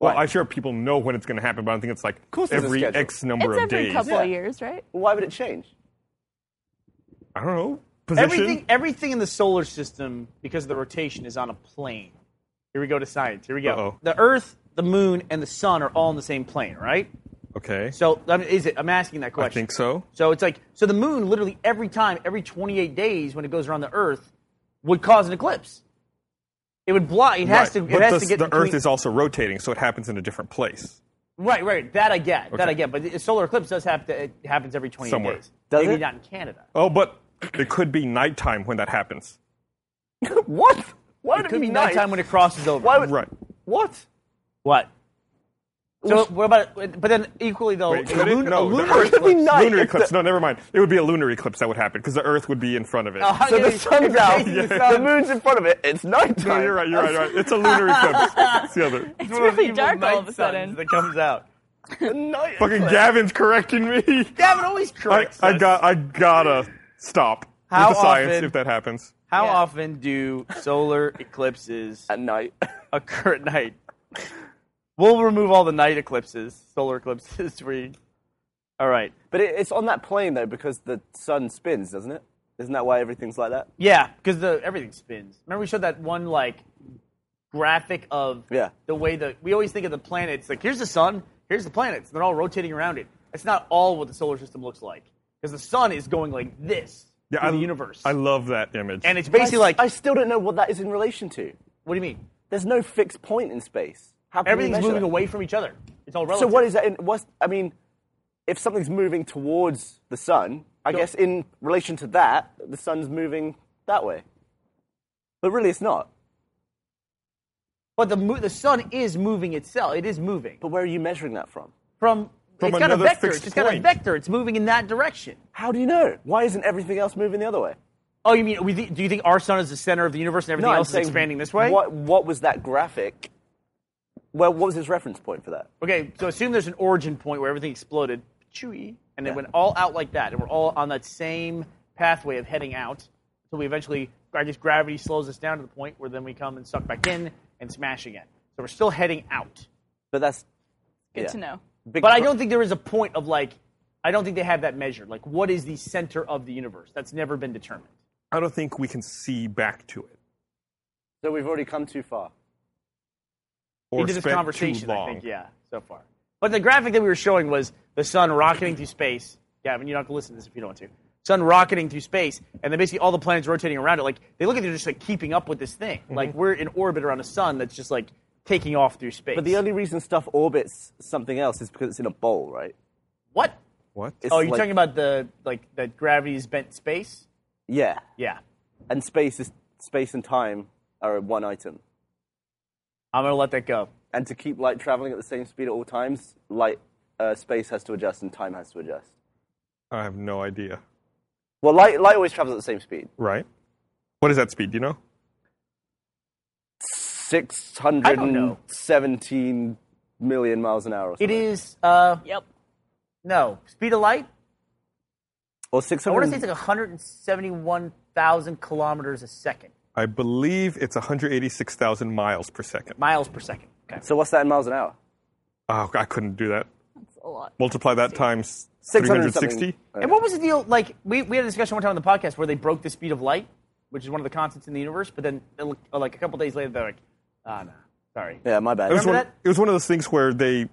[SPEAKER 1] Well,
[SPEAKER 4] Why?
[SPEAKER 1] I'm sure people know when it's going to happen, but I don't think it's like
[SPEAKER 4] course there's a
[SPEAKER 1] every
[SPEAKER 4] schedule.
[SPEAKER 1] X number
[SPEAKER 3] It's
[SPEAKER 1] of
[SPEAKER 3] every
[SPEAKER 1] days.
[SPEAKER 3] couple
[SPEAKER 4] Yeah.
[SPEAKER 3] of years, right?
[SPEAKER 4] Why would it change?
[SPEAKER 1] I don't know. Position.
[SPEAKER 2] everything. Everything in the solar system, because of the rotation, is on a plane. Here we go to science. Here we go.
[SPEAKER 1] Uh-oh.
[SPEAKER 2] The Earth, the Moon, and the Sun are all in the same plane, right?
[SPEAKER 1] Okay.
[SPEAKER 2] So I mean, is it? I'm asking that
[SPEAKER 1] I
[SPEAKER 2] question.
[SPEAKER 1] think so.
[SPEAKER 2] So it's like so the moon literally every time every 28 days when it goes around the Earth would cause an eclipse. It would block. It has
[SPEAKER 1] Right.
[SPEAKER 2] to. It
[SPEAKER 1] but
[SPEAKER 2] has
[SPEAKER 1] the,
[SPEAKER 2] to get
[SPEAKER 1] the Earth
[SPEAKER 2] between-
[SPEAKER 1] is also rotating, so it happens in a different place.
[SPEAKER 2] right. Right. That I get. That
[SPEAKER 1] Okay.
[SPEAKER 2] I get. But the solar eclipse does have to. It happens every 28
[SPEAKER 1] Somewhere.
[SPEAKER 2] days.
[SPEAKER 4] Does
[SPEAKER 2] Maybe
[SPEAKER 4] it?
[SPEAKER 2] not in Canada.
[SPEAKER 1] Oh, but it could be nighttime when that happens.
[SPEAKER 4] what? Why would
[SPEAKER 2] It could be
[SPEAKER 4] night?
[SPEAKER 2] nighttime when it crosses over.
[SPEAKER 4] Why would-
[SPEAKER 1] Right.
[SPEAKER 4] What?
[SPEAKER 2] What? So what about? But then equally though,
[SPEAKER 1] Wait,
[SPEAKER 2] a
[SPEAKER 1] could it?
[SPEAKER 2] lun- a
[SPEAKER 1] No, the
[SPEAKER 2] lunar
[SPEAKER 1] Earth-
[SPEAKER 2] eclipse-
[SPEAKER 4] night.
[SPEAKER 1] lunar
[SPEAKER 4] It's
[SPEAKER 1] eclipse.
[SPEAKER 4] the-
[SPEAKER 1] no, never mind. It would be a lunar eclipse that would happen because the Earth would be in front of it.
[SPEAKER 2] Oh,
[SPEAKER 4] So
[SPEAKER 2] yeah,
[SPEAKER 4] the
[SPEAKER 2] it's
[SPEAKER 4] sun's out.
[SPEAKER 2] facing the
[SPEAKER 4] The
[SPEAKER 2] sun.
[SPEAKER 4] moon's in front of it. It's nighttime.
[SPEAKER 1] No, you're right. You're right. You're right. It's a lunar eclipse. It's the other.
[SPEAKER 3] It's
[SPEAKER 2] One of those
[SPEAKER 3] really
[SPEAKER 2] evil
[SPEAKER 3] dark all of
[SPEAKER 2] night
[SPEAKER 3] a
[SPEAKER 2] suns
[SPEAKER 3] sudden.
[SPEAKER 2] that comes out.
[SPEAKER 4] The night
[SPEAKER 1] Fucking
[SPEAKER 4] eclipse.
[SPEAKER 1] Gavin's correcting me.
[SPEAKER 2] Gavin always
[SPEAKER 1] I,
[SPEAKER 2] corrects.
[SPEAKER 1] I
[SPEAKER 2] us.
[SPEAKER 1] got. I gotta stop
[SPEAKER 2] How
[SPEAKER 1] with the science
[SPEAKER 2] often-
[SPEAKER 1] if that happens.
[SPEAKER 2] How
[SPEAKER 3] Yeah.
[SPEAKER 2] often do solar eclipses
[SPEAKER 4] At night.
[SPEAKER 2] occur at night. We'll remove all the night eclipses, solar eclipses. We, all right.
[SPEAKER 4] But it, it's on that plane though because the sun spins, doesn't it? Isn't that why everything's like that?
[SPEAKER 2] Yeah, because the everything spins. Remember we showed that one like graphic of
[SPEAKER 4] Yeah.
[SPEAKER 2] the way the we always think of the planets like here's the sun, here's the planets, and they're all rotating around it. That's not all what the solar system looks like because the sun is going like this
[SPEAKER 1] Yeah,
[SPEAKER 2] through
[SPEAKER 1] I,
[SPEAKER 2] the universe,
[SPEAKER 1] I love that image.
[SPEAKER 2] and it's basically like
[SPEAKER 4] I still don't know what that is in relation to.
[SPEAKER 2] what do you mean?
[SPEAKER 4] There's no fixed point in space. How can we
[SPEAKER 2] Everything's
[SPEAKER 4] measure
[SPEAKER 2] moving
[SPEAKER 4] that?
[SPEAKER 2] away from each other. It's all
[SPEAKER 4] So
[SPEAKER 2] relative.
[SPEAKER 4] what is that? In, what's I mean, if something's moving towards the sun, I
[SPEAKER 2] Sure.
[SPEAKER 4] guess in relation to that, the sun's moving that way. But really, it's not.
[SPEAKER 2] But the mo- the sun is moving itself. It is moving
[SPEAKER 4] But where are you measuring that from?
[SPEAKER 2] from.
[SPEAKER 1] From
[SPEAKER 2] it's got a
[SPEAKER 1] another
[SPEAKER 2] vector.
[SPEAKER 1] fixed
[SPEAKER 2] It's just got a
[SPEAKER 1] point.
[SPEAKER 2] vector. It's moving in that direction.
[SPEAKER 4] How do you know? Why isn't everything else moving the other way?
[SPEAKER 2] Oh, you mean we th- do you think our sun is the center of the universe and everything
[SPEAKER 4] I'm
[SPEAKER 2] else is
[SPEAKER 4] saying,
[SPEAKER 2] expanding this way?
[SPEAKER 4] What, what was that graphic? Well, what was his reference point for that?
[SPEAKER 2] Okay, so assume there's an origin point where everything exploded, chewy, and it
[SPEAKER 4] Yeah.
[SPEAKER 2] went all out like that, and we're all on that same pathway of heading out until we eventually, I guess, gravity slows us down to the point where then we come and suck back in and smash again. So we're still heading out,
[SPEAKER 4] But that's
[SPEAKER 3] Good
[SPEAKER 4] yeah.
[SPEAKER 3] to know.
[SPEAKER 4] Big
[SPEAKER 2] but I
[SPEAKER 4] pro-
[SPEAKER 2] don't think there is a point of like, I don't think they have that measured. Like, what is the center of the universe? That's never been determined.
[SPEAKER 1] I don't think we can see back to it.
[SPEAKER 4] So we've already come too far.
[SPEAKER 1] Or
[SPEAKER 2] Into this
[SPEAKER 1] spent too
[SPEAKER 2] conversation, I
[SPEAKER 1] long.
[SPEAKER 2] think, yeah, so far. But the graphic that we were showing was the sun rocketing through space. Gavin, you don't have to listen to this if you don't want to. Sun rocketing through space, and then basically all the planets rotating around it. Like they look at it, they're just like keeping up with this thing. Like we're in orbit around a sun that's just like taking off through space.
[SPEAKER 4] But the only reason stuff orbits something else is because it's in a bowl, right?
[SPEAKER 2] what?
[SPEAKER 1] What?
[SPEAKER 4] It's
[SPEAKER 2] Oh, you're
[SPEAKER 4] like-
[SPEAKER 2] talking about the like that gravity's bent space?
[SPEAKER 4] Yeah.
[SPEAKER 2] Yeah,
[SPEAKER 4] And space is space and time are one item.
[SPEAKER 2] I'm gonna let that go.
[SPEAKER 4] And to keep light traveling at the same speed at all times, light uh, space has to adjust and time has to adjust.
[SPEAKER 1] I have no idea.
[SPEAKER 4] Well, light light always travels at the same speed.
[SPEAKER 1] Right? What is that speed? Do you know?
[SPEAKER 4] Six
[SPEAKER 2] I
[SPEAKER 4] hundred
[SPEAKER 2] don't know.
[SPEAKER 4] and seventeen million miles an hour or
[SPEAKER 2] It
[SPEAKER 4] something.
[SPEAKER 2] is uh
[SPEAKER 3] Yep.
[SPEAKER 2] no speed of light.
[SPEAKER 4] Or
[SPEAKER 2] I want to
[SPEAKER 4] 600
[SPEAKER 1] Hmm.
[SPEAKER 2] say it's like 171,000 kilometers a second,
[SPEAKER 1] I believe it's 186,000 miles per second.
[SPEAKER 2] miles per second. Okay.
[SPEAKER 4] So what's that in miles an hour?
[SPEAKER 1] Oh, I couldn't do that.
[SPEAKER 3] That's a lot.
[SPEAKER 1] Multiply that times
[SPEAKER 4] 600
[SPEAKER 1] 360.
[SPEAKER 2] And what was the deal? Like, we, we had a discussion one time on the podcast where they broke the speed of light, which is one of the constants in the universe, but then, it looked- like, a couple days later, they're like, ah, no, sorry.
[SPEAKER 4] Yeah, my bad.
[SPEAKER 1] It was, one,
[SPEAKER 2] that?
[SPEAKER 1] it was one of those things where they.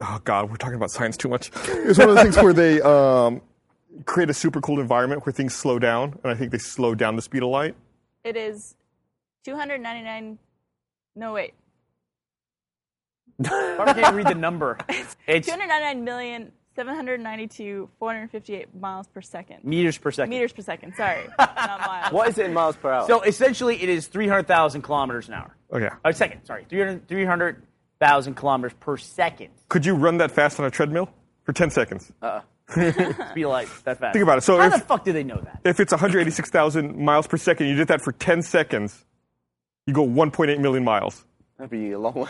[SPEAKER 1] Oh God, we're talking about science too much. It was one of those things where they um, create a super cool environment where things slow down, and I think they slow down the speed of light.
[SPEAKER 3] It is 299. No wait,
[SPEAKER 2] Barbara can't read the number. It's
[SPEAKER 3] 299 million 458 miles per second.
[SPEAKER 2] meters per second.
[SPEAKER 3] Meters per second. Sorry, not miles.
[SPEAKER 4] What is it in miles per hour?
[SPEAKER 2] So essentially, it is 300,000 kilometers an hour.
[SPEAKER 1] Okay.
[SPEAKER 2] A second, sorry. 300 300,000 kilometers per second.
[SPEAKER 1] Could you run that fast on a treadmill for 10 seconds?
[SPEAKER 2] Speed of light, that fast.
[SPEAKER 1] Think about it. So
[SPEAKER 2] How
[SPEAKER 1] if-
[SPEAKER 2] the fuck do they know that?
[SPEAKER 1] if it's 186,000 miles per second, you did that for 10 seconds, you go 1.8 million miles.
[SPEAKER 4] That'd be a long way.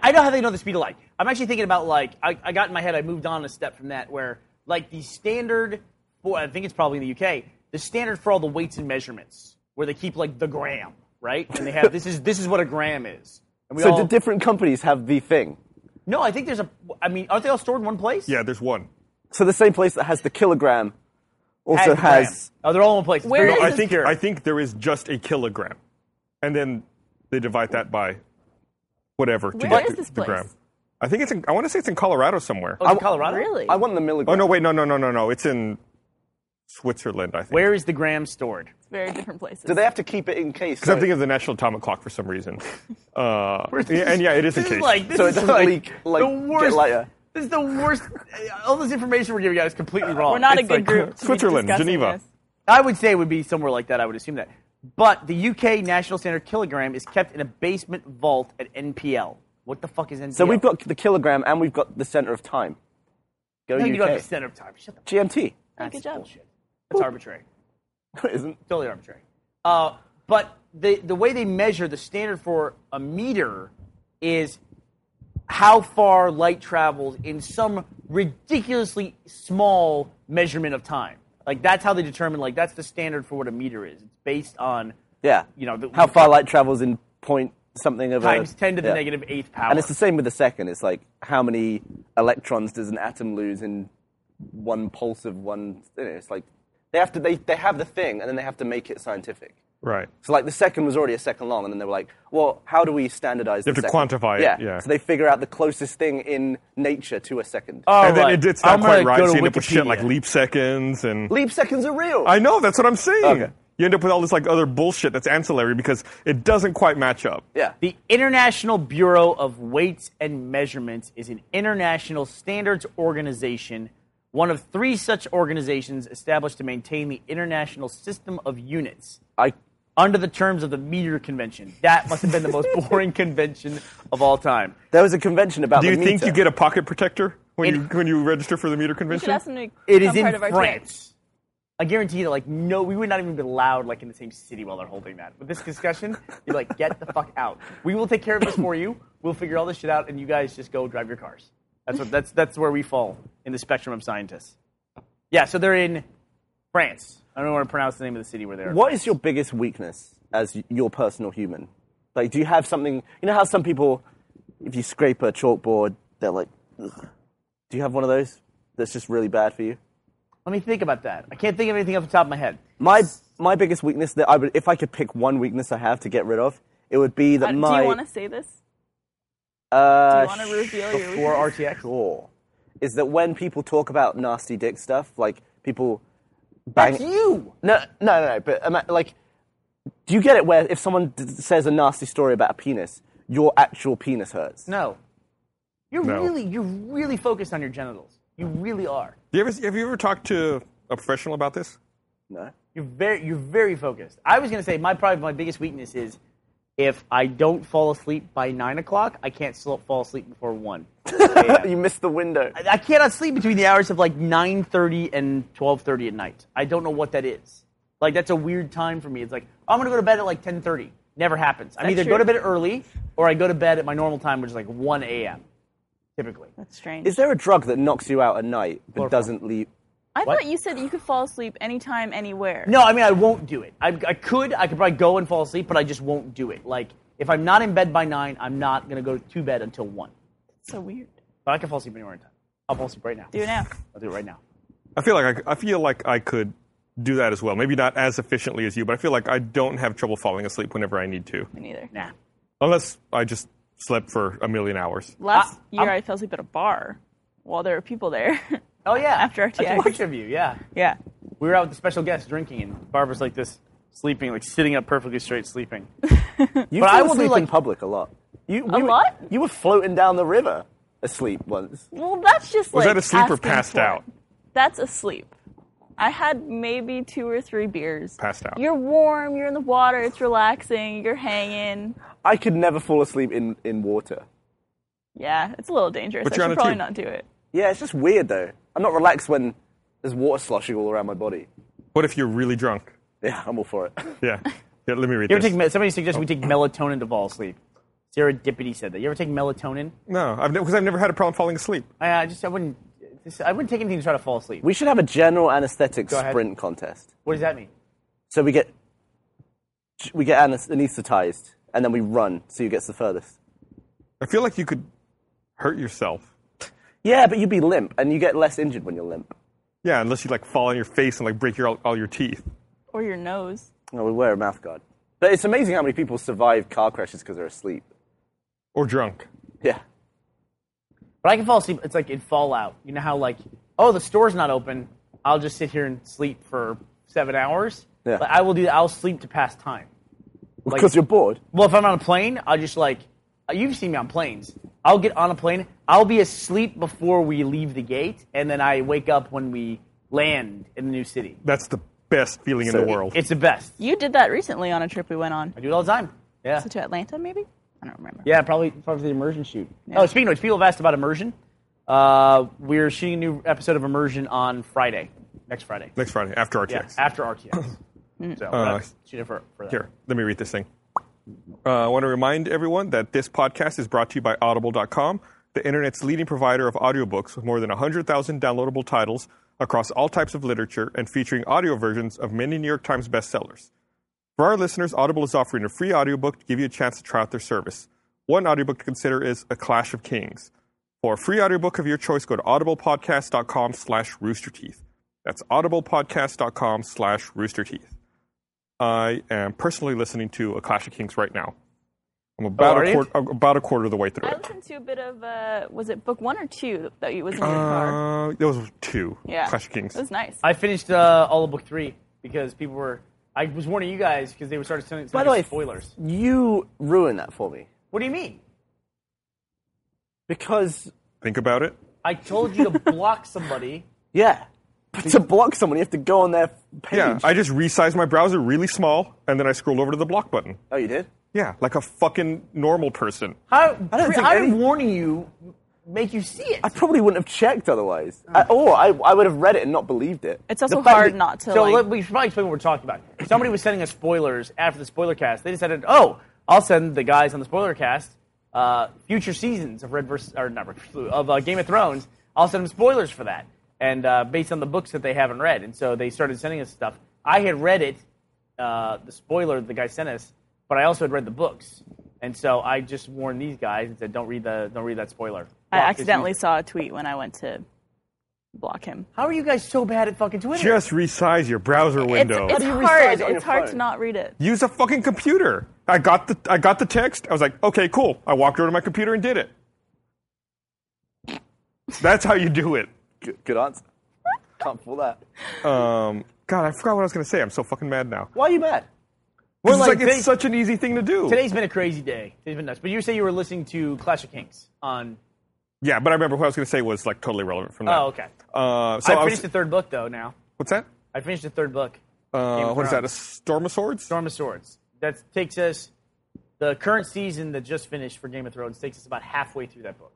[SPEAKER 2] I know how they know the speed of light. I'm actually thinking about like I, I got in my head. I moved on a step from that, where like the standard for I think it's probably in the UK the standard for all the weights and measurements, where they keep like the gram, right? And they have this is this is what a gram is. And we
[SPEAKER 4] so
[SPEAKER 2] all,
[SPEAKER 4] do different companies have the thing?
[SPEAKER 2] no, I think there's a. I mean, aren't they all stored in one place?
[SPEAKER 1] Yeah, there's one.
[SPEAKER 4] So the same place that has the kilogram
[SPEAKER 2] Has
[SPEAKER 4] also
[SPEAKER 2] the gram.
[SPEAKER 4] has.
[SPEAKER 2] Oh, they're all in one place.
[SPEAKER 3] Where
[SPEAKER 2] They're
[SPEAKER 3] is
[SPEAKER 2] all-
[SPEAKER 1] I
[SPEAKER 3] this
[SPEAKER 1] think
[SPEAKER 2] here.
[SPEAKER 1] I think there is just a kilogram, and then they divide that by whatever to
[SPEAKER 3] Where
[SPEAKER 1] get
[SPEAKER 3] is
[SPEAKER 1] the,
[SPEAKER 3] this
[SPEAKER 1] the gram.
[SPEAKER 3] place?
[SPEAKER 1] I think it's in, I want to say it's in Colorado somewhere.
[SPEAKER 2] Oh, it's in Colorado.
[SPEAKER 3] Really?
[SPEAKER 4] I want the milligram.
[SPEAKER 1] Oh no, wait, no, no, no, no, no. It's in Switzerland, I think.
[SPEAKER 2] Where is the gram stored?
[SPEAKER 3] It's very different places.
[SPEAKER 4] Do they have to keep it in case?
[SPEAKER 1] Because I'm
[SPEAKER 4] so-
[SPEAKER 1] thinking of the National Atomic Clock for some reason. Uh, yeah, and yeah, it is in
[SPEAKER 2] This
[SPEAKER 1] case.
[SPEAKER 2] is like this
[SPEAKER 4] So it
[SPEAKER 2] is
[SPEAKER 4] doesn't
[SPEAKER 2] like,
[SPEAKER 4] leak, like,
[SPEAKER 2] the
[SPEAKER 4] get
[SPEAKER 2] worst.
[SPEAKER 4] lighter.
[SPEAKER 2] This is the worst. All this information we're giving out is completely wrong.
[SPEAKER 3] Uh, We're not a
[SPEAKER 2] It's
[SPEAKER 3] good
[SPEAKER 2] like-
[SPEAKER 3] group. to be
[SPEAKER 1] Switzerland,
[SPEAKER 3] discussing
[SPEAKER 1] Geneva.
[SPEAKER 3] this.
[SPEAKER 2] I would say it would be somewhere like that. I would assume that. But the UK national standard kilogram is kept in a basement vault at NPL. What the fuck is NPL?
[SPEAKER 4] so we've got the kilogram and we've got the center of time. Go
[SPEAKER 2] no,
[SPEAKER 4] UK.
[SPEAKER 2] you don't have a center of time. Shut the fuck
[SPEAKER 4] GMT.
[SPEAKER 3] Oh,
[SPEAKER 2] up.
[SPEAKER 3] good
[SPEAKER 2] That's
[SPEAKER 3] job.
[SPEAKER 2] bullshit. That's arbitrary.
[SPEAKER 4] No, it isn't.
[SPEAKER 2] Totally arbitrary. Uh, but the the way they measure the standard for a meter is how far light travels in some ridiculously small measurement of time. Like that's how they determine. Like that's the standard for what a meter is. It's based on
[SPEAKER 4] Yeah.
[SPEAKER 2] You know, the-
[SPEAKER 4] how far light travels in point something of a-
[SPEAKER 2] times 10 to the
[SPEAKER 4] yeah.
[SPEAKER 2] negative eighth power.
[SPEAKER 4] And it's the same with the second. It's like how many electrons does an atom lose in one pulse of one? You know, it's like They have to. They, they have the thing, and then they have to make it scientific.
[SPEAKER 1] Right.
[SPEAKER 2] Oh,
[SPEAKER 4] So like the second was already a second long, and then they were like, well, how do we standardize?
[SPEAKER 1] You
[SPEAKER 4] the
[SPEAKER 1] have to
[SPEAKER 4] second?
[SPEAKER 1] quantify it, yeah.
[SPEAKER 4] So they figure out the closest thing in nature to a second.
[SPEAKER 2] Oh,
[SPEAKER 1] and then
[SPEAKER 2] right.
[SPEAKER 1] it, it's not
[SPEAKER 2] I'm
[SPEAKER 1] quite
[SPEAKER 2] gonna
[SPEAKER 1] right.
[SPEAKER 2] go
[SPEAKER 1] So you
[SPEAKER 2] to
[SPEAKER 1] end up with shit like
[SPEAKER 2] Wikipedia.
[SPEAKER 1] leap seconds and.
[SPEAKER 4] Leap seconds are real.
[SPEAKER 1] I know that's what I'm saying.
[SPEAKER 4] Okay.
[SPEAKER 1] You end up with all this like other bullshit that's ancillary because it doesn't quite match up.
[SPEAKER 4] yeah.
[SPEAKER 2] The International Bureau of Weights and Measurements is an international standards organization, one of three such organizations established to maintain the international system of units
[SPEAKER 4] I
[SPEAKER 2] under the terms of the Meteor Convention. That must have been the most boring convention of all time.
[SPEAKER 4] there was a convention about.
[SPEAKER 1] Do you
[SPEAKER 4] the
[SPEAKER 1] think
[SPEAKER 4] meter.
[SPEAKER 1] you get a pocket protector when
[SPEAKER 2] It-
[SPEAKER 1] you when you register for the meter
[SPEAKER 3] We should
[SPEAKER 1] convention?
[SPEAKER 3] ask them to
[SPEAKER 2] It is
[SPEAKER 3] become
[SPEAKER 2] in
[SPEAKER 3] part of our team.
[SPEAKER 2] France. I guarantee you that, like, no, we would not even be allowed, like, in the same city while they're holding that. With this discussion, you're like, get the fuck out. We will take care of this for you. We'll figure all this shit out, and you guys just go drive your cars. That's what that's that's where we fall in the spectrum of scientists. Yeah, so they're in France. I don't know how to pronounce the name of the city where they're.
[SPEAKER 4] What is your biggest weakness as y- your personal human? Like, do you have something? You know how some people, if you scrape a chalkboard, they're like, "Ugh." do you have one of those that's just really bad for you?
[SPEAKER 2] Let me think about that. I can't think of anything off the top of my head.
[SPEAKER 4] My my biggest weakness that I would, if I could pick one weakness I have to get rid of, it would be that
[SPEAKER 3] Uh,
[SPEAKER 4] my.
[SPEAKER 3] Do you want to say this? you
[SPEAKER 4] uh,
[SPEAKER 3] wanna reveal
[SPEAKER 2] Oh,
[SPEAKER 3] your
[SPEAKER 4] sure,
[SPEAKER 2] Or RTX.
[SPEAKER 4] Sure. Is that when people talk about nasty dick stuff, like people bang.
[SPEAKER 2] That's you.
[SPEAKER 4] No, no, no, no. But um, like, do you get it? Where if someone d- says a nasty story about a penis, your actual penis hurts.
[SPEAKER 2] No. You're
[SPEAKER 1] No.
[SPEAKER 2] really you're really focused on your genitals. You really are.
[SPEAKER 1] Do you ever, have you ever talked to a professional about this?
[SPEAKER 4] no.
[SPEAKER 2] You're very you're very focused. I was gonna say my probably my biggest weakness is if I don't fall asleep by nine o'clock, I can't sl- fall asleep before one. Yeah.
[SPEAKER 4] You missed the window.
[SPEAKER 2] I- I cannot sleep between the hours of like nine thirty and twelve thirty at night. I don't know what that is. Like that's a weird time for me. It's like oh, I'm gonna go to bed at like ten thirty. Never happens. I
[SPEAKER 3] that
[SPEAKER 2] either go
[SPEAKER 3] true?
[SPEAKER 2] to bed early or I go to bed at my normal time, which is like one a.m. Typically.
[SPEAKER 3] That's strange.
[SPEAKER 4] Is there a drug that knocks you out at night but
[SPEAKER 2] Chloroform.
[SPEAKER 4] doesn't leave?
[SPEAKER 3] I
[SPEAKER 2] What?
[SPEAKER 3] thought you said that you could fall asleep anytime, anywhere.
[SPEAKER 2] No, I mean I won't do it. I, I could, I could probably go and fall asleep, but I just won't do it. Like if I'm not in bed by nine, I'm not gonna go to bed until one.
[SPEAKER 3] It's so weird.
[SPEAKER 2] But I can fall asleep anywhere in time. I'll fall asleep right now.
[SPEAKER 3] Do it now.
[SPEAKER 2] I'll do it right now.
[SPEAKER 1] I feel like I, I feel like I could do that as well. Maybe not as efficiently as you, but I feel like I don't have trouble falling asleep whenever I need to,
[SPEAKER 3] Me neither.
[SPEAKER 2] Nah.
[SPEAKER 1] unless I just slept for a million hours.
[SPEAKER 3] Last
[SPEAKER 2] I-
[SPEAKER 3] year
[SPEAKER 2] I'm-
[SPEAKER 3] i fell asleep at a bar while there were people there.
[SPEAKER 2] Oh yeah.
[SPEAKER 3] After
[SPEAKER 2] I took
[SPEAKER 3] RTX.
[SPEAKER 2] a picture of you. Yeah.
[SPEAKER 3] yeah.
[SPEAKER 2] We were out with the special guest drinking, and Barbara's like this, sleeping, like sitting up perfectly straight, sleeping.
[SPEAKER 4] You
[SPEAKER 2] But
[SPEAKER 4] fall
[SPEAKER 2] I will do,
[SPEAKER 4] asleep in
[SPEAKER 2] like-
[SPEAKER 4] public a lot. You, we were-
[SPEAKER 3] lot?
[SPEAKER 4] You were floating down the river asleep once.
[SPEAKER 3] Well, that's just
[SPEAKER 1] Was
[SPEAKER 3] like
[SPEAKER 1] that asleep or
[SPEAKER 3] asking
[SPEAKER 1] passed
[SPEAKER 3] for it.
[SPEAKER 1] out?
[SPEAKER 3] That's asleep. I had maybe two or three beers.
[SPEAKER 1] Passed out.
[SPEAKER 3] You're warm. You're in the water. It's relaxing. You're hanging.
[SPEAKER 4] I could never fall asleep in, in water.
[SPEAKER 3] Yeah, it's a little dangerous.
[SPEAKER 1] But
[SPEAKER 3] I
[SPEAKER 1] you're
[SPEAKER 3] should
[SPEAKER 1] on a
[SPEAKER 3] probably
[SPEAKER 1] team.
[SPEAKER 3] not do it.
[SPEAKER 4] Yeah, it's just weird though. I'm not relaxed when there's water sloshing all around my body.
[SPEAKER 1] What if you're really drunk?
[SPEAKER 4] Yeah, I'm all for it.
[SPEAKER 1] Yeah. Here, let me read
[SPEAKER 2] You ever
[SPEAKER 1] this.
[SPEAKER 2] take me- somebody suggested we take melatonin to fall asleep. Serendipity said that. You ever take melatonin?
[SPEAKER 1] no, I've because I've never had a problem falling asleep.
[SPEAKER 2] I, I just I wouldn't. This, I wouldn't take anything to try to fall asleep.
[SPEAKER 4] we should have a general anesthetic
[SPEAKER 2] Go ahead.
[SPEAKER 4] sprint contest.
[SPEAKER 2] What does that mean?
[SPEAKER 4] So we get we get anes- anesthetized, and then we run. See who gets the furthest.
[SPEAKER 1] I feel like you could hurt yourself.
[SPEAKER 4] Yeah, but you'd be limp, and you get less injured when you're limp.
[SPEAKER 1] Yeah, unless you like fall on your face and like break your all, all your teeth.
[SPEAKER 3] Or your nose.
[SPEAKER 4] No, Oh, we wear a mouth guard. But it's amazing how many people survive car crashes because they're asleep.
[SPEAKER 1] Or drunk.
[SPEAKER 4] Yeah.
[SPEAKER 2] But I can fall asleep. It's like in Fallout. You know how like, oh, the store's not open. I'll just sit here and sleep for seven hours.
[SPEAKER 4] Yeah.
[SPEAKER 2] Like, I will do. I'll sleep to pass time. Like-
[SPEAKER 4] Because you're bored.
[SPEAKER 2] Well, if I'm on a plane, I'll just like. uh, You've seen me on planes. I'll get on a plane. I'll be asleep before we leave the gate, and then I wake up when we land in the new city.
[SPEAKER 1] That's the best feeling
[SPEAKER 4] So
[SPEAKER 1] in the world.
[SPEAKER 2] It's the best.
[SPEAKER 3] You did that recently on a trip we went on
[SPEAKER 2] I do it all the time. Yeah.
[SPEAKER 3] to Atlanta, maybe. I don't remember.
[SPEAKER 2] Yeah, probably probably the immersion shoot.
[SPEAKER 3] Yeah.
[SPEAKER 2] Oh, speaking of which, people have asked about immersion. Uh, we're shooting a new episode of Immersion on Friday, next Friday.
[SPEAKER 1] Next Friday after RTX.
[SPEAKER 2] Yeah, after RTX. so uh, shoot it for, for that.
[SPEAKER 1] Here, let me read this thing. Uh, I want to remind everyone that this podcast is brought to you by Audible.com, the internet's leading provider of audiobooks with more than 100,000 downloadable titles across all types of literature and featuring audio versions of many New York Times bestsellers. For our listeners, Audible is offering a free audiobook to give you a chance to try out their service. One audiobook to consider is A Clash of Kings. For a free audiobook of your choice, go to audiblepodcast.com slash roosterteeth. That's audiblepodcast.com slash roosterteeth. I am personally listening to A Clash of Kings right now. I'm about,
[SPEAKER 2] Oh, are
[SPEAKER 1] a,
[SPEAKER 2] you?
[SPEAKER 1] quarter, about a quarter of the way through
[SPEAKER 3] I
[SPEAKER 1] it.
[SPEAKER 3] listened to a bit of uh, was it book one or two that you was in your car?
[SPEAKER 1] Uh, those were two.
[SPEAKER 3] Yeah,
[SPEAKER 1] Clash of Kings.
[SPEAKER 3] It was nice.
[SPEAKER 2] I finished uh, all of book three because people were. I was warning you guys because they were starting sending,
[SPEAKER 4] By the way,
[SPEAKER 2] sending spoilers.
[SPEAKER 4] You ruined that for me
[SPEAKER 2] What do you mean?
[SPEAKER 4] because
[SPEAKER 1] Think about it.
[SPEAKER 2] I told you to block somebody.
[SPEAKER 4] yeah, but to block someone you have to go on their page.
[SPEAKER 1] Yeah, I just resized my browser really small, and then I scrolled over to the block button.
[SPEAKER 4] oh, you did.
[SPEAKER 1] Yeah, like a fucking normal person.
[SPEAKER 2] How, I,
[SPEAKER 4] don't think
[SPEAKER 2] how
[SPEAKER 4] any-
[SPEAKER 2] did warning you make you see it?
[SPEAKER 4] I probably wouldn't have checked otherwise,
[SPEAKER 2] Oh.
[SPEAKER 4] I, or I, I would have read it and not believed it.
[SPEAKER 3] It's also
[SPEAKER 4] The fact
[SPEAKER 3] hard
[SPEAKER 4] that-
[SPEAKER 3] not to
[SPEAKER 2] So
[SPEAKER 3] like.
[SPEAKER 2] let, we should probably explain what we're talking about. Somebody was sending us spoilers after the spoiler cast. They decided, oh, I'll send the guys on the spoiler cast uh, future seasons of Red versus or not Red versus Blue, of uh, Game of Thrones. I'll send them spoilers for that, and uh, based on the books that they haven't read. And so they started sending us stuff. I had read it, uh, the spoiler the guy sent us, but I also had read the books. And so I just warned these guys and said, don't read the don't read that spoiler.
[SPEAKER 3] I
[SPEAKER 2] Block this
[SPEAKER 3] accidentally
[SPEAKER 2] user.
[SPEAKER 3] saw a tweet when I went to block him.
[SPEAKER 2] How are you guys so bad at fucking Twitter?
[SPEAKER 1] Just resize your browser window.
[SPEAKER 3] It's, it's
[SPEAKER 4] do you
[SPEAKER 3] hard.
[SPEAKER 4] resize on your
[SPEAKER 3] It's hard to
[SPEAKER 4] phone?
[SPEAKER 3] not read it.
[SPEAKER 1] Use a fucking computer. I got the I got the text. I was like, okay, cool. I walked over to my computer and did it. That's how you do it.
[SPEAKER 4] Good, good answer. Can't fool that.
[SPEAKER 1] Um, God, I forgot what I was gonna say. I'm so fucking mad now.
[SPEAKER 4] Why are you mad?
[SPEAKER 1] 'Cause it's
[SPEAKER 2] like
[SPEAKER 1] like it's
[SPEAKER 2] big-
[SPEAKER 1] such an easy thing to do.
[SPEAKER 2] Today's been a crazy day. Today's been nuts. But you say you were listening to Clash of Kings on.
[SPEAKER 1] yeah, but I remember what I was gonna say was like totally relevant from that.
[SPEAKER 2] Oh, okay.
[SPEAKER 1] Uh, so
[SPEAKER 2] I
[SPEAKER 1] I
[SPEAKER 2] finished
[SPEAKER 1] was,
[SPEAKER 2] the third book though. Now
[SPEAKER 1] what's that?
[SPEAKER 2] I finished the third book. Game
[SPEAKER 1] Uh,
[SPEAKER 2] of
[SPEAKER 1] what is that? A
[SPEAKER 2] Thrones.
[SPEAKER 1] storm of swords?
[SPEAKER 2] Storm of Swords. That takes us. The current season that just finished for Game of Thrones takes us about halfway through that book.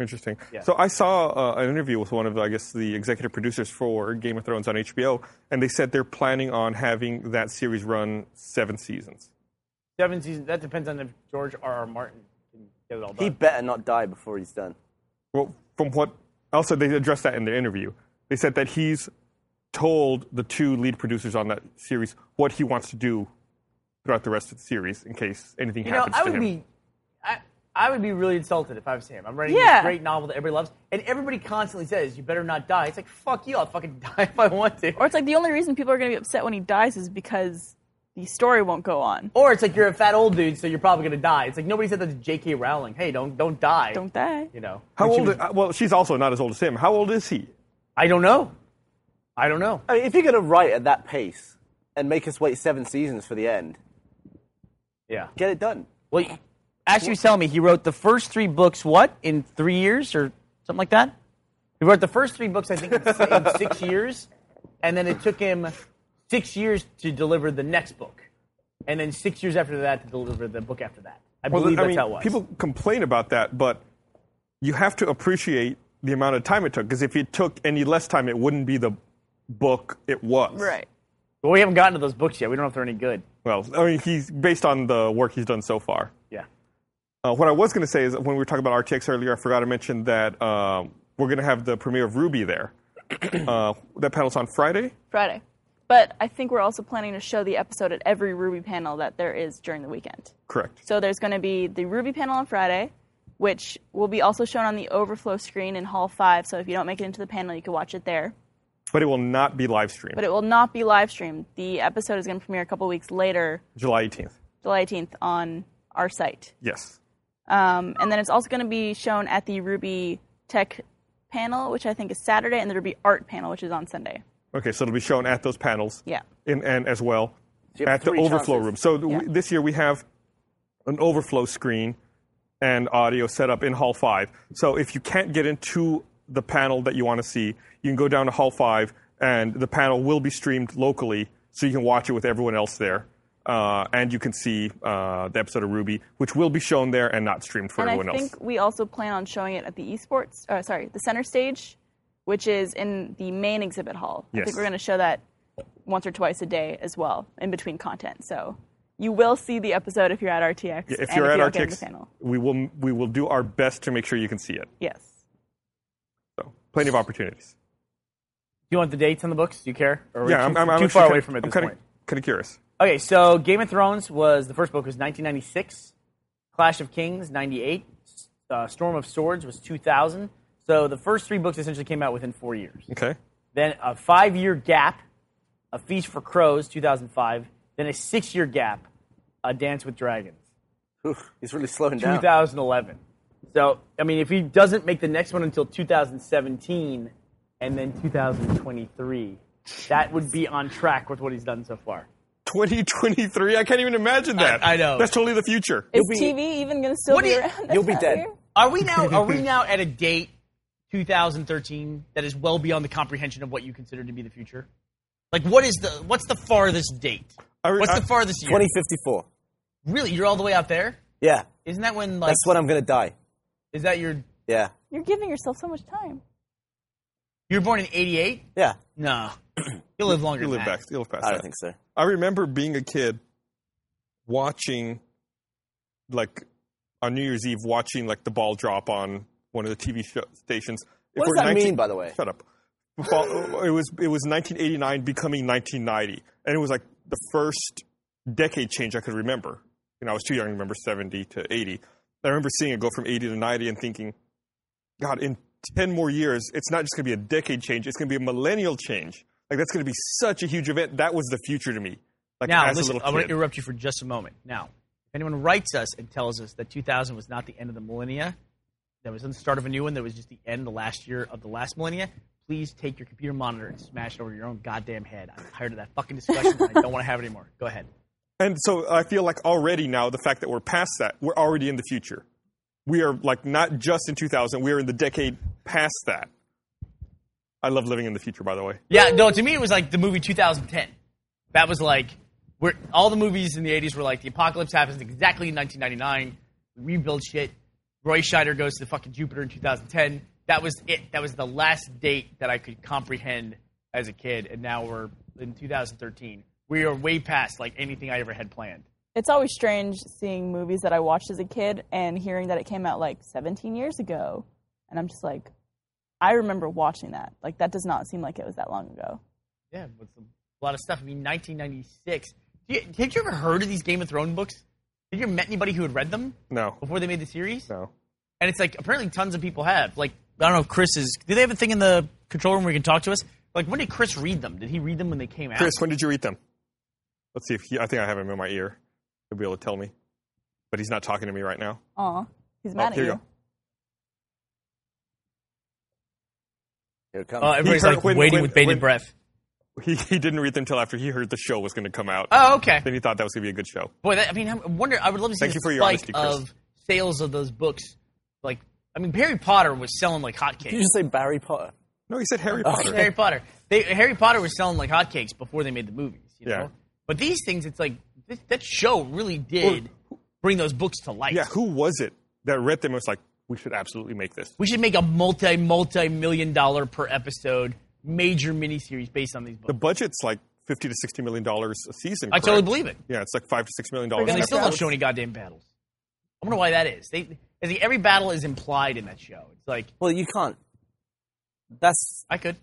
[SPEAKER 1] Interesting.
[SPEAKER 2] Yeah.
[SPEAKER 1] So I saw uh, an interview with one of, the, I guess, the executive producers for Game of Thrones on HBO, and they said they're planning on having that series run seven seasons.
[SPEAKER 2] Seven seasons. That depends on if George R. R. Martin can get it all done.
[SPEAKER 4] He better not die before he's done.
[SPEAKER 1] Well, from what also they addressed that in their interview. They said that he's told the two lead producers on that series what he wants to do throughout the rest of the series in case anything
[SPEAKER 2] you know,
[SPEAKER 1] happens
[SPEAKER 2] I
[SPEAKER 1] to
[SPEAKER 2] would
[SPEAKER 1] him.
[SPEAKER 2] be. I, I would be really insulted if I was him. I'm writing
[SPEAKER 3] Yeah.
[SPEAKER 2] this great novel that everybody loves, and everybody constantly says, "You better not die." It's like, fuck you! I'll fucking die if I want to.
[SPEAKER 3] Or it's like the only reason people are going to be upset when he dies is because the story won't go on.
[SPEAKER 2] Or it's like you're a fat old dude, so you're probably gonna die. It's like nobody said that to J.K. Rowling. Hey, don't don't die.
[SPEAKER 3] Don't die.
[SPEAKER 2] You know.
[SPEAKER 1] How
[SPEAKER 2] When she
[SPEAKER 1] old?
[SPEAKER 2] was-
[SPEAKER 1] uh, well, she's also not as old as him. How old is he?
[SPEAKER 2] I don't know. I don't know.
[SPEAKER 4] I mean, if you're going to write at that pace and make us wait seven seasons for the end,
[SPEAKER 2] Yeah.
[SPEAKER 4] get it done.
[SPEAKER 2] Well, you- as you tell me, he wrote the first three books. What in three years or something like that? He wrote the first three books, I think, in, si- in six years, and then it took him six years to deliver the next book, and then six years after that to deliver the book after that. I
[SPEAKER 1] Well,
[SPEAKER 2] believe
[SPEAKER 1] I
[SPEAKER 2] that's
[SPEAKER 1] mean,
[SPEAKER 2] how it was.
[SPEAKER 1] People complain about that, but you have to appreciate the amount of time it took. Because if it took any less time, it wouldn't be the book it was.
[SPEAKER 3] Right.
[SPEAKER 2] but we haven't gotten to those books yet. We don't know if they're any good.
[SPEAKER 1] Well, I mean, he's based on the work he's done so far.
[SPEAKER 2] Yeah.
[SPEAKER 1] Uh, what I was going to say is that when we were talking about RTX earlier, I forgot to mention that um, we're going to have the premiere of Ruby there. uh, that panel's on Friday.
[SPEAKER 3] Friday. But I think we're also planning to show the episode at every Ruby panel that there is during the weekend.
[SPEAKER 1] Correct.
[SPEAKER 3] So there's going to be the Ruby panel on Friday, which will be also shown on the overflow screen in Hall 5. So if you don't make it into the panel, you can watch it there.
[SPEAKER 1] But it will not be live streamed.
[SPEAKER 3] But it will not be live streamed. The episode is going to premiere a couple weeks later,
[SPEAKER 1] July 18th.
[SPEAKER 3] July 18th, on our site.
[SPEAKER 1] Yes.
[SPEAKER 3] Um, and then it's also going to be shown at the Ruby Tech panel, which I think is Saturday, and the Ruby Art panel, which is on Sunday.
[SPEAKER 1] Okay, so it'll be shown at those panels.
[SPEAKER 3] Yeah.
[SPEAKER 1] In, and as well
[SPEAKER 4] you have
[SPEAKER 1] at the
[SPEAKER 4] three
[SPEAKER 1] overflow
[SPEAKER 4] chances.
[SPEAKER 1] room. So th- we- this year we have an overflow screen and audio set up in Hall 5. So if you can't get into the panel that you want to see, you can go down to Hall 5 and the panel will be streamed locally so you can watch it with everyone else there. Uh, and you can see uh, the episode of Ruby, which will be shown there and not streamed for
[SPEAKER 3] and
[SPEAKER 1] everyone
[SPEAKER 3] I think
[SPEAKER 1] else.
[SPEAKER 3] we also plan on showing it at the esports, uh, sorry, the center stage, which is in the main exhibit hall. I
[SPEAKER 1] Yes.
[SPEAKER 3] think we're going to show that once or twice a day as well, in between content. So you will see the episode if you're at RTX.
[SPEAKER 1] Yeah, if
[SPEAKER 3] and
[SPEAKER 1] you're
[SPEAKER 3] if
[SPEAKER 1] at
[SPEAKER 3] you
[SPEAKER 1] our
[SPEAKER 3] don't get in the
[SPEAKER 1] RTX,
[SPEAKER 3] panel.
[SPEAKER 1] we will, we will do our best to make sure you can see it.
[SPEAKER 3] Yes.
[SPEAKER 1] So plenty of opportunities.
[SPEAKER 2] Do you want the dates on the books? Do you care? Or are we
[SPEAKER 1] yeah, I'm,
[SPEAKER 2] too,
[SPEAKER 1] I'm
[SPEAKER 2] too
[SPEAKER 1] actually
[SPEAKER 2] far
[SPEAKER 1] kinda-
[SPEAKER 2] away from it at
[SPEAKER 1] I'm
[SPEAKER 2] this
[SPEAKER 1] kinda,
[SPEAKER 2] point.
[SPEAKER 1] Kind of curious.
[SPEAKER 2] Okay, so Game of Thrones was the first book was 1996, Clash of Kings 98, uh, Storm of Swords was 2000. So the first three books essentially came out within four years.
[SPEAKER 1] Okay.
[SPEAKER 5] then a five year gap, A Feast for Crows, 2005, then a six year gap, A Dance with Dragons.
[SPEAKER 4] Oof, he's really slowing down.
[SPEAKER 5] 2011. So, I mean, if he doesn't make the next one until 2017 and then 2023, that would be on track with what he's done so far.
[SPEAKER 1] 2023? I can't even imagine that.
[SPEAKER 5] I know.
[SPEAKER 1] That's totally the future.
[SPEAKER 3] Is TV even going to still
[SPEAKER 5] What
[SPEAKER 3] be
[SPEAKER 5] do you-
[SPEAKER 3] around?
[SPEAKER 4] you'll be
[SPEAKER 3] next
[SPEAKER 4] dead.
[SPEAKER 3] year?
[SPEAKER 2] Are we now? Are we now at a date, 2013, that is well beyond the comprehension of what you consider to be the future? Like, what is the? What's the farthest date?
[SPEAKER 1] I re-
[SPEAKER 2] What's
[SPEAKER 5] uh,
[SPEAKER 1] I-
[SPEAKER 2] the farthest year?
[SPEAKER 4] 2054.
[SPEAKER 2] Really, you're all the way out there.
[SPEAKER 4] Yeah,
[SPEAKER 2] Isn't that when like?
[SPEAKER 4] that's when I'm gonna die.
[SPEAKER 2] Is that your?
[SPEAKER 4] Yeah,
[SPEAKER 3] You're giving yourself so much time.
[SPEAKER 2] You were born in '88.
[SPEAKER 4] yeah.
[SPEAKER 2] No, you'll live longer.
[SPEAKER 1] You
[SPEAKER 2] than
[SPEAKER 1] live
[SPEAKER 2] that.
[SPEAKER 1] back. You live past
[SPEAKER 4] I
[SPEAKER 1] that.
[SPEAKER 4] don't think so.
[SPEAKER 1] I remember being a kid watching, like, on New Year's Eve, watching, like, the ball drop on one of the TV show stations. If
[SPEAKER 4] What does
[SPEAKER 1] we're
[SPEAKER 4] that mean, by the way?
[SPEAKER 1] Shut up. Fall- It was, it was 1989 becoming 1990. And it was, like, the first decade change I could remember. You know, I was too young to remember 70 to 80. I remember seeing it go from 80 to 90 and thinking, God, in 10 more years, it's not just going to be a decade change, it's going to be a millennial change. Like, that's going to be such a huge event. That was the future to me. Like,
[SPEAKER 2] Now,
[SPEAKER 1] as a
[SPEAKER 2] listen,
[SPEAKER 1] little
[SPEAKER 2] I want
[SPEAKER 1] kid.
[SPEAKER 2] to interrupt you for just a moment. Now, if anyone writes us and tells us that 2000 was not the end of the millennia, that was not the start of a new one, that was just the end, the last year of the last millennia, please take your computer monitor and smash it over your own goddamn head. I'm tired of that fucking discussion. and I don't want to have it anymore. Go ahead.
[SPEAKER 1] and so I feel like already now, the fact that we're past that, we're already in the future. We are, like, not just in 2000, we are in the decade past that. I love living in the future, by the way.
[SPEAKER 2] Yeah, no, to me it was like the movie 2010. That was like where all the movies in the 80s were like the apocalypse happens exactly in 1999, we rebuild shit. Roy Scheider goes to fucking Jupiter in 2010. That was it. That was the last date that I could comprehend as a kid, and now we're in 2013. We are way past like anything I ever had planned.
[SPEAKER 3] It's always strange seeing movies that I watched as a kid and hearing that it came out like 17 years ago. And I'm just like, I remember watching that. Like, that does not seem like it was that long ago.
[SPEAKER 2] Yeah, with some, a lot of stuff. I mean, 1996. Did you, had you ever heard of these Game of Thrones books? Did you ever met anybody who had read them
[SPEAKER 1] No.
[SPEAKER 2] before they made the series?
[SPEAKER 1] No.
[SPEAKER 2] and it's like apparently tons of people have. Like I don't know if Chris is. Do they have a thing in the control room where you can talk to us? Like when did Chris read them? Did he read them when they came out?
[SPEAKER 1] Chris, when did you eat them? Let's see if he, I think I have him in my ear. He'll be able to tell me. But he's not talking to me right now. Oh,
[SPEAKER 3] Aw,
[SPEAKER 2] Oh,
[SPEAKER 3] he's mad at
[SPEAKER 1] here
[SPEAKER 3] you.
[SPEAKER 1] you go.
[SPEAKER 4] Here it comes.
[SPEAKER 2] Oh, everybody's
[SPEAKER 1] He heard
[SPEAKER 2] like
[SPEAKER 1] when-
[SPEAKER 2] waiting
[SPEAKER 1] when-
[SPEAKER 2] with bated
[SPEAKER 1] when-
[SPEAKER 2] breath.
[SPEAKER 1] He, he didn't read them until after he heard the show was going to come out.
[SPEAKER 2] Oh, okay.
[SPEAKER 1] then he thought that was going to be a good show.
[SPEAKER 2] Boy, that, I mean, I wonder. I would love to see
[SPEAKER 1] Thank
[SPEAKER 2] the
[SPEAKER 1] you for your
[SPEAKER 2] spike
[SPEAKER 1] honesty, Chris.
[SPEAKER 2] of sales of those books. Like, I mean, Harry Potter was selling like
[SPEAKER 4] Did
[SPEAKER 2] hotcakes.
[SPEAKER 4] you just say Barry Potter?
[SPEAKER 1] No, he said Harry Potter.
[SPEAKER 2] Harry Potter. They, Harry Potter was selling like hotcakes before they made the movies. You know?
[SPEAKER 1] Yeah.
[SPEAKER 2] But these things, it's like this, that show really did bring those books to life.
[SPEAKER 1] Yeah, who was it that read them and was like, we should absolutely make this?
[SPEAKER 2] We should make a multi multi million dollar per episode major miniseries based on these
[SPEAKER 1] The
[SPEAKER 2] books.
[SPEAKER 1] budget's like 50 to $60 million dollars a season.
[SPEAKER 2] I totally
[SPEAKER 1] correct?
[SPEAKER 2] believe it.
[SPEAKER 1] Yeah, it's like 5 to $6 million.
[SPEAKER 3] We're
[SPEAKER 2] And they
[SPEAKER 1] dollars.
[SPEAKER 2] still don't show any goddamn battles. I wonder why that is. They, I think every battle is implied in that show. It's like
[SPEAKER 4] Well, you can't. That's
[SPEAKER 2] I could.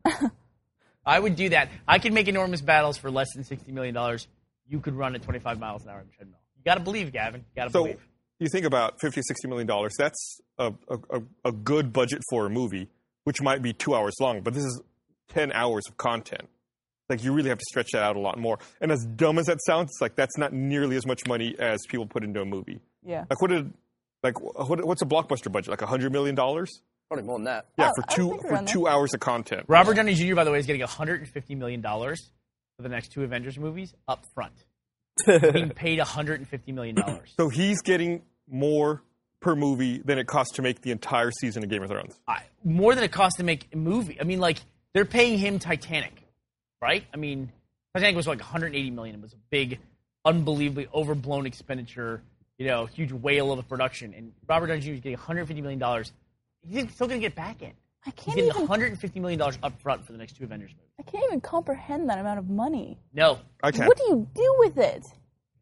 [SPEAKER 2] I would do that. I could make enormous battles for less than sixty million dollars. You could run at twenty five miles an hour on a treadmill. You gotta believe, Gavin. You gotta
[SPEAKER 1] So
[SPEAKER 2] believe.
[SPEAKER 1] you think about 50 to $60 million, dollars, that's a, a, a, a good budget for a movie, which might be two hours long, but this is 10 hours of content. Like, you really have to stretch that out a lot more. And as dumb as that sounds, it's like that's not nearly as much money as people put into a movie.
[SPEAKER 3] Yeah.
[SPEAKER 1] Like, what did, like, what, what's a blockbuster budget? Like $100 million?
[SPEAKER 4] probably more than that.
[SPEAKER 1] Yeah,
[SPEAKER 3] Oh,
[SPEAKER 1] for
[SPEAKER 3] I would
[SPEAKER 1] two
[SPEAKER 3] think
[SPEAKER 1] for
[SPEAKER 3] around
[SPEAKER 1] two hours of content.
[SPEAKER 2] Robert Downey Jr. by the way is getting hundred and fifty million dollars for the next two Avengers movies up front. Being paid hundred and fifty million dollars.
[SPEAKER 1] So he's getting more per movie than it costs to make the entire season of Game of Thrones.
[SPEAKER 2] I- more than it costs to make a movie. I mean, like they're paying him Titanic, right? I mean, Titanic was like 180 million. It was a big, unbelievably overblown expenditure. You know, huge whale of a production. And Robert Downey Jr. is getting 150 million dollars. He's still going to get back in.
[SPEAKER 3] I
[SPEAKER 2] He's
[SPEAKER 3] can't
[SPEAKER 2] getting
[SPEAKER 3] even
[SPEAKER 2] 150 million dollars up front for the next two Avengers movies.
[SPEAKER 3] I can't even comprehend that amount of money.
[SPEAKER 2] No,
[SPEAKER 1] I can't.
[SPEAKER 3] What do you do with it?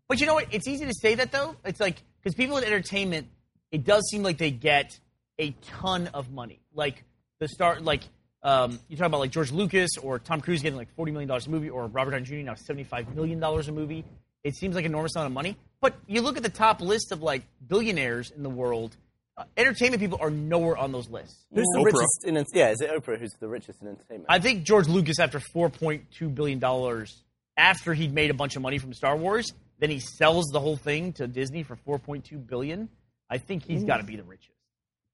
[SPEAKER 2] But you know what? It's easy to say that though. It's like because people in entertainment, it does seem like they get a ton of money. Like the star, like um, you talk about like George Lucas or Tom Cruise getting like forty million dollars a movie, or Robert Downey Jr. now seventy five million dollars a movie. It seems like an enormous amount of money. But you look at the top list of like billionaires in the world. uh, entertainment people are nowhere on those lists.
[SPEAKER 4] Who's the
[SPEAKER 1] Oprah.
[SPEAKER 4] richest in? Yeah, is it Oprah who's the richest in entertainment?
[SPEAKER 2] I think George Lucas, after four point two billion dollars, after he'd made a bunch of money from Star Wars, then he sells the whole thing to Disney for four point two billion. I think he's got to be the richest.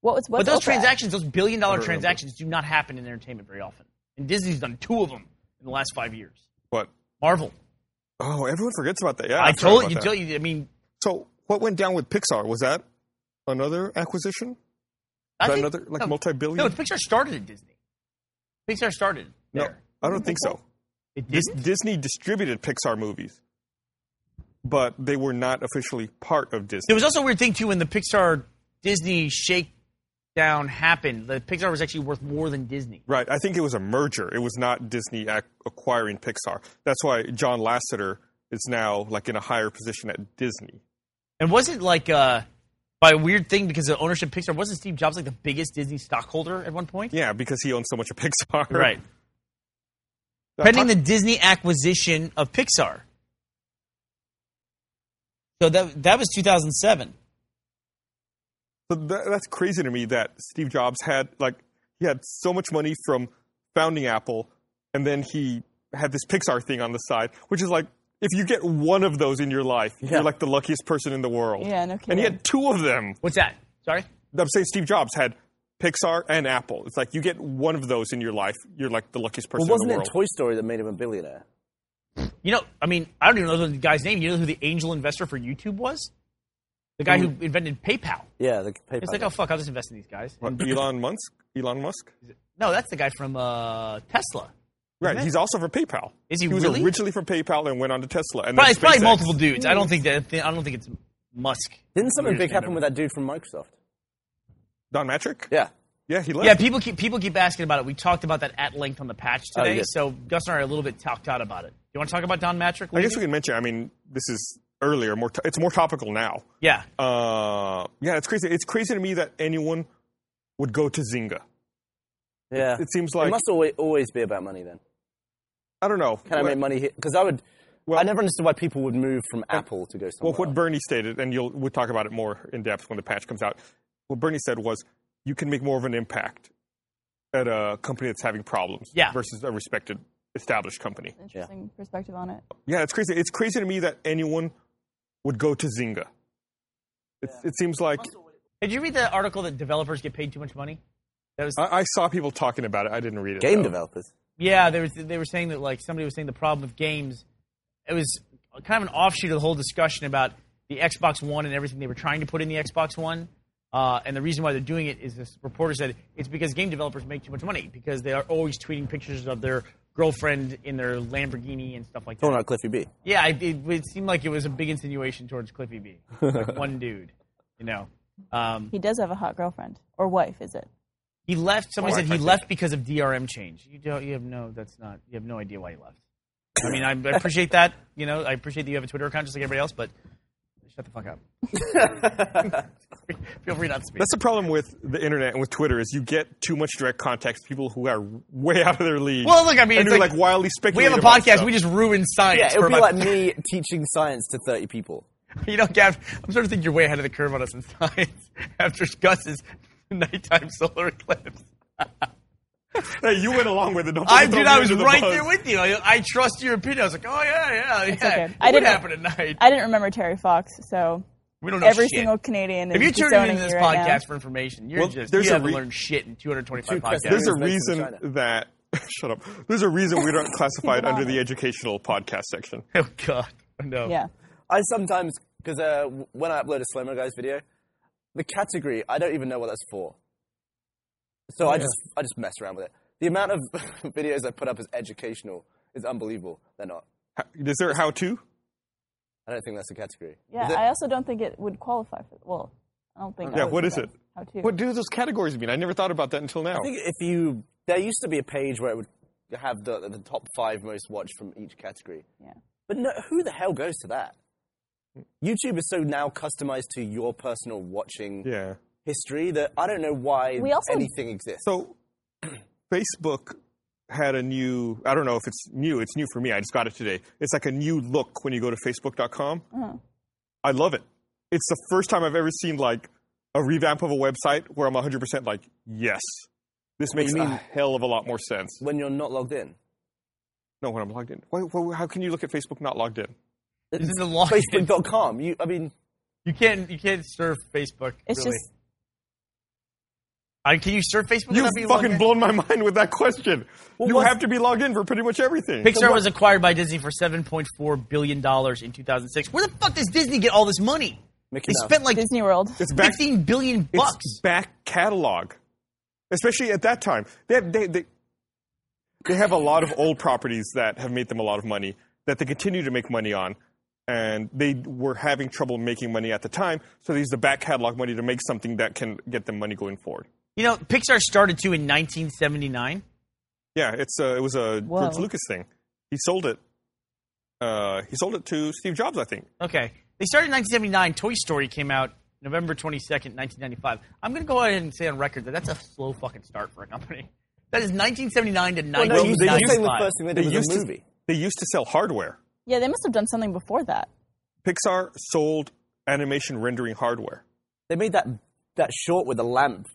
[SPEAKER 3] What was
[SPEAKER 2] But
[SPEAKER 3] what's
[SPEAKER 2] those
[SPEAKER 3] Oprah?
[SPEAKER 2] transactions, those billion dollar transactions, do not happen in entertainment very often. And Disney's done two of them in the last five years.
[SPEAKER 1] What?
[SPEAKER 2] Marvel,
[SPEAKER 1] Oh, everyone forgets about that. Yeah,
[SPEAKER 2] I,
[SPEAKER 1] forgot
[SPEAKER 2] told
[SPEAKER 1] about
[SPEAKER 2] you,
[SPEAKER 1] that.
[SPEAKER 2] tell you. I mean,
[SPEAKER 1] So, what went down with Pixar? Was that another acquisition?
[SPEAKER 2] I
[SPEAKER 1] that
[SPEAKER 2] think,
[SPEAKER 1] another, like,
[SPEAKER 2] no,
[SPEAKER 1] multi-billion?
[SPEAKER 2] No, Pixar started at Disney. Pixar started
[SPEAKER 1] No,
[SPEAKER 2] there.
[SPEAKER 1] I don't think so.
[SPEAKER 2] It
[SPEAKER 1] Dis-
[SPEAKER 2] didn't.
[SPEAKER 1] Disney distributed Pixar movies, but they were not officially part of Disney.
[SPEAKER 2] There was also a weird thing too when the Pixar Disney shakedown happened. The Pixar was actually worth more than Disney.
[SPEAKER 1] Right. I think it was a merger. It was not Disney ac- acquiring Pixar. That's why John Lasseter is now like in a higher position at Disney.
[SPEAKER 2] And wasn't like uh, by a weird thing because of ownership of Pixar wasn't Steve Jobs like the biggest Disney stockholder at one point?
[SPEAKER 1] Yeah, because he owns so much of Pixar.
[SPEAKER 2] Right.
[SPEAKER 1] Now,
[SPEAKER 2] Pending the
[SPEAKER 1] talk-
[SPEAKER 2] Disney acquisition of Pixar. So that that was 2007.
[SPEAKER 1] so tha- that's crazy to me that Steve Jobs had like he had so much money from founding Apple, and then he had this Pixar thing on the side, which is like if you get one of those in your life, you're like the luckiest person in the world.
[SPEAKER 3] Yeah, no
[SPEAKER 1] And
[SPEAKER 3] kidding.
[SPEAKER 1] he had two of them.
[SPEAKER 2] What's that? Sorry.
[SPEAKER 1] I'm saying Steve Jobs had Pixar and Apple. It's like you get one of those in your life, you're like the luckiest person
[SPEAKER 4] well, wasn't
[SPEAKER 1] in the
[SPEAKER 4] it
[SPEAKER 1] world.
[SPEAKER 4] Toy Story that made him a billionaire?
[SPEAKER 2] You know, I mean, I don't even know the guy's name. You know who the angel investor for YouTube was? The guy who invented PayPal.
[SPEAKER 4] Yeah, the E PayPal.
[SPEAKER 2] It's like, oh fuck, I'll just invest in these guys.
[SPEAKER 1] What, Elon Musk. Elon Musk.
[SPEAKER 2] No, that's the guy from uh, Tesla.
[SPEAKER 1] Right. He's also from PayPal.
[SPEAKER 2] Is he
[SPEAKER 1] was
[SPEAKER 2] really?
[SPEAKER 1] originally from PayPal and went on to Tesla. And
[SPEAKER 2] Probably,
[SPEAKER 1] then
[SPEAKER 2] it's probably
[SPEAKER 1] SpaceX.
[SPEAKER 2] multiple dudes. I don't think that. I don't think it's Musk.
[SPEAKER 4] Didn't something big happen
[SPEAKER 2] remember.
[SPEAKER 4] with that dude from Microsoft?
[SPEAKER 1] Don Matrick.
[SPEAKER 4] Yeah.
[SPEAKER 1] Yeah. He left.
[SPEAKER 2] Yeah, people keep people keep asking about it. We talked about that at length on the patch
[SPEAKER 4] Oh, you
[SPEAKER 2] today.
[SPEAKER 4] did.
[SPEAKER 2] so Gus and I are a little bit talked out about it. Do you want to talk about Don Matrick?
[SPEAKER 1] I guess we can mention. I mean, this is earlier. More. To- it's more topical now.
[SPEAKER 2] Yeah,
[SPEAKER 1] Uh, yeah. It's crazy. It's crazy to me that anyone would go to Zynga.
[SPEAKER 4] Yeah.
[SPEAKER 1] It seems like
[SPEAKER 4] it must always, always be about money then.
[SPEAKER 1] I don't know.
[SPEAKER 4] Can I make money here? Because I would.
[SPEAKER 1] Well-
[SPEAKER 4] I never understood why people would move from Apple to go
[SPEAKER 1] Well,
[SPEAKER 4] somewhere.
[SPEAKER 1] what
[SPEAKER 4] else.
[SPEAKER 1] Bernie stated, and you'll we'll talk about it more in depth when the patch comes out. What Bernie said was, you can make more of an impact at a company that's having problems
[SPEAKER 2] Yeah.
[SPEAKER 1] versus a respected, established company.
[SPEAKER 3] Interesting perspective on it.
[SPEAKER 1] Yeah, it's crazy. It's crazy to me that anyone would go to Zynga. It, it seems like
[SPEAKER 2] did you read the article that developers get paid too much money? That was
[SPEAKER 1] I, I saw people talking about it. I didn't read it.
[SPEAKER 4] game
[SPEAKER 1] though.
[SPEAKER 4] developers?
[SPEAKER 2] yeah. They were they were saying that like somebody was saying the problem with games. It was kind of an offshoot of the whole discussion about the Xbox One and everything they were trying to put in the Xbox One. Uh, and the reason why they're doing it is this reporter said it's because game developers make too much money because they are always tweeting pictures of their girlfriend in their Lamborghini and stuff like that.
[SPEAKER 4] Talking about Cliffy B.
[SPEAKER 2] Yeah, I, it, it seemed like it was a big insinuation towards Cliffy B. Like one dude, you know. Um,
[SPEAKER 3] He does have a hot girlfriend or wife, is it?
[SPEAKER 2] he left. Somebody
[SPEAKER 1] Oh, I
[SPEAKER 2] said he
[SPEAKER 1] forget.
[SPEAKER 2] left because of DRM change. You don't. You have no. That's not. You have no idea why he left. I mean, I, I appreciate that. You know, I appreciate that you have a Twitter account just like everybody else, but shut the fuck up. Feel free not to speak.
[SPEAKER 1] That's the problem with the internet and with Twitter is you get too much direct contact. with People who are way out of their league.
[SPEAKER 2] well, look. I mean,
[SPEAKER 1] and
[SPEAKER 2] it's
[SPEAKER 1] who,
[SPEAKER 2] like,
[SPEAKER 1] like, wildly
[SPEAKER 2] we
[SPEAKER 1] speculating.
[SPEAKER 2] have a podcast. We just ruin science.
[SPEAKER 4] Yeah, it
[SPEAKER 2] for
[SPEAKER 4] would be
[SPEAKER 2] about-
[SPEAKER 4] like me teaching science to 30 people.
[SPEAKER 2] You know, Gav, I'm starting to think you're way ahead of the curve on us in science after Gus's nighttime solar eclipse.
[SPEAKER 1] Hey, you went along with it. Don't
[SPEAKER 2] I
[SPEAKER 1] throw
[SPEAKER 2] dude,
[SPEAKER 1] me
[SPEAKER 2] I was
[SPEAKER 1] under the
[SPEAKER 2] right
[SPEAKER 1] bus.
[SPEAKER 2] there with you. I, I trust your opinion. I was like, oh yeah, yeah, yeah.
[SPEAKER 3] okay.
[SPEAKER 2] It
[SPEAKER 3] I
[SPEAKER 2] would
[SPEAKER 3] didn't-
[SPEAKER 2] happen at night.
[SPEAKER 3] I didn't remember Terry Fox, so
[SPEAKER 2] we don't know
[SPEAKER 3] every
[SPEAKER 2] shit.
[SPEAKER 3] single Canadian is
[SPEAKER 2] if you're tuning
[SPEAKER 3] disowning
[SPEAKER 2] into this
[SPEAKER 3] me
[SPEAKER 2] podcast
[SPEAKER 3] right
[SPEAKER 2] for information, you're
[SPEAKER 1] Well,
[SPEAKER 2] just
[SPEAKER 1] there's
[SPEAKER 2] you
[SPEAKER 1] a
[SPEAKER 2] haven't
[SPEAKER 1] re-
[SPEAKER 2] learned shit in 225
[SPEAKER 4] Two
[SPEAKER 2] podcasts.
[SPEAKER 4] questions.
[SPEAKER 1] There's a
[SPEAKER 4] Everything's based in
[SPEAKER 1] reason that shut up. There's a reason we aren't classified under the educational podcast section.
[SPEAKER 2] oh god, Oh, no.
[SPEAKER 3] now. Yeah.
[SPEAKER 4] I sometimes, because uh, w- when I upload a Slow Mo Guys video, the category, I don't even know what that's for. So I just I just mess around with it. The amount of videos I put up as educational is unbelievable. They're not.
[SPEAKER 1] How- Is there a how to?
[SPEAKER 4] I don't think that's a category.
[SPEAKER 3] Yeah,
[SPEAKER 4] Is it?
[SPEAKER 3] I also don't think it would qualify for. Well, I don't think. I
[SPEAKER 1] Yeah,
[SPEAKER 3] would
[SPEAKER 1] what
[SPEAKER 3] do
[SPEAKER 1] is
[SPEAKER 3] that.
[SPEAKER 1] it?
[SPEAKER 3] How to?
[SPEAKER 1] What do those categories mean? I never thought about that until now.
[SPEAKER 4] I think if you, there used to be a page where it would have the, the top five most watched from each category.
[SPEAKER 3] Yeah.
[SPEAKER 4] But no, who the hell goes to that? YouTube is so now customized to your personal watching
[SPEAKER 1] Yeah.
[SPEAKER 4] history that I don't know why
[SPEAKER 3] We also-
[SPEAKER 4] anything exists.
[SPEAKER 1] So Facebook had a new I don't know if it's new, it's new for me. I just got it today. It's like a new look
[SPEAKER 2] Mm.
[SPEAKER 1] when you go to facebook.com. I love it. It's the first time I've ever seen like a revamp of a website where I'm 100% like, yes, this makes
[SPEAKER 4] mean-
[SPEAKER 1] a hell of a lot more sense.
[SPEAKER 4] when you're not logged in.
[SPEAKER 1] No, when I'm logged in. Why, why, how can you look at Facebook not logged in?
[SPEAKER 2] This is a long.
[SPEAKER 4] Facebook.com. You, I mean,
[SPEAKER 2] You can't. You can't surf Facebook.
[SPEAKER 3] It's
[SPEAKER 2] really.
[SPEAKER 3] just
[SPEAKER 2] I, can you surf Facebook?
[SPEAKER 1] You've
[SPEAKER 2] without being logged
[SPEAKER 1] fucking
[SPEAKER 2] in?
[SPEAKER 1] blown my mind with that question. you
[SPEAKER 4] what's-
[SPEAKER 1] have to be logged in for pretty much everything.
[SPEAKER 2] Pixar was acquired by Disney for 7.4 billion dollars in 2006. Where the fuck does Disney get all this money?
[SPEAKER 4] Mickey
[SPEAKER 2] They
[SPEAKER 4] Mouse.
[SPEAKER 2] spent like
[SPEAKER 3] Disney World.
[SPEAKER 1] It's back,
[SPEAKER 2] 15 billion bucks.
[SPEAKER 1] it's back catalog, especially at that time. They, have, they, they, they have a lot of old properties that have made them a lot of money that they continue to make money on. And they were having trouble making money at the time, so they used the back catalog money to make something that can get them money going forward.
[SPEAKER 2] You know, Pixar started too in 1979.
[SPEAKER 1] Yeah, it's uh, it was a George Lucas thing. He sold it. Uh, he sold it to Steve Jobs, I think.
[SPEAKER 2] Okay, they started in 1979. Toy Story came out November 22nd, 1995. I'm gonna go ahead and say on record that that's a slow fucking start for a company. That is 1979 to
[SPEAKER 4] Well, no, you, they just said
[SPEAKER 2] 1995.
[SPEAKER 4] the first thing they did was a
[SPEAKER 1] to-
[SPEAKER 4] movie.
[SPEAKER 1] they used to sell hardware.
[SPEAKER 3] Yeah, they must have done something before that.
[SPEAKER 1] Pixar sold animation rendering hardware.
[SPEAKER 4] They made that that short with a lamp.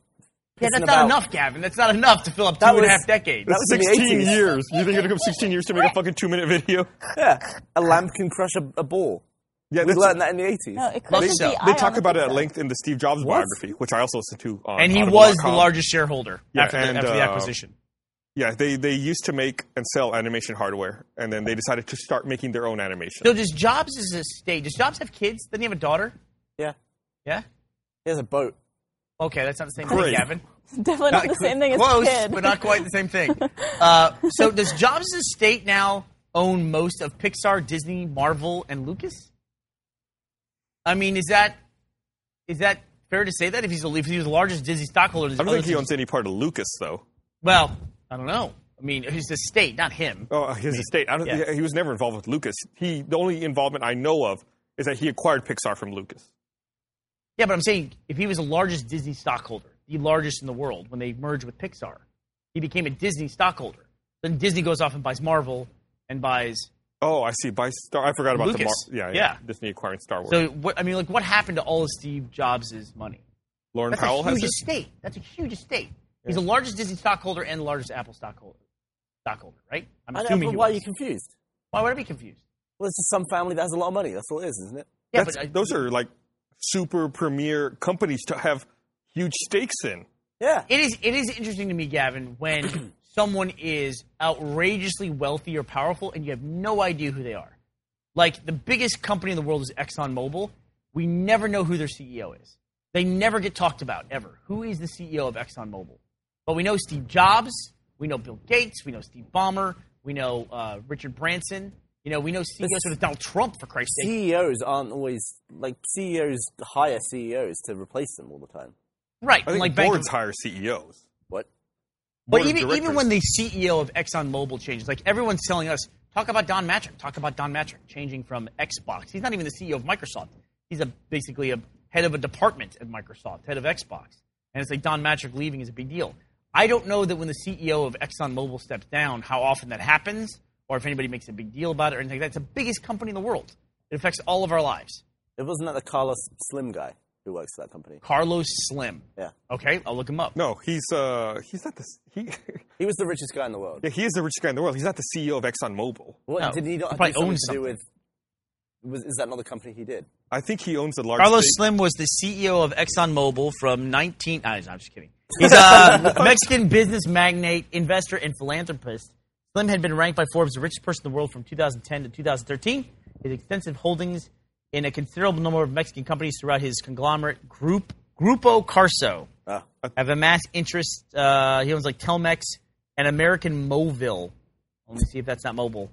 [SPEAKER 2] yeah, that's
[SPEAKER 4] pissing
[SPEAKER 2] not
[SPEAKER 4] about-
[SPEAKER 2] enough, Gavin. That's not enough to fill up two
[SPEAKER 4] That
[SPEAKER 2] and a
[SPEAKER 4] was-
[SPEAKER 2] half decades.
[SPEAKER 4] that was in the
[SPEAKER 1] 16
[SPEAKER 4] 80s.
[SPEAKER 1] years. You think it took them 16 years to make a fucking two minute video?
[SPEAKER 4] Yeah, a lamp can crush a, a ball.
[SPEAKER 1] Yeah,
[SPEAKER 4] We
[SPEAKER 1] that's,
[SPEAKER 4] learned that in the 80s.
[SPEAKER 3] No, it
[SPEAKER 1] they,
[SPEAKER 3] crushes the eye
[SPEAKER 1] they
[SPEAKER 3] on
[SPEAKER 1] talk
[SPEAKER 3] the
[SPEAKER 1] about it at
[SPEAKER 3] pizza.
[SPEAKER 1] length in the Steve Jobs
[SPEAKER 4] What?
[SPEAKER 1] biography, which I also listen to. On
[SPEAKER 2] and he
[SPEAKER 1] audible
[SPEAKER 2] was the
[SPEAKER 1] dot com.
[SPEAKER 2] largest shareholder
[SPEAKER 1] Yeah,
[SPEAKER 2] after, the,
[SPEAKER 1] and,
[SPEAKER 2] after the
[SPEAKER 1] uh,
[SPEAKER 2] acquisition.
[SPEAKER 1] Yeah, they, they used to make and sell animation hardware, and then they decided to start making their own animation.
[SPEAKER 2] So does Jobs' estate? Does Jobs have kids? Doesn't he have a daughter?
[SPEAKER 4] yeah,
[SPEAKER 2] Yeah.
[SPEAKER 4] here's a boat.
[SPEAKER 2] Okay, that's not the same
[SPEAKER 1] Great.
[SPEAKER 2] thing, Gavin.
[SPEAKER 3] Definitely not the same thing as
[SPEAKER 2] Close,
[SPEAKER 3] kid.
[SPEAKER 2] but not quite the same thing. Uh, so does Jobs' estate now own most of Pixar, Disney, Marvel, and Lucas? I mean, is that is that fair to say that if he's the, if he was the largest Disney stockholder?
[SPEAKER 1] I don't think he owns any part of Lucas, though.
[SPEAKER 2] Well, I don't know. I mean, his estate, not him.
[SPEAKER 1] Oh, his estate. I don't,
[SPEAKER 2] Yeah.
[SPEAKER 1] He was never involved with Lucas. He the only involvement I know of is that he acquired Pixar from Lucas.
[SPEAKER 2] Yeah, but I'm saying if he was the largest Disney stockholder, the largest in the world when they merged with Pixar, he became a Disney stockholder. Then Disney goes off and buys Marvel and buys
[SPEAKER 1] Oh, I see. By Star, I forgot about
[SPEAKER 2] Lucas.
[SPEAKER 1] the Mar- yeah, yeah,
[SPEAKER 2] Yeah.
[SPEAKER 1] Disney acquiring Star Wars.
[SPEAKER 2] So what, I mean, like, what happened to all of Steve Jobs' money?
[SPEAKER 1] Lauren
[SPEAKER 2] That's
[SPEAKER 1] Powell
[SPEAKER 2] a
[SPEAKER 1] has
[SPEAKER 2] huge
[SPEAKER 1] it.
[SPEAKER 2] estate. That's a huge estate. He's the largest Disney stockholder and the largest Apple stockholder. Stockholder, right? I'm
[SPEAKER 4] I
[SPEAKER 2] assuming.
[SPEAKER 4] don't,
[SPEAKER 2] he
[SPEAKER 4] why are
[SPEAKER 2] was.
[SPEAKER 4] you confused?
[SPEAKER 2] Why would I be confused?
[SPEAKER 4] Well, it's just some family that has a lot of money. That's all it is, isn't it?
[SPEAKER 2] Yeah,
[SPEAKER 1] That's-
[SPEAKER 2] but I,
[SPEAKER 1] those are like super premier companies to have huge stakes in.
[SPEAKER 4] Yeah.
[SPEAKER 2] It is. It is interesting to me, Gavin, when someone is outrageously wealthy or powerful, and you have no idea who they are. Like the biggest company in the world is ExxonMobil. We never know who their CEO is. They never get talked about ever. Who is the CEO of ExxonMobil? But we know Steve Jobs. We know Bill Gates. We know Steve Ballmer. We know uh, Richard Branson. You know, E we know CEOs of Donald Trump for Christ's
[SPEAKER 1] E
[SPEAKER 2] sake.
[SPEAKER 4] CEOs E aren't always like E CEOs hire CEOs E to replace them all the time.
[SPEAKER 2] Right.
[SPEAKER 1] I think
[SPEAKER 2] like Bank of-
[SPEAKER 1] boards hire E CEOs.
[SPEAKER 4] What?
[SPEAKER 1] Board
[SPEAKER 2] But
[SPEAKER 1] of
[SPEAKER 2] even even
[SPEAKER 1] directors.
[SPEAKER 2] when the CEO of ExxonMobil changes, like everyone's telling us, talk about Don Matrick, talk about Don Matrick changing from Xbox. He's not even the CEO of Microsoft. He's a basically a head of a department at Microsoft, head of Xbox. And it's like Don Matrick leaving is a big deal. I don't know that when the CEO of ExxonMobil steps down, how often that happens, or if anybody makes a big deal about it or anything like that. It's the biggest company in the world. It affects all of our lives.
[SPEAKER 4] It wasn't that the Carlos Slim guy who works for that company.
[SPEAKER 2] Carlos Slim.
[SPEAKER 4] Yeah.
[SPEAKER 2] Okay, I'll look him up.
[SPEAKER 1] No, he's uh he's not the he
[SPEAKER 4] He was the richest guy in the world.
[SPEAKER 1] yeah, he is the richest guy in the world. He's not the CEO of ExxonMobil.
[SPEAKER 4] What
[SPEAKER 2] No,
[SPEAKER 4] did he not
[SPEAKER 2] he
[SPEAKER 4] have
[SPEAKER 2] probably
[SPEAKER 4] something
[SPEAKER 2] owns
[SPEAKER 4] to do
[SPEAKER 2] something.
[SPEAKER 4] with? Was, is that not the company he did?
[SPEAKER 1] I think he owns the largest.
[SPEAKER 2] Carlos Slim was the CEO of ExxonMobil from 19. I, I'm just kidding. He's a uh, Mexican business magnate, investor, and philanthropist. Slim had been ranked by Forbes the richest person in the world from 2010 to 2013. His extensive holdings in a considerable number of Mexican companies throughout his conglomerate group, Grupo Carso,
[SPEAKER 4] Ah.
[SPEAKER 2] have amassed interest. Uh, he owns like Telmex and American Mobile. Let me see if that's not mobile.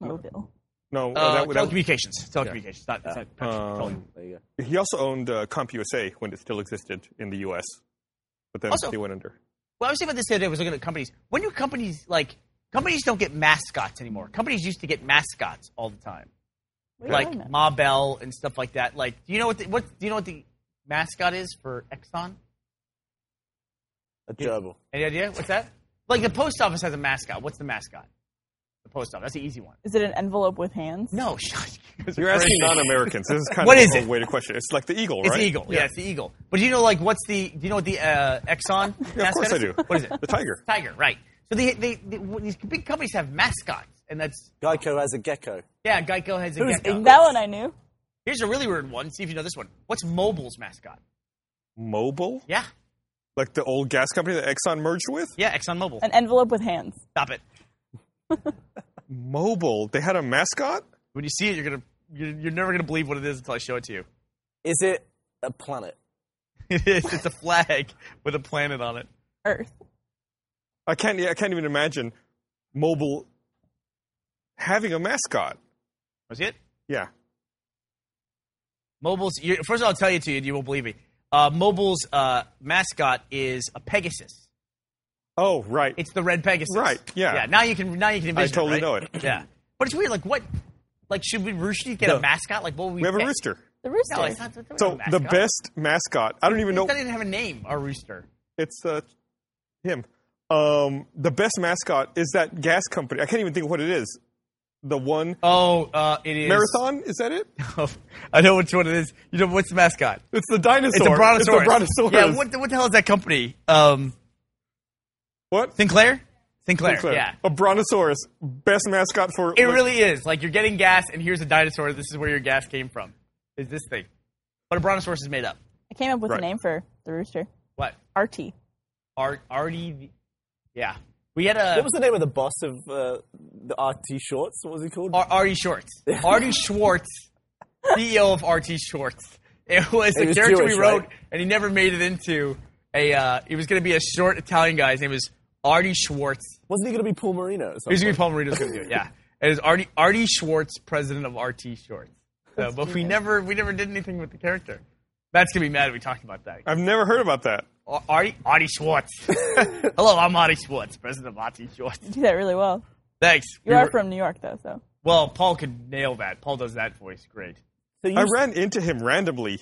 [SPEAKER 3] Mobile.
[SPEAKER 1] No,
[SPEAKER 2] Uh,
[SPEAKER 1] that, that,
[SPEAKER 2] telecommunications. Telecommunications. Not, it's not
[SPEAKER 1] Um,
[SPEAKER 2] petroleum.
[SPEAKER 4] There you go.
[SPEAKER 1] He also owned uh, CompUSA when it still existed in the U.S., but then
[SPEAKER 2] Also-
[SPEAKER 1] they went under.
[SPEAKER 2] Well, I was thinking about this the other day. I was looking at companies. When do companies like companies don't get mascots anymore? Companies used to get mascots all the time,
[SPEAKER 3] What are you talking
[SPEAKER 2] like
[SPEAKER 3] about?
[SPEAKER 2] Ma Bell and stuff like that. Like, do you know what? The, what do you know what the mascot is for Exxon?
[SPEAKER 4] A gerbil.
[SPEAKER 2] Any idea? What's that? Like the post office has a mascot. What's the mascot? The
[SPEAKER 6] post office. That's the easy one.
[SPEAKER 3] Is it an envelope with hands?
[SPEAKER 2] No, shut you guys are
[SPEAKER 1] You're asking
[SPEAKER 2] crazy.
[SPEAKER 1] non-Americans. This is kind
[SPEAKER 2] What
[SPEAKER 1] of
[SPEAKER 2] is
[SPEAKER 1] a
[SPEAKER 2] it?
[SPEAKER 1] way to question. it. It's like the eagle,
[SPEAKER 2] It's
[SPEAKER 1] right?
[SPEAKER 2] the eagle. Yeah. it's the eagle. But do you know, like, what's the? Do you know what the uh, Exxon?
[SPEAKER 1] Yeah, of course I
[SPEAKER 2] mascot
[SPEAKER 1] do.
[SPEAKER 2] is? What is it?
[SPEAKER 1] The tiger.
[SPEAKER 2] Tiger, right? So they, they, they, these big companies have mascots, and that's
[SPEAKER 4] Geico has a gecko.
[SPEAKER 2] yeah. Geico has a
[SPEAKER 4] Who's
[SPEAKER 2] gecko.
[SPEAKER 3] That one I knew.
[SPEAKER 2] Here's a really weird one. See if you know this one. What's Mobil's mascot?
[SPEAKER 1] Mobile,
[SPEAKER 2] Yeah,
[SPEAKER 1] like the old gas company that Exxon merged with.
[SPEAKER 2] yeah. ExxonMobil.
[SPEAKER 3] An envelope with hands.
[SPEAKER 2] Stop it.
[SPEAKER 1] Mobile. They had a mascot.
[SPEAKER 2] When you see it, you're gonna you're, you're never gonna believe what it is until I show it to you.
[SPEAKER 4] Is it a planet?
[SPEAKER 2] It is. It's a flag with a planet on it.
[SPEAKER 3] Earth.
[SPEAKER 1] I can't. Yeah, I can't even imagine mobile having a mascot.
[SPEAKER 2] Was it?
[SPEAKER 1] Yeah.
[SPEAKER 2] Mobile's. you first of all, I'll tell you to you, and you won't believe me. Uh, Mobile's uh, mascot is a Pegasus.
[SPEAKER 1] Oh, right.
[SPEAKER 2] It's the red Pegasus.
[SPEAKER 1] Right, yeah.
[SPEAKER 2] Yeah. Now you can. Now you can envision.
[SPEAKER 1] totally
[SPEAKER 2] right?
[SPEAKER 1] know it.
[SPEAKER 2] Yeah. But it's weird. Like what? Like should we rooster get
[SPEAKER 1] No.
[SPEAKER 2] a mascot? Like what would we?
[SPEAKER 1] we have a
[SPEAKER 2] pick?
[SPEAKER 1] rooster.
[SPEAKER 3] The rooster.
[SPEAKER 2] No, it's not. it's not a
[SPEAKER 1] So the
[SPEAKER 2] mascot.
[SPEAKER 1] best mascot. I don't even know.
[SPEAKER 2] That didn't have a name. A rooster.
[SPEAKER 1] It's uh, him. Um, the best mascot is that gas company. I can't even think of what it is. The one
[SPEAKER 2] Oh, uh, it is
[SPEAKER 1] marathon is that it?
[SPEAKER 2] I know which one it is. You know what's the mascot?
[SPEAKER 1] It's the dinosaur.
[SPEAKER 2] It's a brontosaurus.
[SPEAKER 1] It's a brontosaurus.
[SPEAKER 2] Yeah. What, the- what the hell is that company? Um,
[SPEAKER 1] What?
[SPEAKER 2] Sinclair. Sinclair.
[SPEAKER 1] Sinclair.
[SPEAKER 2] Yeah.
[SPEAKER 1] A brontosaurus. Best mascot for.
[SPEAKER 2] It really is. Like you're getting gas, and here's a dinosaur. This is where your gas came from. Is this thing? But a brontosaurus is made up.
[SPEAKER 3] I came up with
[SPEAKER 1] Right.
[SPEAKER 3] a name for the rooster.
[SPEAKER 2] What?
[SPEAKER 3] RT.
[SPEAKER 2] Art? Artie? the- Yeah. We had a
[SPEAKER 4] What was the name of the boss of uh, the RT Shorts? What was he called?
[SPEAKER 2] Ar- Artie Schwartz. Artie Schwartz, CEO of RT Schwartz. It was a
[SPEAKER 4] was
[SPEAKER 2] character
[SPEAKER 4] Jewish,
[SPEAKER 2] we wrote,
[SPEAKER 4] right?
[SPEAKER 2] and he never made it into a. Uh, it was going to be a short Italian guy. His name was Artie Schwartz.
[SPEAKER 4] Wasn't he going to be Paul Marino? Or
[SPEAKER 2] It was
[SPEAKER 4] something?
[SPEAKER 2] going to be Paul Marino's going to do it. Yeah, it was Artie Artie Schwartz, president of RT Schwartz. So, but we never we never did anything with the character. Matt's going to be mad we talked about that.
[SPEAKER 1] I've never heard about that.
[SPEAKER 2] Ar- Artie Artie Schwartz. Hello, I'm Artie Schwartz, president of RT Schwartz.
[SPEAKER 3] You do that really well.
[SPEAKER 2] Thanks.
[SPEAKER 3] You
[SPEAKER 2] We
[SPEAKER 3] are
[SPEAKER 2] were-
[SPEAKER 3] from New York, though, so.
[SPEAKER 2] Well, Paul could nail that. Paul does that voice great.
[SPEAKER 4] So you
[SPEAKER 1] I ran into him randomly,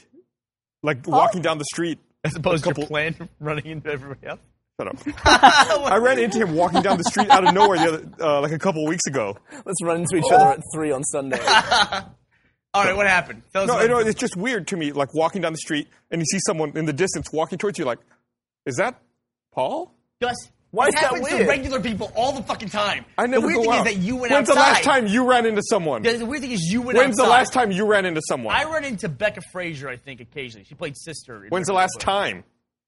[SPEAKER 1] like
[SPEAKER 2] Oh.
[SPEAKER 1] walking down the street.
[SPEAKER 2] As opposed to your plan running into everybody else.
[SPEAKER 1] Shut up. I ran into him walking down the street out of nowhere the other, uh, like a couple weeks ago.
[SPEAKER 4] Let's run into each other
[SPEAKER 2] Oh.
[SPEAKER 4] at three on Sunday.
[SPEAKER 2] All right, what happened? Tell us
[SPEAKER 1] No,
[SPEAKER 2] what
[SPEAKER 1] you know,
[SPEAKER 2] happened.
[SPEAKER 1] it's just weird to me, like walking down the street and you see someone in the distance walking towards you, like, is that Paul?
[SPEAKER 2] Gus,
[SPEAKER 4] Why
[SPEAKER 2] it
[SPEAKER 4] is that
[SPEAKER 2] happens to
[SPEAKER 4] weird?
[SPEAKER 2] regular people all the fucking time.
[SPEAKER 1] I never
[SPEAKER 2] the weird
[SPEAKER 1] go
[SPEAKER 2] thing
[SPEAKER 1] out.
[SPEAKER 2] is that you went
[SPEAKER 1] When's
[SPEAKER 2] outside.
[SPEAKER 1] the last time you ran into someone?
[SPEAKER 2] The, the weird thing is you went
[SPEAKER 1] When's
[SPEAKER 2] outside.
[SPEAKER 1] the last time you ran into someone?
[SPEAKER 2] I run into Becca Fraser, I think, occasionally. She played sister. in
[SPEAKER 1] When's the
[SPEAKER 2] Breaking
[SPEAKER 1] last
[SPEAKER 2] Bad.
[SPEAKER 1] time?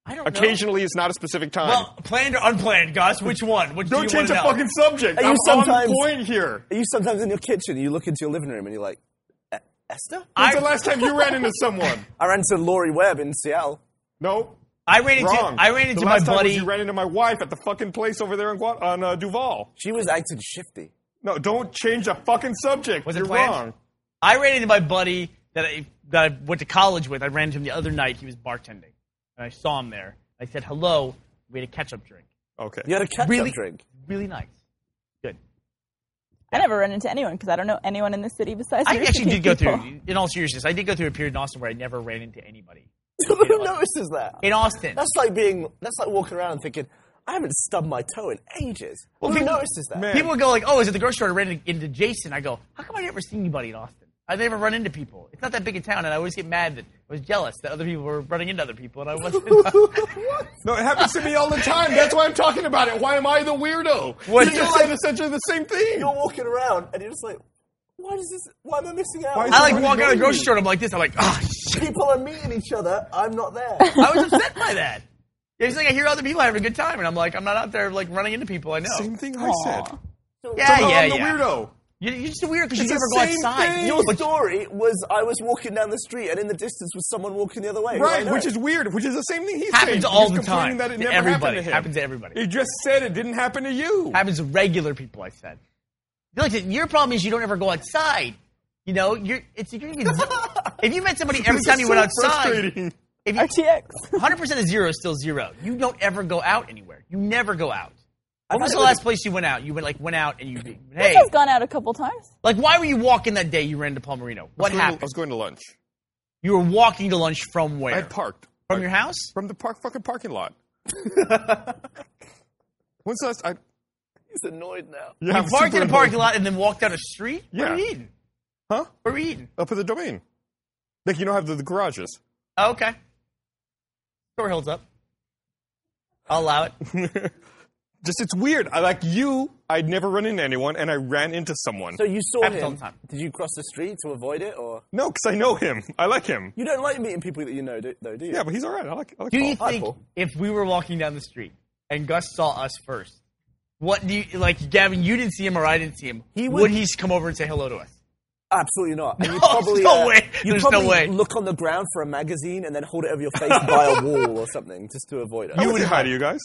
[SPEAKER 2] I don't know.
[SPEAKER 1] Occasionally is not a specific time.
[SPEAKER 2] Well, planned or unplanned, Gus? Which one? What do
[SPEAKER 1] Don't
[SPEAKER 2] you
[SPEAKER 1] change the
[SPEAKER 2] wanna know?
[SPEAKER 1] fucking subject.
[SPEAKER 4] Are you
[SPEAKER 1] I'm
[SPEAKER 4] sometimes-
[SPEAKER 1] on point here.
[SPEAKER 4] Are you sometimes in your kitchen, you look into your living room and you're like, "E- Esther?
[SPEAKER 2] I-
[SPEAKER 1] When's the last time you ran into someone?
[SPEAKER 4] I ran into Laurie Webb in Seattle.
[SPEAKER 1] No.
[SPEAKER 2] I ran into
[SPEAKER 1] Wrong.
[SPEAKER 2] I ran into
[SPEAKER 1] the
[SPEAKER 2] my
[SPEAKER 1] last Time was
[SPEAKER 2] buddy.
[SPEAKER 1] you ran into my wife at the fucking place over there in Gua- on uh, Duval.
[SPEAKER 4] She was acting shifty.
[SPEAKER 1] No, don't change the fucking subject.
[SPEAKER 2] Was it
[SPEAKER 1] You're
[SPEAKER 2] planned?
[SPEAKER 1] wrong.
[SPEAKER 2] I ran into my buddy that I, that I went to college with. I ran into him the other night. He was bartending, and I saw him there. I said hello. We had a catch-up drink.
[SPEAKER 1] Okay.
[SPEAKER 4] You had a ketchup
[SPEAKER 2] Really?
[SPEAKER 4] drink.
[SPEAKER 2] Really nice. Good.
[SPEAKER 3] I never run into anyone because I don't know anyone in this city besides
[SPEAKER 2] I
[SPEAKER 3] rooster
[SPEAKER 2] actually did
[SPEAKER 3] teeth
[SPEAKER 2] go
[SPEAKER 3] people.
[SPEAKER 2] through. In all seriousness, I did go through a period in Austin where I never ran into anybody.
[SPEAKER 4] Who notices that?
[SPEAKER 2] In Austin,
[SPEAKER 4] That's like being. That's like walking around and thinking, I haven't stubbed my toe in ages. Who
[SPEAKER 2] people-
[SPEAKER 4] notices that?
[SPEAKER 1] Man.
[SPEAKER 2] people would go like, "Oh, is it the grocery store?" I ran into- into Jason. I go, "How come I never see anybody in Austin? I never run into people. It's not that big a town." And I always get mad that I was jealous that other people were running into other people, and I wasn't.
[SPEAKER 1] No, it happens to me all the time. That's why I'm talking about it. Why am I the weirdo?
[SPEAKER 2] What-
[SPEAKER 1] You just said essentially the same thing.
[SPEAKER 4] You're walking around and you're just like, why does this? Why am I missing out?
[SPEAKER 1] Why is
[SPEAKER 2] I like
[SPEAKER 1] Somebody
[SPEAKER 2] walk out of
[SPEAKER 1] knows
[SPEAKER 2] the grocery
[SPEAKER 1] you.
[SPEAKER 2] store and I'm like this. I'm like, ah, shit.
[SPEAKER 4] people are meeting each other. I'm not there.
[SPEAKER 2] I was upset by that. It's like I hear other people having a good time, and I'm like, I'm not out there like running into people. I know.
[SPEAKER 1] Same thing I said.
[SPEAKER 2] Yeah,
[SPEAKER 1] Oh,
[SPEAKER 2] yeah,
[SPEAKER 1] I'm the
[SPEAKER 2] yeah.
[SPEAKER 1] weirdo.
[SPEAKER 2] You- You're just weird because you
[SPEAKER 1] It's
[SPEAKER 2] never
[SPEAKER 1] the
[SPEAKER 2] go
[SPEAKER 1] same
[SPEAKER 2] outside.
[SPEAKER 1] thing.
[SPEAKER 4] Your
[SPEAKER 1] But-
[SPEAKER 4] story was I was walking down the street and in the distance was someone walking the other way.
[SPEAKER 1] Right,
[SPEAKER 4] Why
[SPEAKER 1] which
[SPEAKER 4] not?
[SPEAKER 1] is weird, which is the same thing he's saying.
[SPEAKER 2] Happens all
[SPEAKER 1] He's
[SPEAKER 2] the
[SPEAKER 1] complaining
[SPEAKER 2] time.
[SPEAKER 1] That it
[SPEAKER 2] To
[SPEAKER 1] never
[SPEAKER 2] everybody.
[SPEAKER 1] happened to him.
[SPEAKER 2] Happens to everybody.
[SPEAKER 1] He just said it didn't happen to you.
[SPEAKER 2] happens to regular people. I said. You know, like, your problem is you don't ever go outside. You know, you're it's you're gonna be- if you met somebody every
[SPEAKER 1] This
[SPEAKER 2] time
[SPEAKER 1] is
[SPEAKER 2] you went
[SPEAKER 1] so
[SPEAKER 2] outside.
[SPEAKER 1] frustrating.
[SPEAKER 2] If you,
[SPEAKER 3] RTX.
[SPEAKER 2] 100% of zero is still zero. You don't ever go out anywhere. You never go out. What
[SPEAKER 4] I've
[SPEAKER 2] was the
[SPEAKER 4] had it with
[SPEAKER 2] last place you went out? You went like went out and you hey,
[SPEAKER 3] I've gone out a couple times.
[SPEAKER 2] like why were you walking that day? You ran to Palmerino.
[SPEAKER 1] I was going
[SPEAKER 2] What
[SPEAKER 1] to- I
[SPEAKER 2] happened?
[SPEAKER 1] was going to lunch.
[SPEAKER 2] You were walking to lunch from where?
[SPEAKER 1] I had parked.
[SPEAKER 2] From your house?
[SPEAKER 1] From the park fucking parking lot. When's the last I
[SPEAKER 4] He's annoyed now.
[SPEAKER 1] Yeah, I'm
[SPEAKER 2] Parked in
[SPEAKER 1] super
[SPEAKER 2] a parking
[SPEAKER 1] annoyed.
[SPEAKER 2] lot and then walked down a street? What are
[SPEAKER 1] Yeah.
[SPEAKER 2] you eating?
[SPEAKER 1] Huh?
[SPEAKER 2] What are you eating?
[SPEAKER 1] Up at the domain. Like you don't have the, the garages.
[SPEAKER 2] Oh, okay. Store holds up. I'll allow it.
[SPEAKER 1] Just it's weird. I like you. I'd never run into anyone, and I ran into someone.
[SPEAKER 4] So you saw
[SPEAKER 2] Happens all
[SPEAKER 4] him.
[SPEAKER 2] the time.
[SPEAKER 4] Did you cross the street to avoid it, or
[SPEAKER 1] no, because I know him. I like him.
[SPEAKER 4] you don't like meeting people that you know, do, though, do you?
[SPEAKER 1] Yeah, but he's all right. I like. I like
[SPEAKER 2] Do
[SPEAKER 1] Oh, Paul.
[SPEAKER 2] you
[SPEAKER 4] hi,
[SPEAKER 2] think
[SPEAKER 4] Paul.
[SPEAKER 2] if we were walking down the street and Gus saw us first, what do you like, Gavin? You didn't see him or I didn't see him.
[SPEAKER 4] He
[SPEAKER 2] would,
[SPEAKER 4] would-
[SPEAKER 2] he come over and say hello to us?
[SPEAKER 4] Absolutely not. And you
[SPEAKER 2] No,
[SPEAKER 4] probably,
[SPEAKER 2] no
[SPEAKER 4] uh,
[SPEAKER 2] way.
[SPEAKER 4] You
[SPEAKER 2] There's no
[SPEAKER 4] probably
[SPEAKER 2] way.
[SPEAKER 4] look on the ground for a magazine and then hold it over your face by a wall or something just to avoid it.
[SPEAKER 1] I would say hi to you guys.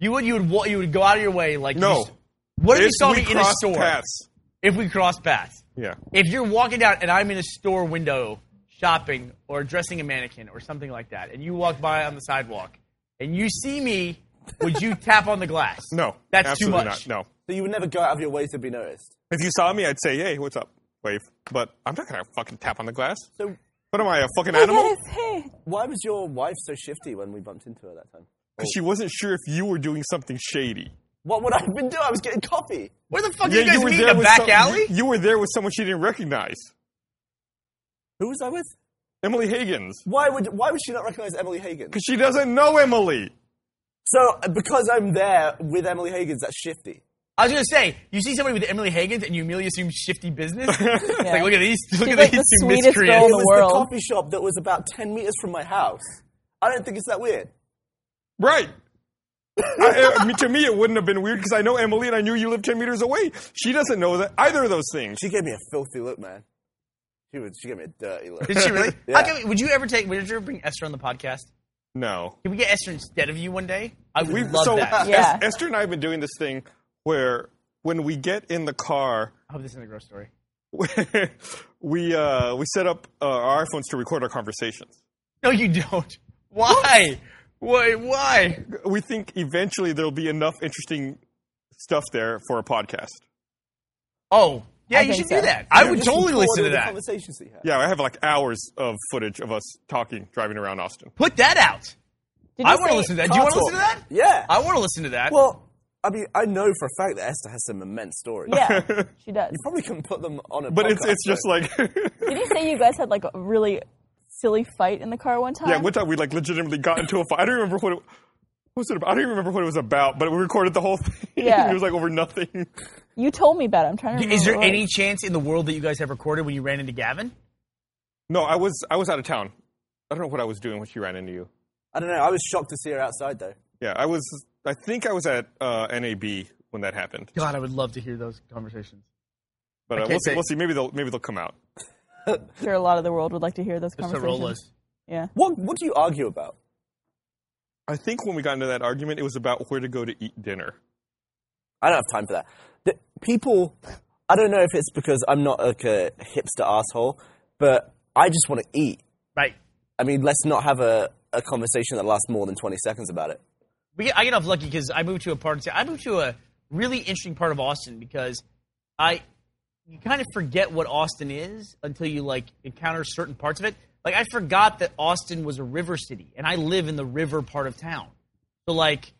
[SPEAKER 2] You would. You would. wa- You would go out of your way. Like you
[SPEAKER 1] No.
[SPEAKER 2] s- what if you
[SPEAKER 1] If
[SPEAKER 2] saw
[SPEAKER 1] we
[SPEAKER 2] me in a
[SPEAKER 1] cross
[SPEAKER 2] store?
[SPEAKER 1] paths.
[SPEAKER 2] If we cross paths.
[SPEAKER 1] Yeah.
[SPEAKER 2] If you're walking down and I'm in a store window shopping or dressing a mannequin or something like that, and you walk by on the sidewalk and you see me, would you tap on the glass?
[SPEAKER 1] No.
[SPEAKER 2] that's too
[SPEAKER 1] absolutely
[SPEAKER 2] much.
[SPEAKER 1] Not. No.
[SPEAKER 4] So you would never go out of your way to be noticed.
[SPEAKER 1] If you saw me, I'd say, "Hey, what's up?" Wave. But I'm not gonna fucking tap on the glass.
[SPEAKER 4] So
[SPEAKER 1] What am I, a fucking animal?
[SPEAKER 4] why was your wife so shifty when we bumped into her that time?
[SPEAKER 1] Because she wasn't sure if you were doing something shady.
[SPEAKER 4] What would I have been doing? I was getting coffee.
[SPEAKER 2] Where the fuck did you guys meet in a
[SPEAKER 1] with
[SPEAKER 2] back
[SPEAKER 1] some-
[SPEAKER 2] alley?
[SPEAKER 1] You, you were there with someone she didn't recognize.
[SPEAKER 4] Who was I with?
[SPEAKER 1] Emily Higgins.
[SPEAKER 4] Why would why would she not recognize Emily Higgins?
[SPEAKER 1] Because she doesn't know Emily.
[SPEAKER 4] So uh, because I'm there with Emily Higgins, that's shifty.
[SPEAKER 2] I was gonna say, you see somebody with Emily Higgins and you immediately assume shifty business. It's like, look at these, look at
[SPEAKER 3] like
[SPEAKER 2] these
[SPEAKER 3] the
[SPEAKER 2] two
[SPEAKER 3] sweetest
[SPEAKER 2] miscreants.
[SPEAKER 3] girl
[SPEAKER 4] It
[SPEAKER 3] in the
[SPEAKER 4] was
[SPEAKER 3] world.
[SPEAKER 4] the coffee shop that was about ten meters from my house. I don't think it's that weird.
[SPEAKER 1] Right. I, I mean, to me, it wouldn't have been weird because I know Emily and I knew you lived 10 meters away. She doesn't know that either of those things.
[SPEAKER 4] She gave me a filthy look, man. She was, she gave me a dirty look.
[SPEAKER 2] Did she really?
[SPEAKER 4] Yeah.
[SPEAKER 2] How can we- would you ever take? Would you ever bring Esther on the podcast?
[SPEAKER 1] No.
[SPEAKER 2] Can we get Esther instead of you one day? I would
[SPEAKER 1] We
[SPEAKER 2] love
[SPEAKER 1] so
[SPEAKER 2] that.
[SPEAKER 1] Es-
[SPEAKER 3] Yeah.
[SPEAKER 1] Esther and I have been doing this thing where when we get in the car,
[SPEAKER 2] I hope this isn't a gross story.
[SPEAKER 1] we uh, we set up uh, our iPhones to record our conversations.
[SPEAKER 2] No, you don't. Why? Why? Why?
[SPEAKER 1] We think eventually there'll be enough interesting stuff there for a podcast.
[SPEAKER 2] Oh, yeah,
[SPEAKER 3] I
[SPEAKER 2] you
[SPEAKER 3] think
[SPEAKER 2] should
[SPEAKER 3] so.
[SPEAKER 2] do that. I
[SPEAKER 4] You
[SPEAKER 2] would
[SPEAKER 4] just
[SPEAKER 2] totally
[SPEAKER 4] recorded
[SPEAKER 2] listen to
[SPEAKER 4] the
[SPEAKER 2] that.
[SPEAKER 4] Conversations that you had.
[SPEAKER 1] Yeah, I have like hours of footage of us talking, driving around Austin.
[SPEAKER 2] Put that out.
[SPEAKER 3] Did
[SPEAKER 2] I
[SPEAKER 3] you
[SPEAKER 2] want to
[SPEAKER 3] say-
[SPEAKER 2] listen to that. Do you want to
[SPEAKER 4] Car
[SPEAKER 2] listen to
[SPEAKER 4] talk.
[SPEAKER 2] that?
[SPEAKER 4] Yeah.
[SPEAKER 2] I want to listen to that.
[SPEAKER 4] Well, I mean, I know for a fact that Esther has some immense stories.
[SPEAKER 3] Yeah, she does.
[SPEAKER 4] You probably couldn't put them on a.
[SPEAKER 1] But it's
[SPEAKER 4] podcast,
[SPEAKER 1] it's just
[SPEAKER 4] though.
[SPEAKER 1] like
[SPEAKER 3] Did you say you guys had like a really silly fight in the car one time?
[SPEAKER 1] yeah. One time we like legitimately got into a fight. I don't remember what it what was. It about? I don't even remember what it was about. But we recorded the whole thing.
[SPEAKER 3] Yeah.
[SPEAKER 1] it was like over nothing.
[SPEAKER 3] you told me about it. I'm trying to. Remember
[SPEAKER 2] Is there
[SPEAKER 3] what it
[SPEAKER 2] any
[SPEAKER 3] was.
[SPEAKER 2] chance in the world that you guys have recorded when you ran into Gavin?
[SPEAKER 1] No, I was I was out of town. I don't know what I was doing when she ran into you.
[SPEAKER 4] I don't know. I was shocked to see her outside though.
[SPEAKER 1] Yeah, I was. I think I was at uh, NAB when that happened.
[SPEAKER 2] God, I would love to hear those conversations.
[SPEAKER 1] But uh,
[SPEAKER 2] can't
[SPEAKER 1] we'll see.
[SPEAKER 2] say-
[SPEAKER 1] We'll see. Maybe they'll maybe they'll come out.
[SPEAKER 3] I'm sure a lot of the world would like to hear those
[SPEAKER 2] Just
[SPEAKER 3] conversations.
[SPEAKER 2] Rolas.
[SPEAKER 3] Yeah.
[SPEAKER 4] What What do you argue about?
[SPEAKER 1] I think when we got into that argument, it was about where to go to eat dinner.
[SPEAKER 4] I don't have time for that. The, people, I don't know if it's because I'm not like a hipster asshole, but I just want to eat.
[SPEAKER 2] Right.
[SPEAKER 4] I mean, let's not have a, a conversation that lasts more than 20 seconds about it.
[SPEAKER 2] We get, I get off lucky because I moved to a part. Of, I moved to a really interesting part of Austin because I you kind of forget what Austin is until you like encounter certain parts of it. Like I forgot that Austin was a river city, and I live in the river part of town. So like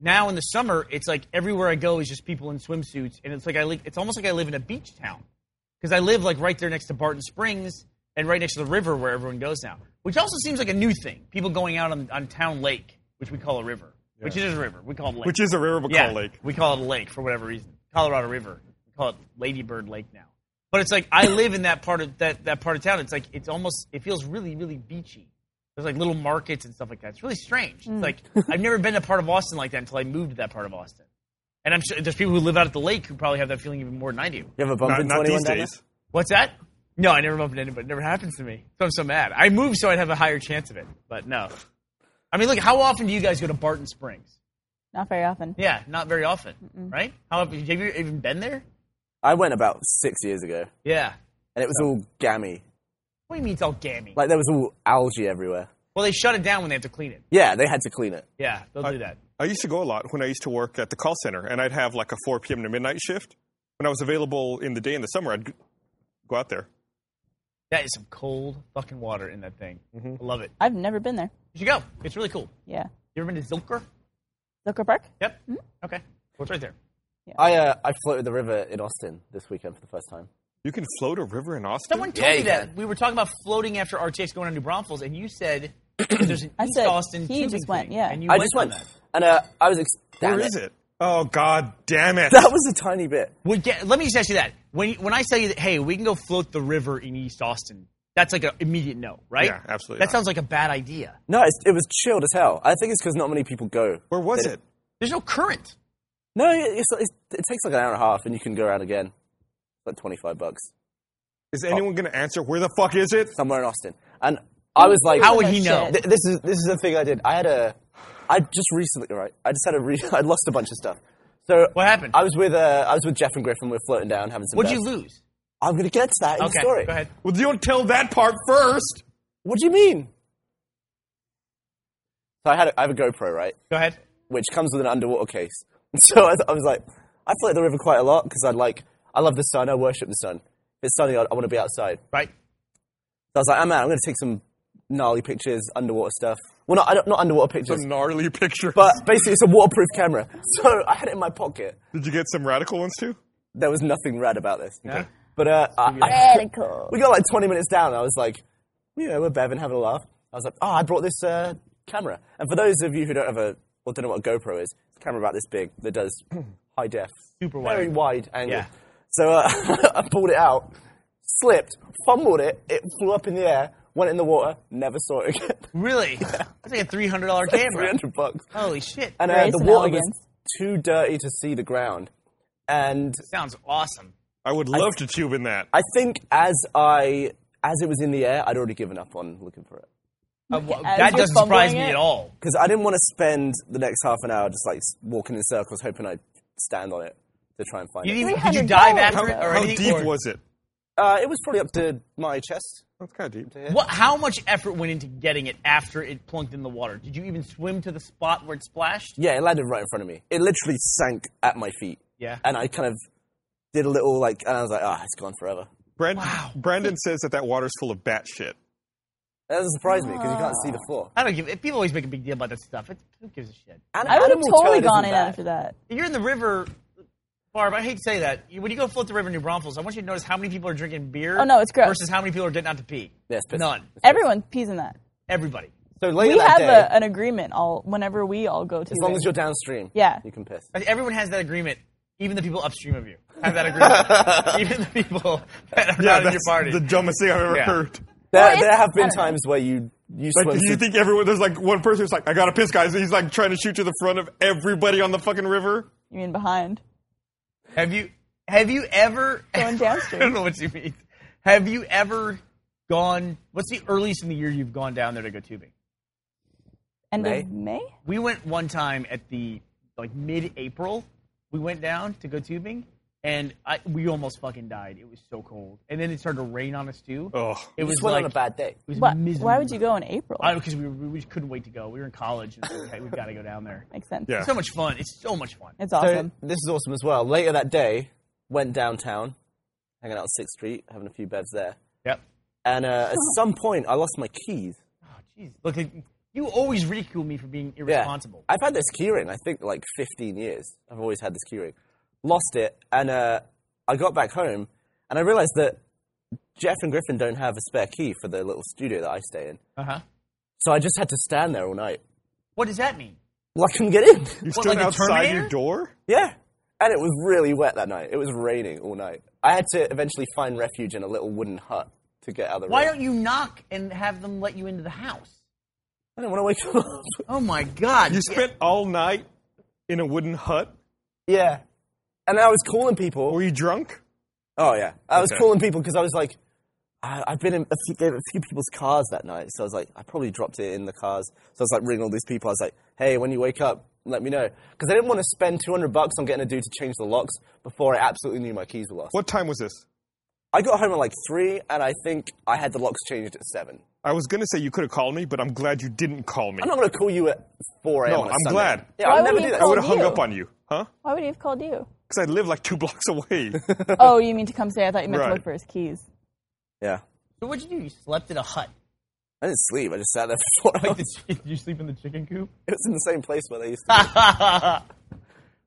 [SPEAKER 2] now in the summer, it's like everywhere I go is just people in swimsuits, and it's like I li- it's almost like I live in a beach town because I live like right there next to Barton Springs and right next to the river where everyone goes now, which also seems like a new thing. People going out on, on town lake, which we call a river, which is a river. We call it lake.
[SPEAKER 1] Which is a river but
[SPEAKER 2] Yeah,
[SPEAKER 1] called lake.
[SPEAKER 2] We call it a lake for whatever reason. Colorado River. We call it Ladybird Lake now. But it's like I live in that part of that, that part of town. It's like it's almost it feels really really beachy. There's like little markets and stuff like that. It's really strange. It's like I've never been to a part of Austin like that until I moved to that part of Austin. And I'm sure there's people who live out at the lake who probably have that feeling even more than I do.
[SPEAKER 4] You have a bump
[SPEAKER 1] Not,
[SPEAKER 4] in
[SPEAKER 1] not
[SPEAKER 4] 21
[SPEAKER 1] these
[SPEAKER 4] down there?
[SPEAKER 1] days.
[SPEAKER 2] What's that? No, I never bump into anybody. It never happens to me. So I'm so mad. I moved so I'd have a higher chance of it. But no. I mean, look, how often do you guys go to Barton Springs?
[SPEAKER 3] Not very often.
[SPEAKER 2] Yeah, not very often, right? How often have you even been there?
[SPEAKER 4] I went about six years ago,
[SPEAKER 2] Yeah.
[SPEAKER 4] and it was all gammy.
[SPEAKER 2] What do you mean it's all gammy?
[SPEAKER 4] Like, there was all algae everywhere.
[SPEAKER 2] well, they shut it down when they have to clean it.
[SPEAKER 4] Yeah, they had to clean it.
[SPEAKER 2] Yeah, they'll do that.
[SPEAKER 1] I used to go a lot when I used to work at the call center, and I'd have like a 4 p.m. to midnight shift. When I was available in the day in the summer, I'd g- go out there.
[SPEAKER 2] That is some cold fucking water in that thing.
[SPEAKER 3] Mm-hmm.
[SPEAKER 2] I love it.
[SPEAKER 3] I've never been there.
[SPEAKER 2] You should go. It's really cool.
[SPEAKER 3] Yeah.
[SPEAKER 2] You ever been to Zilker?
[SPEAKER 3] Zucker Park? Mm-hmm.
[SPEAKER 2] Yep. Okay. Well, it's right there.
[SPEAKER 4] I uh, I floated the river in Austin this weekend for the first time.
[SPEAKER 1] You can float a river in Austin.
[SPEAKER 2] Someone told
[SPEAKER 4] Yeah,
[SPEAKER 2] me
[SPEAKER 4] you
[SPEAKER 2] that
[SPEAKER 4] can.
[SPEAKER 2] we were talking about floating after RTX going on New Braunfels, and you said there's an
[SPEAKER 3] I
[SPEAKER 2] East
[SPEAKER 3] said,
[SPEAKER 2] Austin.
[SPEAKER 3] he
[SPEAKER 2] tubing
[SPEAKER 3] just went,
[SPEAKER 2] thing,
[SPEAKER 3] yeah.
[SPEAKER 2] and you
[SPEAKER 4] I
[SPEAKER 2] went
[SPEAKER 4] just
[SPEAKER 2] on
[SPEAKER 4] went,
[SPEAKER 2] that.
[SPEAKER 4] and uh, I was. Ex-
[SPEAKER 1] Where
[SPEAKER 4] damn
[SPEAKER 1] is it? Oh God, damn it!
[SPEAKER 4] That was a tiny bit.
[SPEAKER 2] Would get, let me just ask you that. When you- when I tell you that, hey, we can go float the river in East Austin, that's like an immediate no, right?
[SPEAKER 1] Yeah, absolutely
[SPEAKER 2] That
[SPEAKER 1] not.
[SPEAKER 2] sounds like a bad idea.
[SPEAKER 4] No, it's, it was chilled as hell. I think it's because not many people go.
[SPEAKER 1] Where was
[SPEAKER 4] They-
[SPEAKER 1] it?
[SPEAKER 2] There's no current.
[SPEAKER 4] No, it- it's, it's, it takes like an hour and a half, and you can go around again. Like twenty five bucks
[SPEAKER 2] Oh.
[SPEAKER 1] Is anyone going to answer? Where the fuck is it?
[SPEAKER 4] somewhere in Austin, and I was like,
[SPEAKER 2] How would he know?
[SPEAKER 3] Shit.
[SPEAKER 4] Th- this is this is the thing I did. I had a, I just recently right. I just had a re- I lost a bunch of stuff. So
[SPEAKER 2] What happened?
[SPEAKER 4] I was with uh, I was with Jeff and Griffin. We are floating down having some.
[SPEAKER 2] What'd you
[SPEAKER 4] beers.
[SPEAKER 2] lose?
[SPEAKER 4] I'm gonna get to that in
[SPEAKER 2] Okay,
[SPEAKER 4] the story.
[SPEAKER 2] go ahead.
[SPEAKER 1] Well, you don't tell that part first.
[SPEAKER 4] What do you mean? So I had a, I have a GoPro right,
[SPEAKER 2] Go ahead.
[SPEAKER 4] which comes with an underwater case. So I, I was like, I float the river quite a lot because I like I love the sun. I worship the sun. If it's sunny, I, I want to be outside.
[SPEAKER 2] Right.
[SPEAKER 4] So I was like, "Ah, I'm out. I'm gonna take some gnarly pictures, underwater stuff. Well, not I don't, not underwater pictures.
[SPEAKER 1] Some gnarly pictures.
[SPEAKER 4] But basically, it's a waterproof camera. So I had it in my pocket.
[SPEAKER 1] Did you get some radical ones too?
[SPEAKER 4] There was nothing rad about this.
[SPEAKER 2] Yeah.
[SPEAKER 4] But uh, I, I-
[SPEAKER 3] Radical.
[SPEAKER 4] we got like 20 minutes down. And I was like, you know, we're bevin, having a laugh. I was like, oh, I brought this uh, camera. And for those of you who don't have a, well, don't know what a GoPro is, it's a camera about this big that does high def,
[SPEAKER 2] Super
[SPEAKER 4] very
[SPEAKER 2] wide.
[SPEAKER 4] wide angle.
[SPEAKER 2] Yeah.
[SPEAKER 4] So uh, I pulled it out, slipped, fumbled it, it flew up in the air, went in the water, never saw it again.
[SPEAKER 2] Really? That's like a three hundred dollar camera.
[SPEAKER 4] 300 bucks.
[SPEAKER 2] Holy shit!
[SPEAKER 4] and uh,
[SPEAKER 3] Grace
[SPEAKER 4] the
[SPEAKER 3] and
[SPEAKER 4] water
[SPEAKER 3] elegance.
[SPEAKER 4] was too dirty to see the ground. And
[SPEAKER 2] Sounds awesome.
[SPEAKER 1] I would love to tube in that.
[SPEAKER 4] I think as I as it was in the air, I'd already given up on looking for it
[SPEAKER 2] Uh, wha-
[SPEAKER 3] as
[SPEAKER 2] that
[SPEAKER 3] you're
[SPEAKER 2] doesn't surprise
[SPEAKER 3] fumbling
[SPEAKER 2] me
[SPEAKER 3] it-
[SPEAKER 2] at all.
[SPEAKER 4] because I didn't want to spend the next half an hour just like s- walking in circles, hoping I'd stand on it to try and find
[SPEAKER 2] You
[SPEAKER 4] it.
[SPEAKER 2] didn't even, did you
[SPEAKER 3] $300
[SPEAKER 2] dive after it
[SPEAKER 3] though.
[SPEAKER 2] or
[SPEAKER 1] How
[SPEAKER 2] anything?
[SPEAKER 1] deep
[SPEAKER 2] or-
[SPEAKER 1] was it?
[SPEAKER 4] Uh, it was probably up to my chest.
[SPEAKER 1] That's kind of deep.
[SPEAKER 2] What, how much effort went into getting it after it plunked in the water? Did you even swim to the spot where it splashed?
[SPEAKER 4] Yeah, it landed right in front of me. It literally sank at my feet.
[SPEAKER 2] Yeah.
[SPEAKER 4] and I kind of did a little like, and I was like, ah, it's gone forever.
[SPEAKER 1] Brand-
[SPEAKER 2] Wow.
[SPEAKER 1] Brandon says that that water's full of bat shit.
[SPEAKER 4] That doesn't surprise me because you can't see the floor.
[SPEAKER 3] Ah.
[SPEAKER 2] I don't give. People always make a big deal about that stuff. It's, who gives a shit?
[SPEAKER 4] An
[SPEAKER 3] I would have
[SPEAKER 4] animal
[SPEAKER 3] totally
[SPEAKER 4] turd isn't
[SPEAKER 3] gone in
[SPEAKER 4] bad.
[SPEAKER 3] after that.
[SPEAKER 2] You're in the river, Barb. I hate to say that. You- When you go float the river in New Braunfels, I want you to notice how many people are drinking beer.
[SPEAKER 3] Oh, no, it's gross.
[SPEAKER 2] Versus how many people are getting out to pee.
[SPEAKER 4] Yeah, it's piss.
[SPEAKER 2] None.
[SPEAKER 3] Everyone pees in that.
[SPEAKER 2] Everybody.
[SPEAKER 4] So later
[SPEAKER 3] We
[SPEAKER 4] that
[SPEAKER 3] have
[SPEAKER 4] day,
[SPEAKER 3] a, an agreement all whenever we all go to.
[SPEAKER 4] as long as you're downstream,
[SPEAKER 3] Yeah.
[SPEAKER 4] you can piss.
[SPEAKER 2] Like, Everyone has that agreement. Even the people upstream of you have that agreement. even the people that are not in your
[SPEAKER 1] that's
[SPEAKER 2] party.
[SPEAKER 1] the dumbest thing I've ever
[SPEAKER 2] Yeah.
[SPEAKER 1] heard.
[SPEAKER 4] There,
[SPEAKER 3] it's-
[SPEAKER 4] there have
[SPEAKER 3] I
[SPEAKER 4] been
[SPEAKER 3] don't know.
[SPEAKER 4] times where you you
[SPEAKER 1] Like,
[SPEAKER 4] swim
[SPEAKER 1] you
[SPEAKER 4] to
[SPEAKER 1] think everyone, there's like one person who's like, I gotta piss, guys. and he's like trying to shoot to the front of everybody on the fucking river.
[SPEAKER 3] you mean behind?
[SPEAKER 2] Have you have you ever
[SPEAKER 3] Going downstream.
[SPEAKER 2] I don't know what you mean. Have you ever gone? What's the earliest in the year you've gone down there to go tubing?
[SPEAKER 3] End
[SPEAKER 4] May?
[SPEAKER 3] of May?
[SPEAKER 2] We went one time at the like mid-April. We went down to go tubing, and I, we almost fucking died. It was so cold, and then it started to rain on us too.
[SPEAKER 1] Oh.
[SPEAKER 2] it was
[SPEAKER 4] swim
[SPEAKER 2] like
[SPEAKER 4] on a bad day.
[SPEAKER 2] It was
[SPEAKER 3] What?
[SPEAKER 2] miserable.
[SPEAKER 3] Why would you go in April?
[SPEAKER 2] Because we, were- we just couldn't wait to go. We were in college. And we we've got to go down there.
[SPEAKER 3] Makes sense.
[SPEAKER 1] Yeah.
[SPEAKER 2] It's so much fun. It's so much fun.
[SPEAKER 3] It's
[SPEAKER 4] So
[SPEAKER 3] awesome.
[SPEAKER 4] this is awesome as well. Later that day, went downtown, hanging out on Sixth Street, having a few bevs there,
[SPEAKER 2] Yep.
[SPEAKER 4] and uh, at some point I lost my keys.
[SPEAKER 2] Oh, jeez. Look, like, you always ridicule me for being
[SPEAKER 4] Yeah,
[SPEAKER 2] irresponsible.
[SPEAKER 4] I've had this key ring. I think like 15 years. I've always had this key ring. Lost it, and uh, I got back home, and I realized that Jeff and Griffin don't have a spare key for the little studio that I stay in.
[SPEAKER 2] Uh huh.
[SPEAKER 4] So I just had to stand there all night.
[SPEAKER 2] What does that mean?
[SPEAKER 4] Well, I couldn't get in.
[SPEAKER 1] You
[SPEAKER 2] What,
[SPEAKER 1] stood
[SPEAKER 2] like a
[SPEAKER 1] outside
[SPEAKER 2] Terminator?
[SPEAKER 1] your door?
[SPEAKER 4] Yeah. And it was really wet that night. It was raining all night. I had to eventually find refuge in a little wooden hut to get out of the
[SPEAKER 2] Why
[SPEAKER 4] rain.
[SPEAKER 2] don't you knock and have them let you into the house?
[SPEAKER 4] I don't want to wake up.
[SPEAKER 2] Oh my god!
[SPEAKER 1] You spent all night in a wooden hut?
[SPEAKER 4] yeah. And I was calling people.
[SPEAKER 1] Were you drunk?
[SPEAKER 4] Oh yeah, I was
[SPEAKER 1] Okay.
[SPEAKER 4] calling people because I was like, I, I've been in a few, gave a few people's cars that night, so I was like, I probably dropped it in the cars. So I was like ringing all these people. I was like, hey, when you wake up, let me know because I didn't want to spend two hundred bucks on getting a dude to change the locks before I absolutely knew my keys were lost.
[SPEAKER 1] What time was this?
[SPEAKER 4] I got home at like three, and I think I had the locks changed at seven.
[SPEAKER 1] I was gonna say you could have called me, but I'm glad you didn't call me.
[SPEAKER 4] I'm not going to call you at four a.m.
[SPEAKER 1] No,
[SPEAKER 4] on a
[SPEAKER 1] I'm
[SPEAKER 4] Sunday.
[SPEAKER 1] glad.
[SPEAKER 4] Yeah,
[SPEAKER 3] Why
[SPEAKER 4] I
[SPEAKER 3] would
[SPEAKER 4] would never
[SPEAKER 3] he
[SPEAKER 4] do that.
[SPEAKER 1] I would have
[SPEAKER 3] called
[SPEAKER 1] hung
[SPEAKER 3] you.
[SPEAKER 1] up on you, huh?
[SPEAKER 3] Why would he have called you?
[SPEAKER 1] Because I live like two blocks away.
[SPEAKER 3] oh, you mean to come say? I thought you meant
[SPEAKER 1] Right.
[SPEAKER 3] to look for his keys.
[SPEAKER 4] Yeah,
[SPEAKER 2] So what'd you do? You slept in a hut.
[SPEAKER 4] I didn't sleep. I just sat there for four hours.
[SPEAKER 2] Did you sleep in the chicken coop?
[SPEAKER 4] It was in the same place where they used to.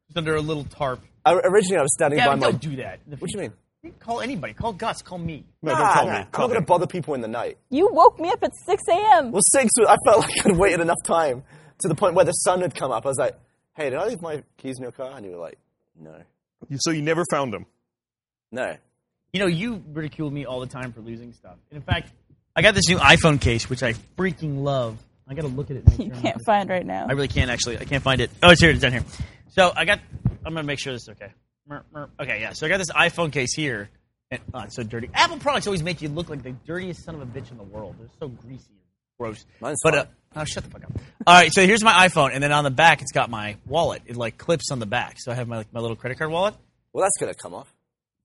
[SPEAKER 2] Just under a little tarp.
[SPEAKER 4] I, originally, I was standing
[SPEAKER 2] Yeah,
[SPEAKER 4] by
[SPEAKER 2] don't
[SPEAKER 4] my.
[SPEAKER 2] do that. in the
[SPEAKER 4] What do you
[SPEAKER 2] future.
[SPEAKER 4] mean?
[SPEAKER 2] You can Call anybody. Call Gus. Call me.
[SPEAKER 1] No,
[SPEAKER 3] Ah,
[SPEAKER 1] don't call me.
[SPEAKER 4] I'm
[SPEAKER 1] Call
[SPEAKER 4] not going
[SPEAKER 1] me.
[SPEAKER 4] to bother people in the night.
[SPEAKER 3] You woke me up at 6 a.m.
[SPEAKER 4] Well, six. was- I felt like I'd waited enough time to the point where the sun had come up. I was like, "Hey, did I leave my keys in your car?" And you were like, "No,
[SPEAKER 1] You- So you never found him.
[SPEAKER 4] no."
[SPEAKER 2] You know, you ridicule me all the time for losing stuff. And in fact, I got this new iPhone case, which I freaking love. I got to look at it. and make
[SPEAKER 3] You
[SPEAKER 2] sure I'm
[SPEAKER 3] can't
[SPEAKER 2] not-
[SPEAKER 3] find right now.
[SPEAKER 2] I really can't actually. I can't find it. Oh, it's here. It's down here. So I got. I'm gonna make sure this is okay. Mer- mer- Okay, yeah. So I got this iPhone case here, and oh, it's so dirty. Apple products always make you look like the dirtiest son of a bitch in the world. They're so greasy, and gross.
[SPEAKER 4] Mine's
[SPEAKER 2] but
[SPEAKER 4] fine.
[SPEAKER 2] uh, oh, shut the fuck up. All right, so here's my iPhone, and then on the back it's got my wallet. It like clips on the back, so I have my like my little credit card wallet.
[SPEAKER 4] Well, that's going to come off.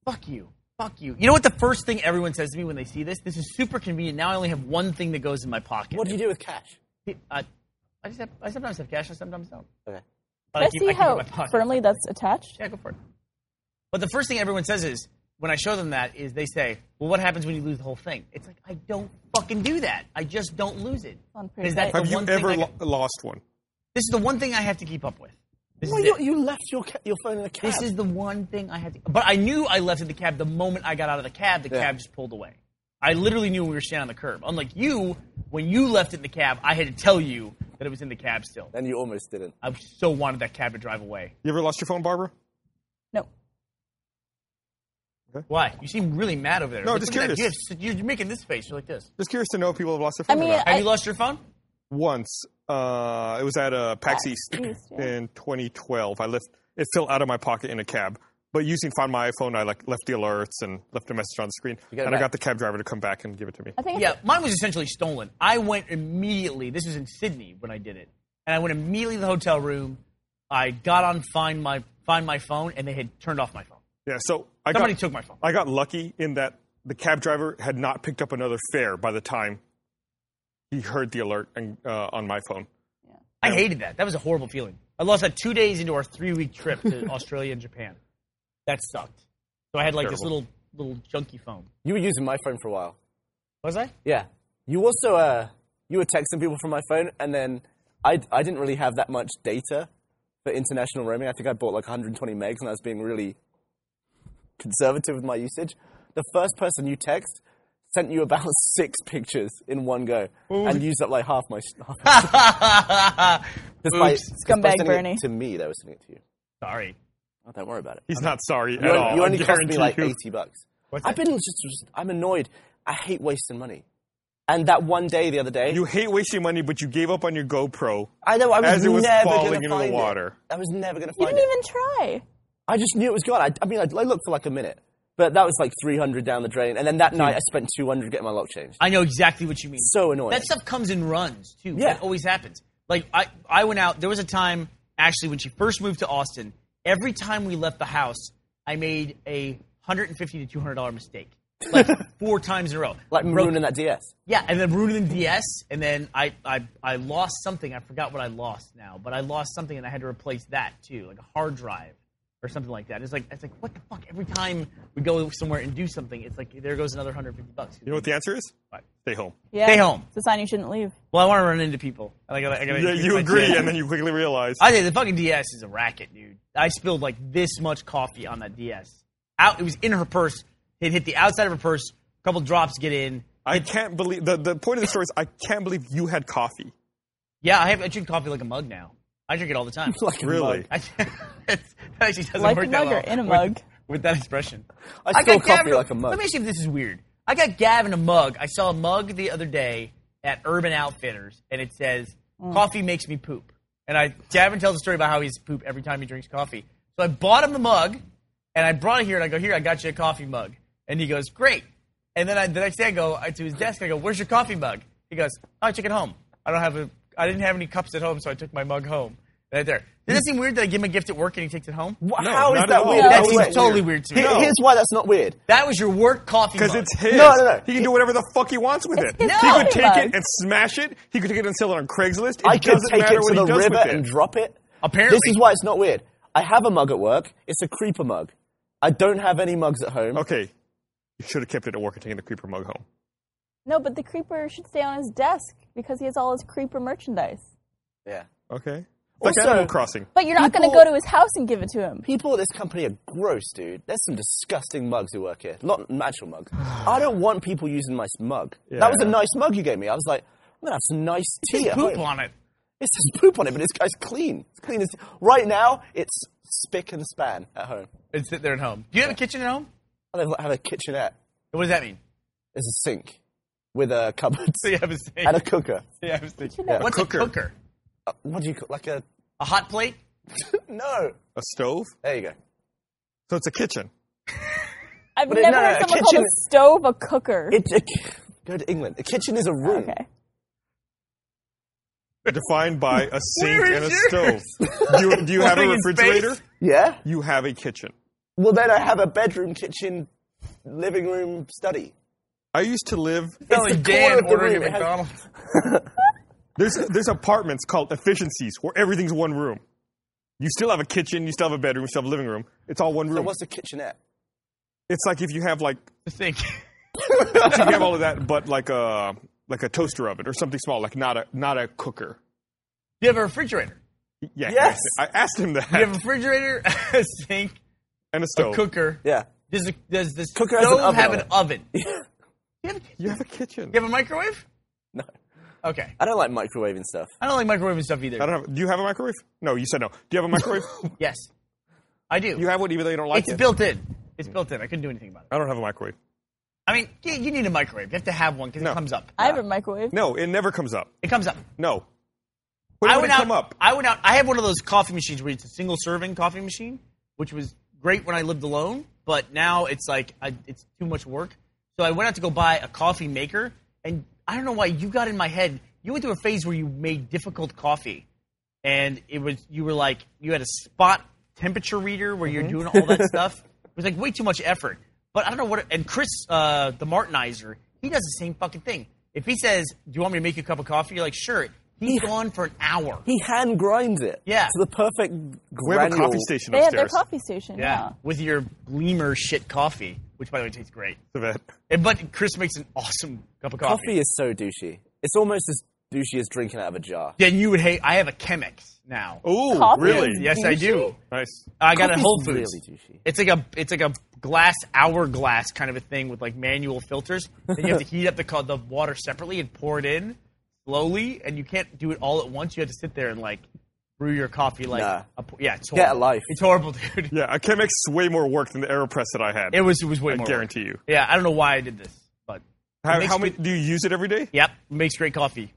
[SPEAKER 2] Fuck you. Fuck you. You know what the first thing everyone says to me when they see this? This is super convenient. Now I only have one thing that goes in my pocket.
[SPEAKER 4] What do you do with cash?
[SPEAKER 2] I, I just have. I sometimes have cash. I sometimes don't.
[SPEAKER 4] Okay.
[SPEAKER 2] But
[SPEAKER 3] Can I
[SPEAKER 2] keep-
[SPEAKER 3] see
[SPEAKER 2] keep it in
[SPEAKER 3] how
[SPEAKER 2] my pocket.
[SPEAKER 3] firmly that's attached?
[SPEAKER 2] Yeah, go for it. But the first thing everyone says is, when I show them that, is they say, well, what happens when you lose the whole thing? It's like, I don't fucking do that. I just don't lose it.
[SPEAKER 3] Sounds pretty
[SPEAKER 2] Is that the
[SPEAKER 3] great.
[SPEAKER 1] Have you
[SPEAKER 2] one thing
[SPEAKER 1] ever
[SPEAKER 2] I-
[SPEAKER 1] lo- lost one?
[SPEAKER 2] this is the one thing I have to keep up with. This,
[SPEAKER 4] Well,
[SPEAKER 2] is,
[SPEAKER 4] you,
[SPEAKER 2] it.
[SPEAKER 4] you left your ca- your phone in a cab.
[SPEAKER 2] this is the one thing I have to. But I knew I left in the cab the moment I got out of the cab, the
[SPEAKER 4] Yeah.
[SPEAKER 2] cab just pulled away. I literally knew we were standing on the curb. Unlike you, when you left it in the cab, I had to tell you that it was in the cab still.
[SPEAKER 4] and you almost didn't.
[SPEAKER 2] I so wanted that cab to drive away.
[SPEAKER 1] You ever lost your phone, Barbara?
[SPEAKER 3] No.
[SPEAKER 2] Why? You seem really mad over there.
[SPEAKER 1] No,
[SPEAKER 2] Look-
[SPEAKER 1] just
[SPEAKER 2] look at that.
[SPEAKER 1] curious.
[SPEAKER 2] You have- you're making this face. You're like this.
[SPEAKER 1] Just curious to know if people have lost their
[SPEAKER 3] I
[SPEAKER 1] phone. or
[SPEAKER 3] mean,
[SPEAKER 1] not.
[SPEAKER 2] Have
[SPEAKER 3] I-
[SPEAKER 2] you lost your phone?
[SPEAKER 1] once. Uh, it was at a PAX East
[SPEAKER 3] East, yeah.
[SPEAKER 1] in 2012. I left it fell out of my pocket in a cab, but using Find My iPhone, I like left the alerts and left a message on the screen, and
[SPEAKER 4] got it
[SPEAKER 1] I got
[SPEAKER 4] back.
[SPEAKER 1] the cab driver to come back and give it to me.
[SPEAKER 3] I think
[SPEAKER 2] Yeah, mine was essentially stolen. I went immediately. This was in Sydney when I did it, and I went immediately to the hotel room. I got on find my find my phone, and they had turned off my phone.
[SPEAKER 1] Yeah, so I
[SPEAKER 2] Somebody
[SPEAKER 1] got,
[SPEAKER 2] took my phone.
[SPEAKER 1] I got lucky in that the cab driver had not picked up another fare by the time he heard the alert and, uh, on my phone.
[SPEAKER 2] I hated that. That was a horrible feeling. I lost that two days into our three week trip to Australia and Japan. That sucked. So I had like this
[SPEAKER 1] Terrible.
[SPEAKER 2] little little junky phone.
[SPEAKER 4] You were using my phone for a while.
[SPEAKER 2] Was I?
[SPEAKER 4] Yeah. You also uh, you were texting people from my phone, and then I I didn't really have that much data for international roaming. I think I bought like 120 megs, and I was being really conservative with my usage. The first person you text sent you about six pictures in one go, and used up like half my stuff. Despite,
[SPEAKER 3] Scumbag Bernie.
[SPEAKER 4] Bernie. To me, they were sending it to you.
[SPEAKER 2] Sorry.
[SPEAKER 4] Oh, don't worry about it.
[SPEAKER 1] He's not sorry
[SPEAKER 4] You,
[SPEAKER 1] at
[SPEAKER 4] only-
[SPEAKER 1] all.
[SPEAKER 4] you
[SPEAKER 1] I
[SPEAKER 4] only cost me
[SPEAKER 1] guarantee
[SPEAKER 4] like
[SPEAKER 1] you.
[SPEAKER 4] eighty bucks.
[SPEAKER 2] What's
[SPEAKER 4] I've
[SPEAKER 2] that?
[SPEAKER 4] been just, just- I'm annoyed. I hate wasting money. And that one day the other day,
[SPEAKER 1] You hate wasting money, but you gave up on your GoPro.
[SPEAKER 4] I know I was
[SPEAKER 1] as it was
[SPEAKER 4] never
[SPEAKER 1] falling
[SPEAKER 4] gonna
[SPEAKER 1] into the
[SPEAKER 4] find it.
[SPEAKER 1] water.
[SPEAKER 4] I was never gonna
[SPEAKER 3] You
[SPEAKER 4] find
[SPEAKER 3] didn't
[SPEAKER 4] it.
[SPEAKER 3] even try.
[SPEAKER 4] I just knew it was gone. I, I mean, I, I looked for like a minute, but that was like three hundred down the drain. And then that
[SPEAKER 1] Hmm.
[SPEAKER 4] night, I spent two hundred getting my lock changed.
[SPEAKER 2] I know exactly what you mean.
[SPEAKER 4] So annoying.
[SPEAKER 2] That stuff comes in runs too.
[SPEAKER 4] Yeah.
[SPEAKER 2] It always happens. Like I, I went out. There was a time actually when she first moved to Austin. Every time we left the house, I made a hundred and fifty to two hundred dollar mistake, like four times in a row.
[SPEAKER 4] Like
[SPEAKER 2] Broke-
[SPEAKER 4] ruining that DS.
[SPEAKER 2] yeah, and then ruining the DS, and then I, I I lost something. I forgot what I lost now, but I lost something, and I had to replace that too, like a hard drive or something like that. It's like it's like what the fuck? Every time we go somewhere and do something, it's like there goes another hundred fifty bucks.
[SPEAKER 1] You know what the answer is?
[SPEAKER 2] What?
[SPEAKER 1] Stay home.
[SPEAKER 3] Yeah.
[SPEAKER 2] Stay home.
[SPEAKER 3] It's a sign you shouldn't leave.
[SPEAKER 2] Well, I want to run into people. And I gotta, I gotta
[SPEAKER 1] Yeah,
[SPEAKER 2] use
[SPEAKER 1] you
[SPEAKER 2] my
[SPEAKER 1] agree,
[SPEAKER 2] DS.
[SPEAKER 1] and then you quickly realize.
[SPEAKER 2] I think the fucking DS is a racket, dude. I spilled like this much coffee on that DS. Out, it was in her purse. It hit the outside of her purse. A couple drops get in.
[SPEAKER 1] I can't believe the, the point of the story is I can't believe you had coffee.
[SPEAKER 2] Yeah, I have. I drink coffee like a mug now. I drink it all the time.
[SPEAKER 4] Like a
[SPEAKER 1] Really?
[SPEAKER 4] mug.
[SPEAKER 2] I, that actually doesn't
[SPEAKER 3] Like
[SPEAKER 2] work
[SPEAKER 3] a
[SPEAKER 2] that
[SPEAKER 3] mug
[SPEAKER 2] well
[SPEAKER 3] or in a
[SPEAKER 2] with-
[SPEAKER 3] mug?
[SPEAKER 2] With, that expression.
[SPEAKER 4] I
[SPEAKER 2] got
[SPEAKER 4] still copy
[SPEAKER 2] Gavin-
[SPEAKER 4] like a mug.
[SPEAKER 2] Let me see if this is weird. I got Gavin a mug. I saw a mug the other day at Urban Outfitters, and it says,
[SPEAKER 4] Mm.
[SPEAKER 2] "Coffee makes me poop." And I Gavin tells a story about how he's poop every time he drinks coffee. So I bought him the mug, and I brought it here, and I go, "Here, I got you a coffee mug," and he goes, "Great." And then I, the next day, I go I- to his desk, and I go, "Where's your coffee mug?" He goes, oh, "I took it home. I don't have a, I didn't have any cups at home, so I took my mug home." Right there. Does that seem weird that I give him a gift at work and he takes it home?
[SPEAKER 4] Wha-
[SPEAKER 1] No,
[SPEAKER 4] How is
[SPEAKER 1] not at
[SPEAKER 4] that
[SPEAKER 1] all.
[SPEAKER 4] weird?
[SPEAKER 3] No.
[SPEAKER 2] That
[SPEAKER 4] That's
[SPEAKER 2] seems
[SPEAKER 4] weird.
[SPEAKER 2] totally weird to me.
[SPEAKER 4] Here-
[SPEAKER 1] No.
[SPEAKER 4] Here's why that's not weird.
[SPEAKER 2] That was your work coffee
[SPEAKER 1] Because
[SPEAKER 2] mug.
[SPEAKER 1] it's his.
[SPEAKER 4] No, no, no.
[SPEAKER 1] He can do whatever the fuck he wants with it.
[SPEAKER 3] his
[SPEAKER 1] He could
[SPEAKER 3] coffee
[SPEAKER 1] take it
[SPEAKER 3] mug.
[SPEAKER 1] and smash it. He could take it and sell it on Craigslist. It
[SPEAKER 4] I could
[SPEAKER 1] doesn't
[SPEAKER 4] take
[SPEAKER 1] matter
[SPEAKER 4] it
[SPEAKER 1] what
[SPEAKER 4] to the
[SPEAKER 1] he does
[SPEAKER 4] river
[SPEAKER 1] with it.
[SPEAKER 4] and drop it.
[SPEAKER 2] Apparently.
[SPEAKER 4] this is why it's not weird. I have a mug at work. It's a creeper mug. I don't have any mugs at home.
[SPEAKER 1] okay, you should have kept it at work and taken the creeper mug home.
[SPEAKER 3] No, but the creeper should stay on his desk because he has all his creeper merchandise.
[SPEAKER 4] Yeah.
[SPEAKER 1] Okay. like
[SPEAKER 4] Also-
[SPEAKER 1] Animal Crossing.
[SPEAKER 3] But you're not going to
[SPEAKER 4] People-
[SPEAKER 3] go to his house and give it to him.
[SPEAKER 4] People at this company are gross, dude. There's some disgusting mugs who work here. Not natural mugs. I don't want people using my s- mug. That was a
[SPEAKER 1] Yeah.
[SPEAKER 4] nice mug you gave me. I was like, I'm gonna have some nice tea. at
[SPEAKER 2] Poop
[SPEAKER 4] home.
[SPEAKER 2] on it.
[SPEAKER 4] It says poop on it, but this guy's clean. It's clean as right now. It's spick and span at home.
[SPEAKER 2] It's sit there at home. Do you have a kitchen at home?
[SPEAKER 4] I don't have a kitchenette.
[SPEAKER 2] What does that mean?
[SPEAKER 4] There's a sink with a cupboard
[SPEAKER 2] So you have a sink.
[SPEAKER 4] and a cooker.
[SPEAKER 2] Yeah, I was thinking.
[SPEAKER 3] Yeah.
[SPEAKER 2] What's
[SPEAKER 1] Cooker.
[SPEAKER 2] a cooker?
[SPEAKER 4] Uh, What do you call like a?
[SPEAKER 2] A hot plate?
[SPEAKER 4] No.
[SPEAKER 1] A stove?
[SPEAKER 4] There you go.
[SPEAKER 1] So it's a kitchen.
[SPEAKER 3] I've
[SPEAKER 4] But it-
[SPEAKER 3] never
[SPEAKER 4] no, no,
[SPEAKER 3] heard
[SPEAKER 4] a
[SPEAKER 3] someone call
[SPEAKER 4] kitchen-
[SPEAKER 3] a stove a cooker.
[SPEAKER 4] It, it go to England. A kitchen is a room.
[SPEAKER 3] okay.
[SPEAKER 1] Defined by a sink
[SPEAKER 2] Where
[SPEAKER 1] and a
[SPEAKER 2] is yours?
[SPEAKER 1] stove. Do you, do you have a
[SPEAKER 2] Floating in space?
[SPEAKER 1] refrigerator?
[SPEAKER 4] Yeah.
[SPEAKER 1] You have a kitchen.
[SPEAKER 4] Well, then I have a bedroom, kitchen, living room, study.
[SPEAKER 1] I used to live.
[SPEAKER 2] It's
[SPEAKER 4] the
[SPEAKER 2] like
[SPEAKER 4] corner of
[SPEAKER 2] Dan
[SPEAKER 4] the
[SPEAKER 2] ordering
[SPEAKER 4] room.
[SPEAKER 2] at
[SPEAKER 4] It has-
[SPEAKER 2] McDonald's.
[SPEAKER 1] There's there's apartments called efficiencies where everything's one room. You still have a kitchen. You still have a bedroom. You still have a living room. It's all one
[SPEAKER 4] So
[SPEAKER 1] room.
[SPEAKER 4] what's a kitchenette?
[SPEAKER 1] it's like if you have like
[SPEAKER 2] The sink.
[SPEAKER 1] you have all of that, but like a like a toaster oven or something small, like not a not a cooker.
[SPEAKER 2] You have a refrigerator.
[SPEAKER 1] Yeah.
[SPEAKER 4] Yes.
[SPEAKER 1] I asked him that.
[SPEAKER 2] You have a refrigerator, a sink,
[SPEAKER 1] and a stove.
[SPEAKER 2] cooker.
[SPEAKER 4] Yeah.
[SPEAKER 2] Does, the- does this
[SPEAKER 4] Oh. Cooker has an
[SPEAKER 2] stove
[SPEAKER 4] oven
[SPEAKER 2] have
[SPEAKER 4] on
[SPEAKER 2] an
[SPEAKER 4] it.
[SPEAKER 2] oven? You
[SPEAKER 1] You have a kitchen.
[SPEAKER 2] have a microwave?
[SPEAKER 4] No.
[SPEAKER 2] Okay.
[SPEAKER 4] I don't like microwaving stuff.
[SPEAKER 2] I don't like microwave and stuff either.
[SPEAKER 1] I don't have. Do you have a microwave? No, you said no. Do you have a microwave?
[SPEAKER 2] Yes. I do.
[SPEAKER 1] you have one, even though you don't like
[SPEAKER 2] it's
[SPEAKER 1] it.
[SPEAKER 2] built in. It's built in. I couldn't do anything about it.
[SPEAKER 1] I don't have a microwave.
[SPEAKER 2] I mean, you, you need a microwave. You have to have one because
[SPEAKER 1] No.
[SPEAKER 2] it comes up.
[SPEAKER 3] I have a microwave.
[SPEAKER 1] No, it never comes up.
[SPEAKER 2] It comes up.
[SPEAKER 1] No. When
[SPEAKER 2] I
[SPEAKER 1] would
[SPEAKER 2] went
[SPEAKER 1] it
[SPEAKER 2] out.
[SPEAKER 1] come up?
[SPEAKER 2] I went out. I have one of those coffee machines where it's a single serving coffee machine, which was great when I lived alone. But now it's like I, it's too much work. So I went out to go buy a coffee maker, and I don't know why you got in my head. You went through a phase where you made difficult coffee, and it was you were like you had a spot temperature reader where you're doing all that stuff. It was like way too much effort. But I don't know what. And Chris, uh, the Martinizer, he does the same fucking thing. If he says, "Do you want me to make you a cup of coffee?" You're like, "Sure." He's gone for an hour.
[SPEAKER 4] He hand grinds it.
[SPEAKER 2] Yeah.
[SPEAKER 4] To the perfect
[SPEAKER 1] We have a
[SPEAKER 4] granule.
[SPEAKER 1] coffee station
[SPEAKER 3] They have their
[SPEAKER 1] upstairs.
[SPEAKER 3] coffee station. Yeah.
[SPEAKER 2] With your Gleamer shit coffee, which by the way tastes great.
[SPEAKER 1] Yvette.
[SPEAKER 2] And- But Chris makes an awesome cup of coffee.
[SPEAKER 4] Coffee is so douchey. It's almost as douchey as drinking out of a jar.
[SPEAKER 2] Then you would hate. I have a Chemex now.
[SPEAKER 1] Ooh,
[SPEAKER 3] Coffee?
[SPEAKER 1] really?
[SPEAKER 2] yes, I do.
[SPEAKER 1] Nice.
[SPEAKER 2] I got a
[SPEAKER 4] Oh, Coffee's
[SPEAKER 2] Whole Foods.
[SPEAKER 4] really douchey.
[SPEAKER 2] It's like a it's like a glass hourglass kind of a thing with like manual filters. Then you have to heat up the co- the water separately and pour it in slowly, and you can't do it all at once. You have to sit there and like brew your coffee like
[SPEAKER 4] Nah.
[SPEAKER 2] a po- yeah. It's
[SPEAKER 4] Get a
[SPEAKER 2] horrible.
[SPEAKER 4] life.
[SPEAKER 2] It's horrible, dude.
[SPEAKER 1] Yeah, a Chemic's way more work than the AeroPress that I had.
[SPEAKER 2] It was it was way
[SPEAKER 1] I
[SPEAKER 2] more.
[SPEAKER 1] guarantee you.
[SPEAKER 2] Yeah, I don't know why I did this, but
[SPEAKER 1] How,
[SPEAKER 2] makes
[SPEAKER 1] how
[SPEAKER 2] me-
[SPEAKER 1] many do you use it every day?
[SPEAKER 2] Yep, makes great coffee.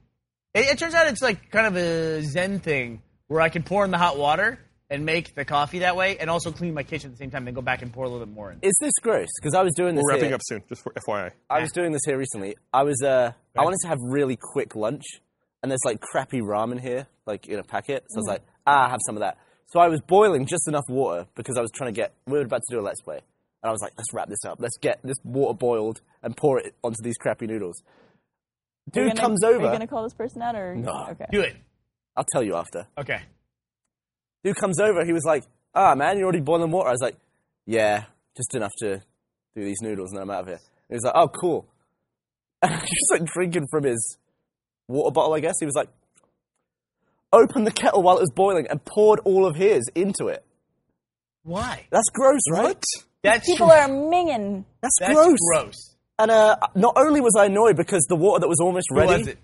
[SPEAKER 2] It, it turns out it's like kind of a Zen thing where I can pour in the hot water and make the coffee that way, and also clean my kitchen at the same time. Then go back and pour a little bit more in.
[SPEAKER 4] Is this gross? Because I was doing this.
[SPEAKER 1] We're wrapping
[SPEAKER 4] here.
[SPEAKER 1] up soon, just for FYI.
[SPEAKER 4] I was doing this here recently. I was uh, I wanted to have really quick lunch, and there's like crappy ramen here, like in a packet. So I
[SPEAKER 3] Mm.
[SPEAKER 4] was like, ah, have some of that. So I was boiling just enough water because I was trying to get. We were about to do a let's play, and I was like, let's wrap this up. Let's get this water boiled and pour it onto these crappy noodles.
[SPEAKER 3] Are you
[SPEAKER 4] Dude
[SPEAKER 3] gonna-
[SPEAKER 4] comes
[SPEAKER 3] Are you going
[SPEAKER 4] over.
[SPEAKER 3] to call this person out or?
[SPEAKER 4] No.
[SPEAKER 3] Okay.
[SPEAKER 2] Do it.
[SPEAKER 4] I'll tell you after.
[SPEAKER 2] Okay.
[SPEAKER 4] Dude comes over. He was like, ah, man, you're already boiling water. I was like, yeah, just enough to do these noodles, and then I'm out of here. And he was like, oh, cool. And he's like drinking from his water bottle, I guess. He was like, opened the kettle while it was boiling and poured all of his into it.
[SPEAKER 2] Why?
[SPEAKER 4] That's gross, right?
[SPEAKER 2] That's
[SPEAKER 3] People are minging.
[SPEAKER 4] That's,
[SPEAKER 2] that's
[SPEAKER 4] gross.
[SPEAKER 2] gross.
[SPEAKER 4] And uh, not only was I annoyed because the water that was almost
[SPEAKER 2] Who
[SPEAKER 4] ready.
[SPEAKER 2] was it?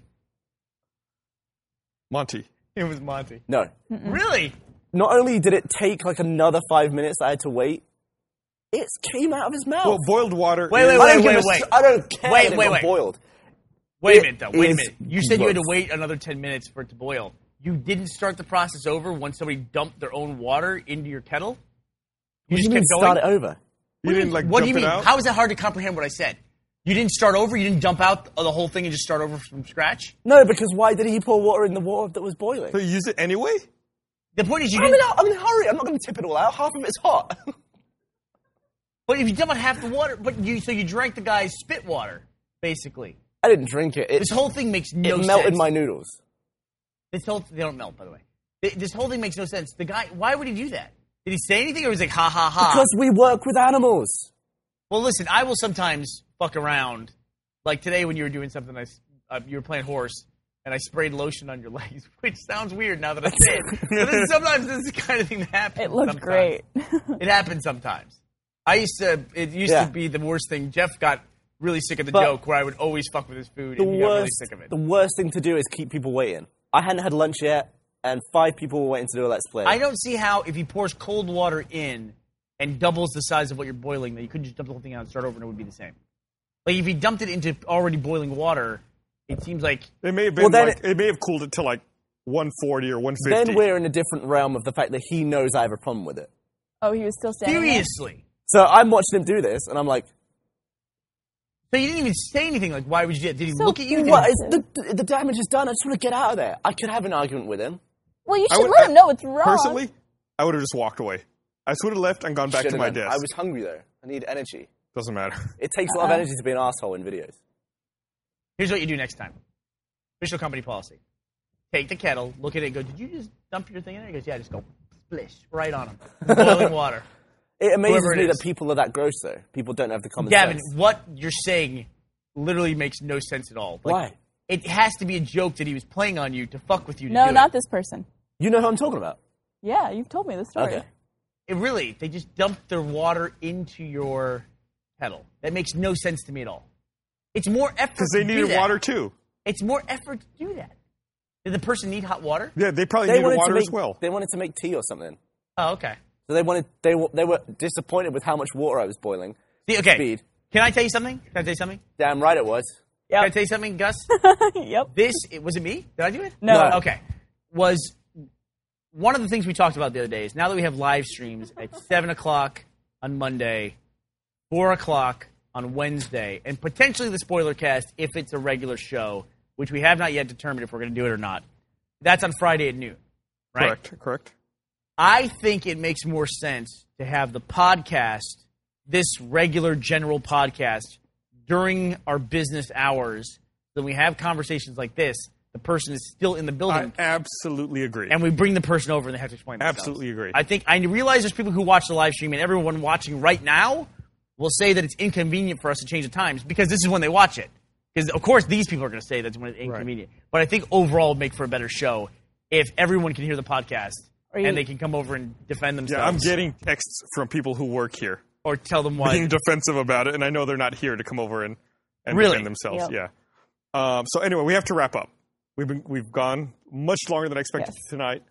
[SPEAKER 1] Monty.
[SPEAKER 2] It was Monty.
[SPEAKER 4] No.
[SPEAKER 2] Really?
[SPEAKER 4] Not only did it take like another five minutes I had to wait, it came out of his mouth.
[SPEAKER 1] Well, boiled water.
[SPEAKER 2] Wait, wait,
[SPEAKER 1] is-
[SPEAKER 2] wait.
[SPEAKER 4] I don't give a s- I don't care.
[SPEAKER 2] Wait,
[SPEAKER 4] that it
[SPEAKER 2] wait,
[SPEAKER 4] got
[SPEAKER 2] wait.
[SPEAKER 4] Boiled.
[SPEAKER 2] Wait
[SPEAKER 4] It
[SPEAKER 2] a minute, though. Wait a
[SPEAKER 4] is
[SPEAKER 2] minute. You said you had to
[SPEAKER 4] gross.
[SPEAKER 2] wait another ten minutes for it to boil. You didn't start the process over once somebody dumped their own water into your kettle. You
[SPEAKER 4] You
[SPEAKER 2] just
[SPEAKER 4] mean
[SPEAKER 2] kept going.
[SPEAKER 4] start it over?
[SPEAKER 1] You didn't like
[SPEAKER 2] What do
[SPEAKER 1] dump
[SPEAKER 2] you mean?
[SPEAKER 1] it out?
[SPEAKER 2] How is that hard to comprehend what I said? You didn't start over. You didn't dump out the whole thing and just start over from scratch.
[SPEAKER 4] No, because why did he pour water in the water that was boiling?
[SPEAKER 1] But you use it anyway?
[SPEAKER 2] The point is, you
[SPEAKER 4] I'm in,
[SPEAKER 2] didn't.
[SPEAKER 4] a, I'm in a hurry. I'm not going to tip it all out. Half of it's hot.
[SPEAKER 2] But if you dump out half the water, but you so you drank the guy's spit water, basically.
[SPEAKER 4] I didn't drink it. It,
[SPEAKER 2] This whole thing makes
[SPEAKER 4] it
[SPEAKER 2] no
[SPEAKER 4] melted
[SPEAKER 2] sense.
[SPEAKER 4] my noodles.
[SPEAKER 2] This whole they don't melt, by the way. Th- This whole thing makes no sense. The guy, why would he do that? Did he say anything, or was he like, ha ha ha?
[SPEAKER 4] Because we work with animals.
[SPEAKER 2] Well, listen, I will sometimes fuck around. Like today when you were doing something, I, s- uh, you were playing horse, and I sprayed lotion on your legs, which sounds weird now that I say it. But this is, sometimes this is the kind of thing that happens.
[SPEAKER 3] It looked
[SPEAKER 2] sometimes.
[SPEAKER 3] great.
[SPEAKER 2] It happens sometimes. I used to. It used
[SPEAKER 4] Yeah.
[SPEAKER 2] to be the worst thing. Jeff got really sick of the
[SPEAKER 4] But-
[SPEAKER 2] joke where I would always fuck with his food,
[SPEAKER 4] the
[SPEAKER 2] and he got really
[SPEAKER 4] worst,
[SPEAKER 2] sick of it.
[SPEAKER 4] the worst thing to do is keep people waiting. I hadn't had lunch yet, and five people were waiting to do a let's play.
[SPEAKER 2] I don't see how if he pours cold water in and doubles the size of what you're boiling, that you couldn't just dump the whole thing out and start over, and it would be the same. Like if he dumped it into already boiling water, it seems like
[SPEAKER 1] It may have been
[SPEAKER 4] then
[SPEAKER 1] like it,
[SPEAKER 4] it-
[SPEAKER 1] may have cooled it to like 140 or 150.
[SPEAKER 4] Then we're in a different realm of the fact that he knows I have a problem with it.
[SPEAKER 3] Oh, he was still standing. there?
[SPEAKER 2] seriously.
[SPEAKER 4] So I'm watching him do this, and I'm like,
[SPEAKER 2] So you didn't even say anything. Like why would you do it? Did he
[SPEAKER 3] So
[SPEAKER 2] look at you? Did
[SPEAKER 4] "Well,
[SPEAKER 2] he-
[SPEAKER 4] it's, the, the damage is done. I just want to get out of there." I could have an argument with him.
[SPEAKER 3] Well, you
[SPEAKER 1] I
[SPEAKER 3] should
[SPEAKER 1] would-
[SPEAKER 3] let him know it's wrong.
[SPEAKER 1] Personally, I would have just walked away. I just would have left and gone back to
[SPEAKER 4] Should've
[SPEAKER 1] my
[SPEAKER 4] done.
[SPEAKER 1] desk.
[SPEAKER 4] I was hungry though. I need energy.
[SPEAKER 1] Doesn't matter.
[SPEAKER 4] It takes a
[SPEAKER 2] Uh-huh.
[SPEAKER 4] lot of energy to be an asshole in videos.
[SPEAKER 2] Here's what you do next time. Official company policy. Take the kettle, look at it, and go, did you just dump your thing in there? He goes, yeah, just go splish right on him. Boiling water.
[SPEAKER 4] It amazes
[SPEAKER 2] Whoever it
[SPEAKER 4] me
[SPEAKER 2] is.
[SPEAKER 4] that people are that gross though. People don't have the common
[SPEAKER 2] Gavin,
[SPEAKER 4] sense.
[SPEAKER 2] what you're saying literally makes no sense at all. Like,
[SPEAKER 4] Why?
[SPEAKER 2] It has to be a joke that he was playing on you to fuck with you. To
[SPEAKER 3] no,
[SPEAKER 2] do it.
[SPEAKER 3] not this person.
[SPEAKER 4] You know who I'm talking about?
[SPEAKER 3] Yeah, you've told me the story.
[SPEAKER 4] Okay.
[SPEAKER 2] It really, they just dumped their water into your kettle. That makes no sense to me at all. It's more effort
[SPEAKER 1] Because they
[SPEAKER 2] to do
[SPEAKER 1] needed
[SPEAKER 2] that.
[SPEAKER 1] water too.
[SPEAKER 2] It's more effort to do that. Did the person need hot water?
[SPEAKER 1] Yeah, they probably
[SPEAKER 4] They
[SPEAKER 1] needed
[SPEAKER 4] wanted
[SPEAKER 1] water
[SPEAKER 4] to make
[SPEAKER 1] as well.
[SPEAKER 4] they wanted to make tea or something.
[SPEAKER 2] Oh, okay.
[SPEAKER 4] So they wanted they were they were disappointed with how much water I was boiling.
[SPEAKER 2] See, okay.
[SPEAKER 4] Speed.
[SPEAKER 2] Can I tell you something? Can I tell you something?
[SPEAKER 4] Damn right it was.
[SPEAKER 2] Can I tell you something, Gus?
[SPEAKER 3] yep.
[SPEAKER 2] this it, was it me? Did I do it?
[SPEAKER 3] No. No.
[SPEAKER 2] Okay. Was one of the things we talked about the other day is now that we have live streams at seven o'clock on Monday, four o'clock on Wednesday, and potentially the spoiler cast if it's a regular show, which we have not yet determined if we're going to do it or not. That's on Friday at noon, right?
[SPEAKER 1] Correct. Correct.
[SPEAKER 2] I think it makes more sense to have the podcast, this regular general podcast, during our business hours. Then we have conversations like this. The person is still in the
[SPEAKER 1] I
[SPEAKER 2] building,
[SPEAKER 1] absolutely agree.
[SPEAKER 2] and we bring the person over, and they have to explain. Themselves.
[SPEAKER 1] Absolutely agree.
[SPEAKER 2] I think I realize there's people who watch the live stream, and everyone watching right now will say that it's inconvenient for us to change the times because this is when they watch it. Because of course these people are going to say that's when it's inconvenient. But I think overall, it'd make for a better show if everyone can hear the podcast
[SPEAKER 3] Are you-
[SPEAKER 2] and they can come over and defend themselves.
[SPEAKER 1] yeah, I'm getting texts from people who work here
[SPEAKER 2] or tell them why.
[SPEAKER 1] being defensive about it, and I know they're not here to come over and, and
[SPEAKER 2] Really?
[SPEAKER 1] defend themselves. Yeah. Um, so anyway, we have to wrap up. We've been we've gone much longer than I expected
[SPEAKER 3] Yes.
[SPEAKER 1] tonight,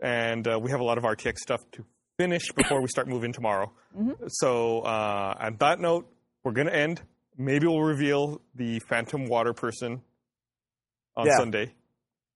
[SPEAKER 1] and uh, we have a lot of RTX stuff to finish before we start moving tomorrow.
[SPEAKER 3] Mm-hmm.
[SPEAKER 1] So uh, on that note, we're gonna end. Maybe we'll reveal the Phantom Water person on
[SPEAKER 4] Yeah.
[SPEAKER 1] Sunday.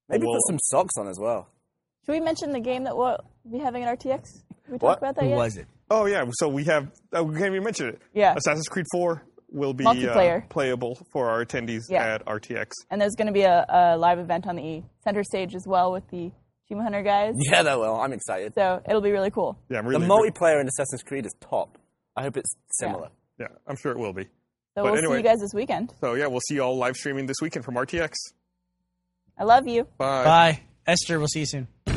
[SPEAKER 4] Maybe
[SPEAKER 1] Well-
[SPEAKER 4] put some socks on as well.
[SPEAKER 3] Should we mention the game that we'll be having at RTX? Did we
[SPEAKER 4] What?
[SPEAKER 3] talk about that yet?
[SPEAKER 2] it?
[SPEAKER 1] Oh yeah, so we have uh, we can't even mention it.
[SPEAKER 3] Yeah.
[SPEAKER 1] Assassin's Creed Four will be uh,
[SPEAKER 3] Multiplayer.
[SPEAKER 1] playable for our attendees
[SPEAKER 3] Yeah.
[SPEAKER 1] at RTX.
[SPEAKER 3] And there's going to be a, a live event on the center stage as well with the Chima Hunter guys.
[SPEAKER 4] Yeah, they will. I'm excited.
[SPEAKER 3] So it'll be really cool.
[SPEAKER 1] Yeah, I'm
[SPEAKER 4] The
[SPEAKER 1] really
[SPEAKER 4] multiplayer in Assassin's Creed is top. I hope it's similar.
[SPEAKER 1] Yeah, I'm sure it will be.
[SPEAKER 3] So
[SPEAKER 1] But
[SPEAKER 3] we'll
[SPEAKER 1] anyway-
[SPEAKER 3] see you guys this weekend.
[SPEAKER 1] So yeah, we'll see you all live streaming this weekend from RTX.
[SPEAKER 3] I love you.
[SPEAKER 2] Bye, Esther. We'll see you soon.